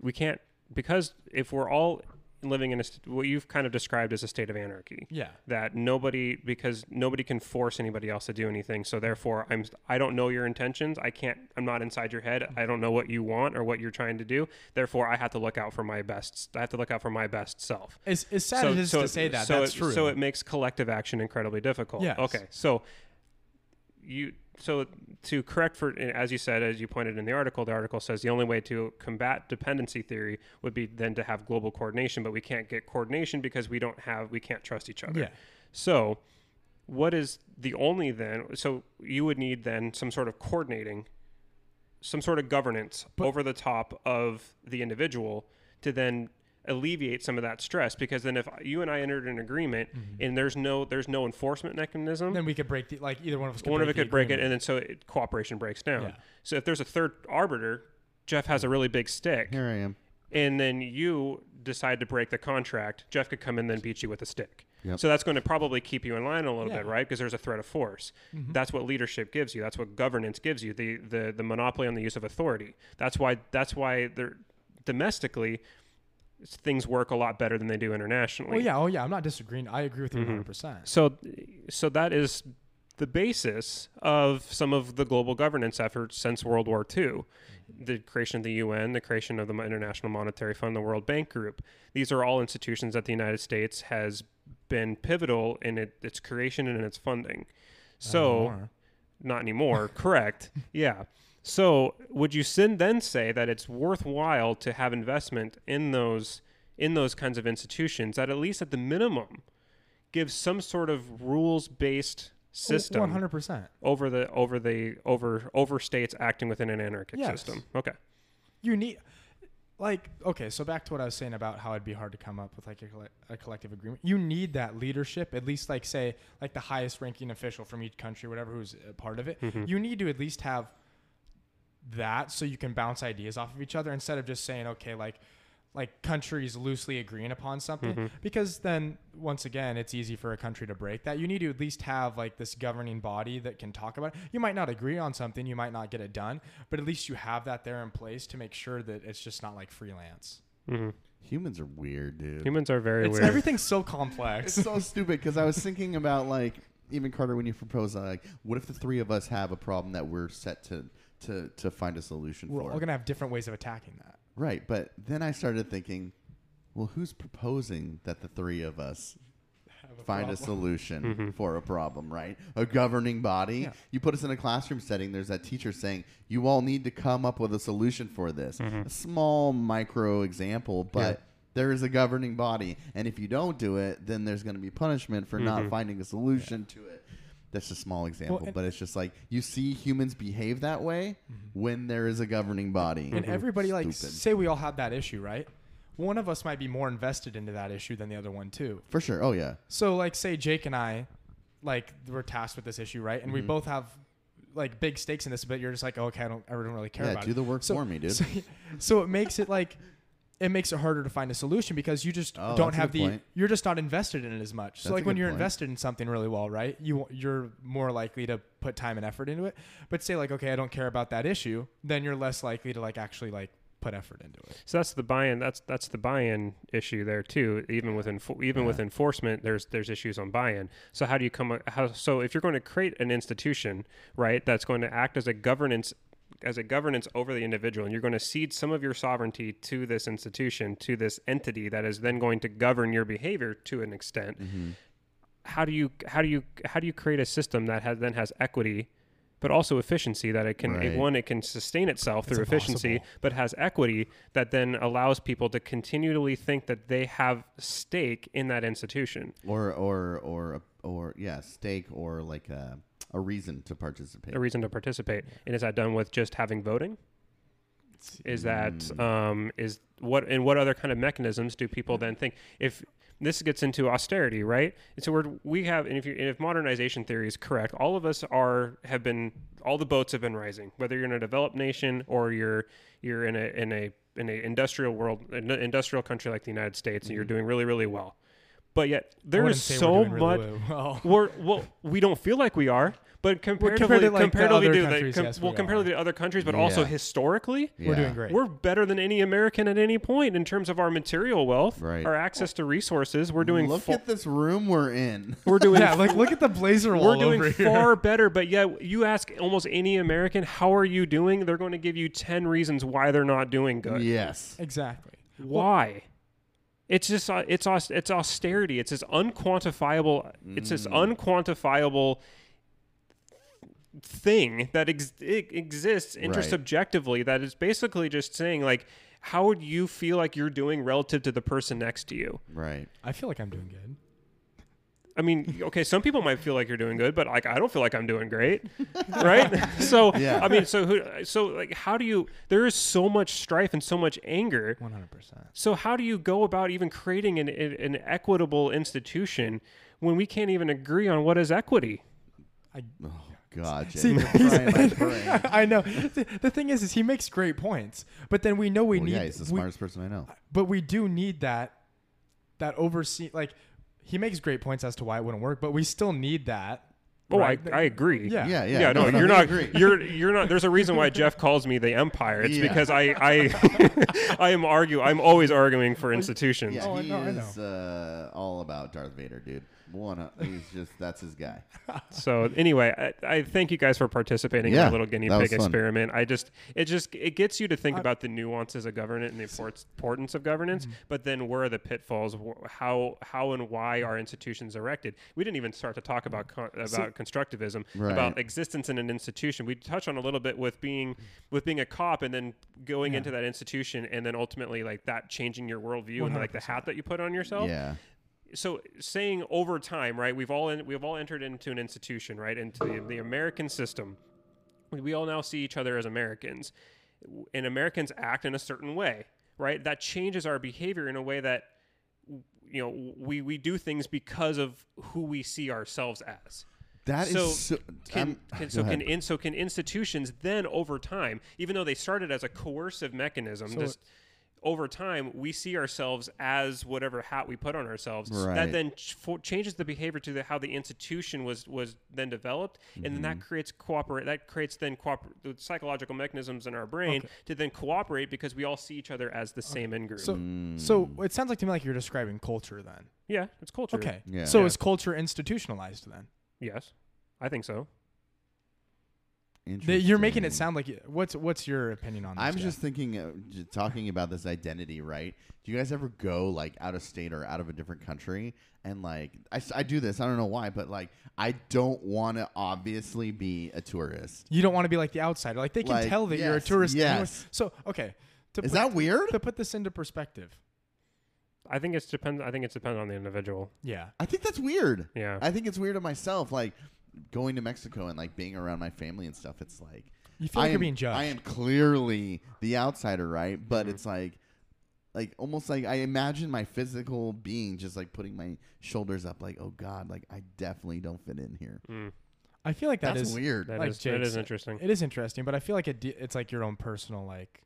B: we can't because if we're all living in a st- what you've kind of described as a state of anarchy
C: Yeah.
B: that nobody because nobody can force anybody else to do anything so therefore i'm i don't know your intentions i can't i'm not inside your head i don't know what you want or what you're trying to do therefore i have to look out for my best i have to look out for my best self
C: As, as sad as it is to say that,
B: so
C: that's
B: it,
C: true.
B: So it makes collective action incredibly difficult.
C: Yes.
B: Okay. So you so to correct for as you said as you pointed in the article the article says the only way to combat dependency theory would be then to have global coordination but we can't get coordination because we don't have we can't trust each other
C: Yeah.
B: so what is the only then so you would need then some sort of coordinating some sort of governance over the top of the individual to then alleviate some of that stress because then if you and I entered an agreement and there's no there's no enforcement mechanism
C: Mm-hmm. Then we could break the like either one of us. Could
B: one
C: break
B: of it
C: the
B: could break it
C: agreement.
B: and then so it, cooperation breaks down
C: Yeah.
B: so if there's a third arbiter Jeff has a really big stick
A: Here I am.
B: and then you decide to break the contract, Jeff could come in and then beat you with a stick.
A: Yep.
B: So that's going to probably keep you in line a little
C: Yeah.
B: bit, right? Because there's a threat of force. That's what leadership gives you. That's what governance gives you. The the the monopoly on the use of authority. That's why that's why they're domestically s- things work a lot better than they do internationally.
C: Oh yeah, oh yeah. I'm not disagreeing. I agree
B: Mm-hmm.
C: with you 100. percent
B: So so that is the basis of some of the global governance efforts since World War II, the creation of the UN, the creation of the International Monetary Fund, the World Bank Group. These are all institutions that the United States has been pivotal in it, its creation and its funding.
C: Oh,
B: So not anymore. correct. Yeah. So would you sin then say that it's worthwhile to have investment in those in those kinds of institutions that at least at the minimum gives some sort of rules based system
C: 100. percent
B: over the over the over over states acting within an anarchic
C: Yes.
B: system. Okay.
C: You need like okay. So back to what I was saying about how it'd be hard to come up with like a, colle- a collective agreement. You need that leadership, at least like say like the highest ranking official from each country, whatever who's a part of it. You need to at least have that so you can bounce ideas off of each other instead of just saying okay like like countries loosely agreeing upon something because then once again it's easy for a country to break that you need to at least have like this governing body that can talk about it you might not agree on something you might not get it done but at least you have that there in place to make sure that it's just not like freelance
A: Humans are weird, dude.
B: Mm-hmm. Humans are very
C: it's
B: weird.
C: everything's so complex
A: It's so stupid because I was thinking about like even Carter when you proposed like what if the three of us have a problem that we're set to to to find a solution
C: we're
A: for
C: all gonna have different ways of attacking that
A: right but then I started thinking well who's proposing that the three of us find a solution for a problem right a governing body
C: Mm-hmm. Yeah.
A: you put us in a classroom setting there's that teacher saying you all need to come up with a solution for this
C: Mm-hmm.
A: a small micro example but there is a governing body and if you don't do it then there's going to be punishment for not finding a solution to it that's a small example
C: Mm-hmm. and-
A: but it's just like you see humans behave that way when there is a governing body
C: Mm-hmm. and everybody like
A: Stupid.
C: say we all had that issue right one of us might be more invested into that issue than the other one too
A: for sure oh yeah
C: So like say Jake and I like were tasked with this issue, right? And we
A: Mm-hmm.
C: both have like big stakes in this, but you're just like, okay, I don't I don't really care
A: Yeah,
C: about
A: do
C: it.
A: the work
C: so,
A: for me, dude.
C: So, so it makes it like it makes it harder to find a solution because you just
A: Oh,
C: don't
A: that's a
C: have
A: good
C: the
A: point.
C: you're just not invested in it as much.
A: That's a
C: so like when
A: good
C: you're
A: point.
C: invested in something really well, right? You you're more likely to put time and effort into it. But say like, okay, I don't care about that issue, then you're less likely to like actually like put effort into it.
B: So that's the buy-in. That's that's the buy-in issue there too. Even with enfor- even with enforcement, there's there's issues on buy-in. So how do you come? How so if you're going to create an institution, right, that's going to act as a governance as a governance over the individual, and you're going to cede some of your sovereignty to this institution, to this entity that is then going to govern your behavior to an extent.
A: Mm-hmm.
B: How do you how do you how do you create a system that has then has equity? But also efficiency that it can it,
A: Right.
B: one it can sustain itself through efficiency,
C: impossible.
B: but has equity that then allows people to continually think that they have stake in that institution.
A: or or or or yeah, stake or like a a reason to participate.
B: A reason to participate, and is that done with just having voting? Is that
C: Hmm.
B: um, is what and what other kind of mechanisms do people then think if this gets into austerity, right? And so we're we have and if you, and if modernization theory is correct, all of us are have been all the boats have been rising, whether you're in a developed nation or you're you're in a in a in a industrial world, an industrial country like the United States, and you're doing really really well. But yet there
C: Mm-hmm. wouldn't
B: is
C: say we're
B: so
C: doing really
B: much.
C: well.
B: we're well, we don't feel like we are, but comparatively,
C: to, like, the
B: comparatively
C: other
B: to the-
C: countries,
B: com-
C: yes, we
B: well, comparatively to other countries, but also
A: Yeah.
B: historically,
C: We're
A: Yeah.
C: doing great.
B: we're better than any American at any point in terms of our material wealth,
A: Right.
B: our access to resources. We're doing
A: Look
B: fu-
A: at this room we're in.
B: we're doing
C: yeah, like look at the blazer wall
B: we're doing
C: over here.
B: far better, but yet you ask almost any American, how are you doing? They're going to give you 10 reasons why they're not doing good.
A: yes.
C: Exactly.
B: Why? It's just uh, it's aus- it's austerity. It's this unquantifiable. It's this unquantifiable thing that ex- it exists intersubjectively. That is basically just saying like, how would you feel like you're doing relative to the person next to you?
A: Right.
C: I feel like I'm doing good.
B: I I mean, okay, some people might feel like you're doing good, but like I don't feel like I'm doing great, right? so
A: Yeah.
B: I mean, so who? So like, how do you? There is so much strife and so much anger.
C: One hundred percent.
B: So how do you go about even creating an, an an equitable institution when we can't even agree on what is equity?
A: Oh God, Jake,
C: See,
A: you're frying my brain.
C: I know. The, the thing is, is he makes great points, but then we know we
A: Well,
C: need.
A: yeah, he's the
C: we-
A: smartest person I know.
C: but we do need that that oversee like he makes great points as to why it wouldn't work, but we still need that.
B: Oh,
C: right?
B: I, I agree.
C: Yeah.
A: Yeah, yeah.
B: Yeah, no, you're
A: we
B: not.
A: agree.
B: You're you're not. There's a reason why Jeff calls me the Empire. It's
A: Yeah.
B: because I I I am argue. I'm always arguing for institutions.
A: Yeah,
C: Oh, I
A: he
C: know, I
A: is uh, all about Darth Vader, dude. One, he's just that's his guy.
B: So anyway, I, I thank you guys for participating in
A: Yeah,
B: our little guinea
A: that was
B: pig
A: fun.
B: experiment. I just it just it gets you to think about the nuances of governance and the import- importance of governance, but then where are the pitfalls? Wh- How how and why are institutions erected? We didn't even start to talk about con- about constructivism,
A: Right.
B: about existence in an institution. We touched on a little bit with being with being a cop and then going into that institution and then ultimately like that changing your worldview and like the hat that you put on yourself
A: Yeah,
B: so saying over time, right? We've all in, we've all entered into an institution, right? Into the, the American system. We, we all now see each other as Americans, and Americans act in a certain way, right? That changes our behavior in a way that you know we we do things because of who we see ourselves as.
A: that is
B: So
A: so.
B: Can,
A: I'm-
B: can,
A: go
B: so can
A: ahead.
B: in, so can institutions then over time, even though they started as a coercive mechanism, just over time we see ourselves as whatever hat we put on ourselves.
A: Right.
B: That then ch- for, changes the behavior to the, how the institution was was then developed, and then that
A: Mm-hmm.
B: creates cooperate. That creates then cooper- the psychological mechanisms in our brain to then cooperate because we all see each other as the same in group.
C: So so
A: Mm.
C: it sounds like to me like you're describing culture then.
B: yeah, it's culture.
C: Okay.
A: Yeah.
C: So
B: Yeah.
C: is culture institutionalized then?
B: Yes, I think so.
C: That You're making it
A: hmm, Interesting.
C: sound like it- what's what's your opinion on this?
A: I'm
C: Jeff?
A: just thinking, uh, j- talking about this identity, right? Do you guys ever go like out of state or out of a different country? And like, I, s- I do this, I don't know why, but like, I don't want to obviously be a tourist.
C: you don't want to be like the outsider. Like they can
A: Like,
C: tell that you're a
A: yes,
C: tourist. anyway.
A: yes.
C: So okay. To
A: Is
C: put,
A: that weird?
C: to put this into perspective?
B: I think it's depends. I think it's dependent on the individual.
C: Yeah.
A: I think that's weird.
B: Yeah.
A: I think it's weird of myself, like going to Mexico and like being around my family and stuff. It's like
C: You feel
A: I
C: like you're
A: am-
C: being judged. Mm-hmm.
A: I am clearly the outsider, right? But it's like, like almost like I imagine my physical being just like putting my shoulders up, like oh god, like I definitely don't fit in here.
B: Mm.
C: I feel like that
A: That's
C: is-
A: weird.
B: That
C: Like
B: is- that
C: Jake
B: is
C: said.
B: interesting.
C: It is interesting, but I feel like it de- it's like your own personal like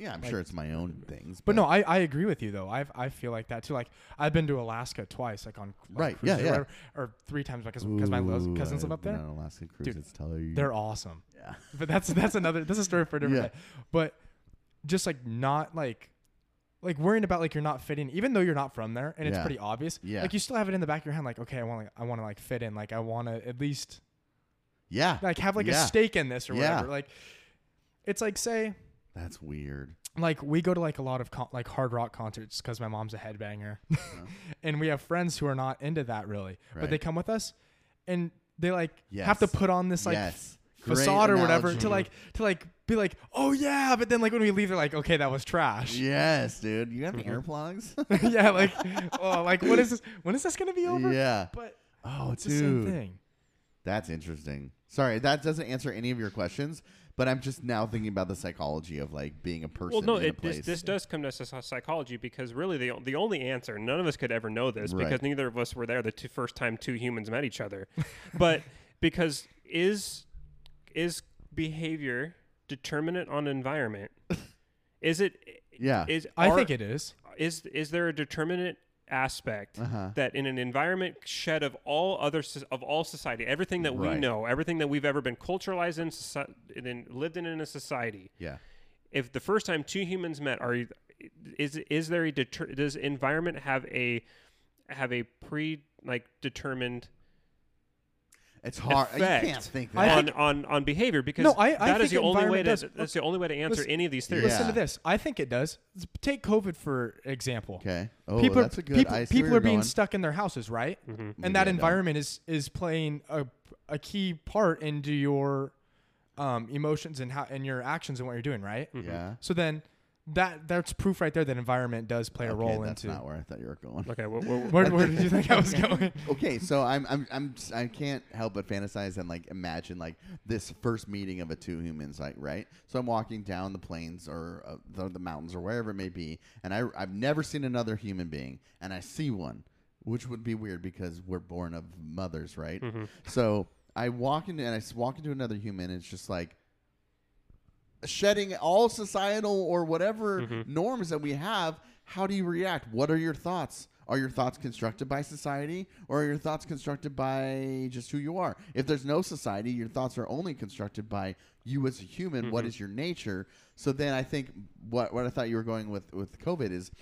A: yeah, I'm
C: like-
A: sure it's my own things,
C: But no, I, I agree with you though. I I feel like that too. Like I've been to Alaska twice, like on like,
A: Right,
C: cruises
A: yeah,
C: or
A: yeah.
C: whatever, or three times because because my los-
A: Ooh,
C: cousins
A: I've
C: live up
A: been
C: there.
A: on Alaska cruise,
C: Dude,
A: it's tight.
C: They're awesome.
A: yeah,
C: But that's that's another that's a story for a different
A: Yeah.
C: day. But just like not like like worrying about like you're not fitting, even though you're not from there, and it's
A: Yeah.
C: pretty obvious.
A: Yeah.
C: Like you still have it in the back of your hand, like okay, I want like I want to like fit in, like I want to at least
A: yeah,
C: like have like
A: Yeah.
C: a stake in this or
A: Yeah.
C: whatever. Like it's like say
A: that's weird.
C: like we go to like a lot of con- like hard rock concerts because my mom's a headbanger, and we have friends who are not into that really, but they
A: Uh-huh. Right.
C: come with us, and they like have to
A: Yes.
C: put on this like
A: yes, Great
C: facade or whatever
A: analogy.
C: to like to like be like oh yeah, but then like when we leave they're like okay that was trash, yeah,
A: Yes, dude. You have
C: Mm-hmm.
A: any earplugs?
C: like oh like what is this when is this gonna be over?
A: yeah.
C: but
A: Oh,
C: it's the same
A: dude.
C: thing.
A: That's interesting. Sorry, that doesn't answer any of your questions, but I'm just now thinking about the psychology of like being a person
B: Well, no,
A: in a
B: it,
A: place.
B: this, this does come to psy- psychology because really the, o- the only answer, none of us could ever know this
A: Right.
B: because neither of us were there the two, first time two humans met each other. but because is is behavior determinate on environment? Is it?
A: Yeah.
B: Is
C: I
B: are-
C: think it is.
B: is is there a determinate aspect
A: Uh-huh.
B: that in an environment shed of all other soc- of all society everything that we
A: Right.
B: know everything that we've ever been culturalized in, soci- and then lived in in a society
A: yeah.
B: if the first time two humans met are you is is there a deter, does environment have a have a pre like determined
A: It's hard. You
B: effect
A: can't think
C: I
A: that.
B: on,
C: think-
B: on on behavior because
C: No, I- I
B: that is
C: think
B: the only way
C: environment
B: to
C: does.
B: that's the only way to answer
C: Listen-
B: any of these theories
C: Listen
A: Yeah.
C: to this. I think it does. Take COVID for example.
A: okay. Oh,
C: people,
A: that's a good
C: people,
A: I see where
C: people
A: you're
C: are being
A: going. Mm-hmm.
C: stuck in their houses, right?
A: Maybe
C: And that
A: I don't.
C: environment is is playing a a key part into
A: Mm.
C: your um, emotions and how and your actions and what you're doing, right?
A: Yeah.
C: So then that that's proof right there that environment does play a
A: okay,
C: role
A: that's
C: into.
A: not where I thought you were going.
B: Okay, wh- wh-
C: where, where did you think I was going?
A: okay, so I'm I'm I'm s- I can't help but fantasize and like imagine like this first meeting of a two humans, like right. So I'm walking down the plains or uh, the, the mountains or wherever it may be, and I I've never seen another human being, and I see one, which would be weird because we're born of mothers, right? So I walk into and I s- walk into another human, and it's just like shedding all societal or whatever norms that we have, how do you react? What are your thoughts? Are your thoughts constructed by society or are your thoughts constructed by just who you are? If there's no society, your thoughts are only constructed by you as a human. What is your nature? So then I think what what I thought you were going with with COVID is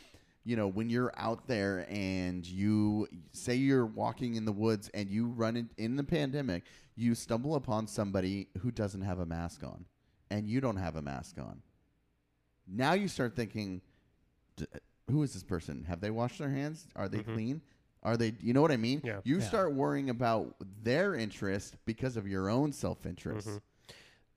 A: you know when you're out there and you say you're walking in the woods and you run in, in the pandemic you stumble upon somebody who doesn't have a mask on and you don't have a mask on now you start thinking D- who is this person have they washed their hands are they clean are they you know what i mean
B: Yeah.
A: you
C: Mm-hmm. Yeah.
A: start worrying about their interest because of your own self-interest
C: Mm-hmm.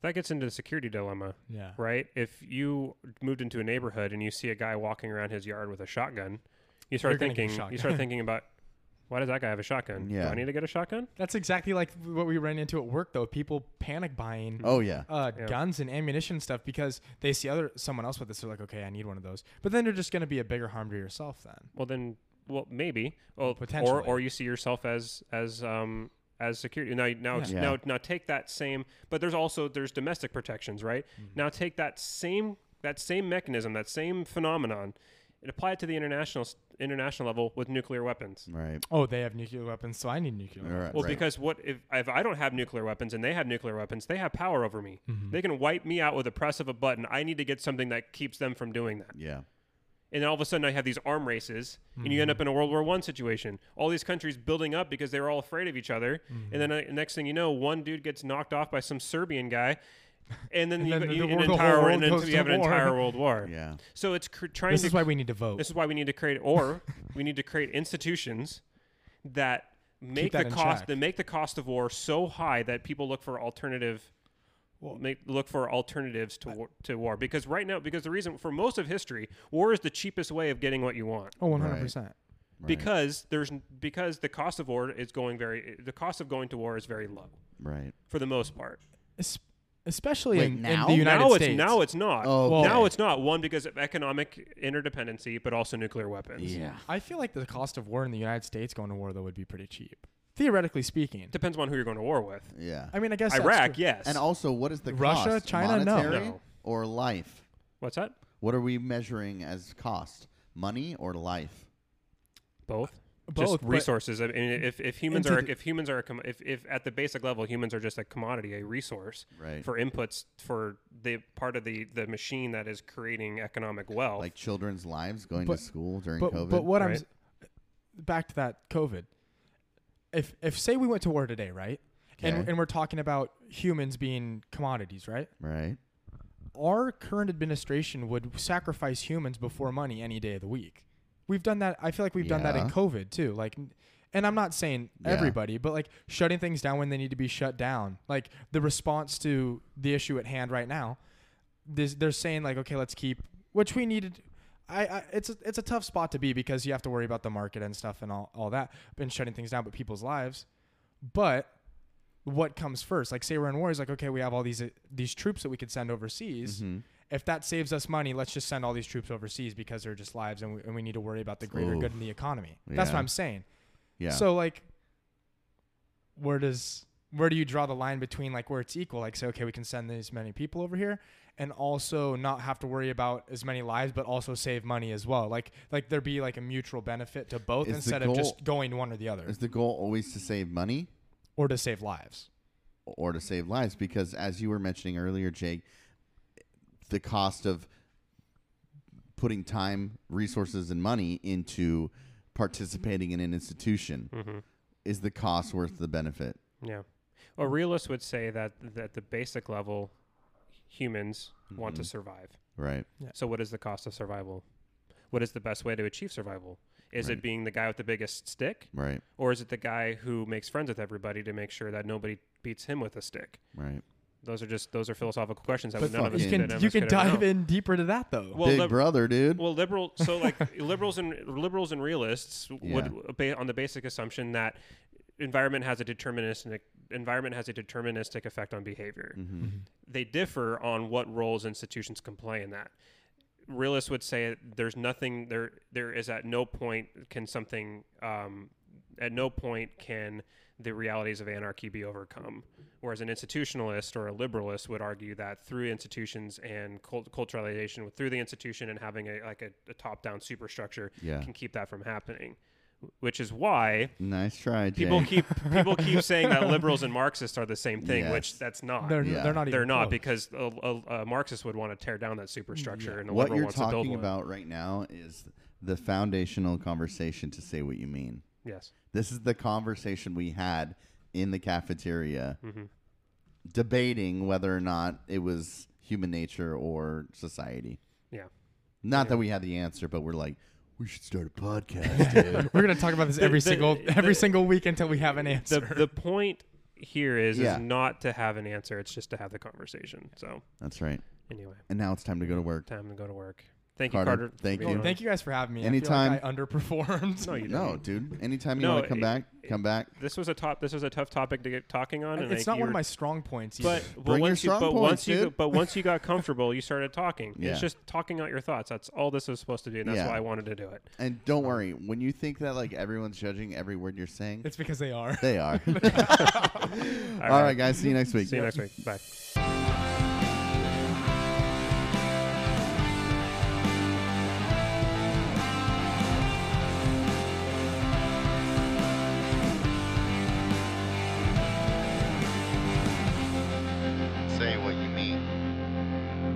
B: that gets into the security dilemma,
C: Yeah.
B: right? If you moved into a neighborhood and you see a guy walking around his yard with a shotgun, you start
C: You're gonna get a
B: thinking you start
C: shotgun.
B: thinking about why does that guy have a shotgun? Do
A: Yeah.
B: I need to get a shotgun?
C: That's exactly like what we ran into at work though. People panic buying
A: oh yeah
C: uh,
B: Yeah.
C: guns and ammunition and stuff because they see other someone else with this. They're like, okay, I need one of those. But then they're just going to be a bigger harm to yourself then.
B: Well, then, well, maybe. Well, or
C: Potentially.
B: or you see yourself as as um as security. Now, now,
A: Yeah.
B: now, now, take that same. But there's also there's domestic protections, right? Now, take that same that same mechanism, that same phenomenon, and apply it to the international s- international level with nuclear weapons.
A: right
C: Oh, they have nuclear weapons, so I need nuclear.
A: all
C: weapons.
A: Mm, right
B: Well,
A: right.
B: because what if, if I don't have nuclear weapons and they have nuclear weapons, they have power over me. They can wipe me out with a press of a button. I need to get something that keeps them from doing that.
A: yeah
B: and then all of a sudden I have these arm races, and you end
C: Mm-hmm.
B: up in a World War One situation. All these countries building up because they were all afraid of each other,
C: Mm-hmm.
B: and then uh, next thing you know, one dude gets knocked off by some Serbian guy, and then,
C: And
B: you,
C: then the-
B: you-
C: the
B: an
C: world- the whole
B: entire
C: world
B: and then
C: goes
B: you
C: to
B: have an
C: war.
B: entire world war.
A: yeah
B: So it's cr- trying
C: This
B: to.
C: is why we need to vote.
B: this is why we need to create, or we need to create institutions that make
C: that
B: the
C: in
B: cost
C: check.
B: that make the cost of war so high that people look for alternative make, look for alternatives to war, to war because right now because the reason for most of history war is the cheapest way of getting what you want
C: oh, 100%.
B: because there's because the cost of war is going very the cost of going to war is very low
A: right
B: for the most part
C: Es- especially
A: Wait,
C: in, in
A: now?
C: the United
B: now
C: States.
B: it's now it's not
A: Oh, okay.
B: now it's not one because of economic interdependency but also nuclear weapons
A: yeah
C: I feel like the cost of war in the United States going to war though would be pretty cheap, theoretically speaking.
B: depends on who you're going to war with
A: yeah
C: I mean, I guess that's
B: Iraq
C: true.
B: yes
A: And also, what is the
C: Russia,
A: cost?
C: China, no.
A: monetary
B: No.
A: or life?
B: what's that
A: What are we measuring as cost? Money or life?
B: both
C: Both,
B: just
C: but-
B: resources. I mean, if, if humans
C: Into
B: are
C: the-
B: if humans are a com- if, if at the basic level humans are just a commodity, a resource
A: Right.
B: for inputs for the part of the the machine that is creating economic wealth.
A: Like children's lives going
C: But-
A: to school during
C: but,
A: COVID?
C: But what I'm
B: right?
C: s- back to that COVID. If if say we went to war today, right? And
A: Okay.
C: and we're talking about humans being commodities, right?
A: right.
C: Our current administration would sacrifice humans before money any day of the week. We've done that. I feel like we've done that in
A: Yeah.
C: COVID too. Like, and I'm not saying
A: Yeah.
C: everybody, but like shutting things down when they need to be shut down. Like the response to the issue at hand right now, this, they're saying like, okay, let's keep, which we needed. I, I it's a, it's a tough spot to be because you have to worry about the market and stuff and all all that and shutting things down, but people's lives. But what comes first? Like, say we're in war, is like, okay, we have all these uh, these troops that we could send overseas.
A: Mm-hmm.
C: If that saves us money, let's just send all these troops overseas because they're just lives, and we, and we need to worry about the greater
A: Oof.
C: good in the economy. That's
A: Yeah.
C: what I'm saying.
A: Yeah.
C: So like, where does where do you draw the line between like where it's equal? Like, say, okay, we can send these many people over here, and also not have to worry about as many lives, but also save money as well. Like, like there be like a mutual benefit to both
A: Is the
C: instead of
A: goal-
C: just going one or the other,
A: is the goal always to save money
C: or to save lives.
A: or to save lives? Because as you were mentioning earlier, Jake, the cost of putting time, resources, and money into participating in an institution
B: Mm-hmm.
A: is the cost worth the benefit?
B: yeah, a realist would say that that the basic level humans want to survive.
A: Right.
B: So what is the cost of survival? What is the best way to achieve survival? Is it being the guy with the biggest stick?
A: Right.
B: Or is it the guy who makes friends with everybody to make sure that nobody beats him with a stick?
A: Right.
B: Those are just those are philosophical questions that
C: But
B: none of us
A: fucking-
C: you
B: that
A: can-
B: none
C: can
B: of
C: you
B: us
C: can
B: could ever
C: dive
B: know.
C: in deeper to that though.
B: Well,
A: Big
B: lib-
A: brother, dude.
B: Well, liberal. So like liberals and liberals and realists
A: Yeah.
B: would ba- on the basic assumption that environment has a deterministic environment has a deterministic effect on behavior.
C: Mm-hmm.
B: They differ on what roles institutions can play in that. Realists would say there's nothing there. There is at no point can something. Um, at no point can the realities of anarchy be overcome. Whereas an institutionalist or a liberalist would argue that through institutions and cult- culturalization, with- through the institution and having a like a, a top-down superstructure,
A: Yeah.
B: can keep that from happening. Which is why
A: nice try, Jay.
B: people keep people keep saying that liberals and Marxists are the same thing,
A: Yes.
B: which that's not.
C: they're,
B: They're,
A: Yeah.
C: they're not. Even
B: not
C: close.
B: because a, a, a Marxist would want to tear down that superstructure, and a
A: what
B: liberal
A: you're
B: wants to build
A: talking
B: one.
A: about right now is the foundational conversation to say what you mean.
B: Yes.
A: This is the conversation we had in the cafeteria,
B: Mm-hmm.
A: debating whether or not it was human nature or society.
B: Yeah.
A: Not that we had the answer, but we're like, we should start a podcast, dude.
C: we're gonna talk about this every
B: the-
C: single every
B: the-
C: single week until we have an answer.
B: The the point here is
A: Yeah.
B: is not to have an answer. It's just to have the conversation. So
A: That's right.
B: anyway.
A: And now it's time to go to work.
B: time to go to work. Thank
A: Carter,
B: you, Carter. for
A: thank
B: being
A: you.
B: on.
C: Thank you guys for having me. I,
A: Anytime.
C: feel like I underperformed.
B: No, you didn't.
A: No, dude. Anytime you
B: No,
A: want to come
B: it-
A: back, come back.
B: This was a top. This was a tough topic to get talking on. And
C: Uh, it's
B: like,
C: not
B: you were-
C: one of my strong points. Either.
B: But, but
A: Bring your
B: once you,
A: strong
B: but
A: points,
B: once you,
A: dude.
B: but once you got comfortable, you started talking.
A: Yeah.
B: It's just talking out your thoughts. That's all this was supposed to do, and that's
A: Yeah.
B: why I wanted to do it.
A: And don't worry, when you think that like everyone's judging every word you're saying,
C: it's because they are.
A: they are.
B: All
A: All right, guys. See you next week.
B: See you next week. Bye.
A: Say what you mean.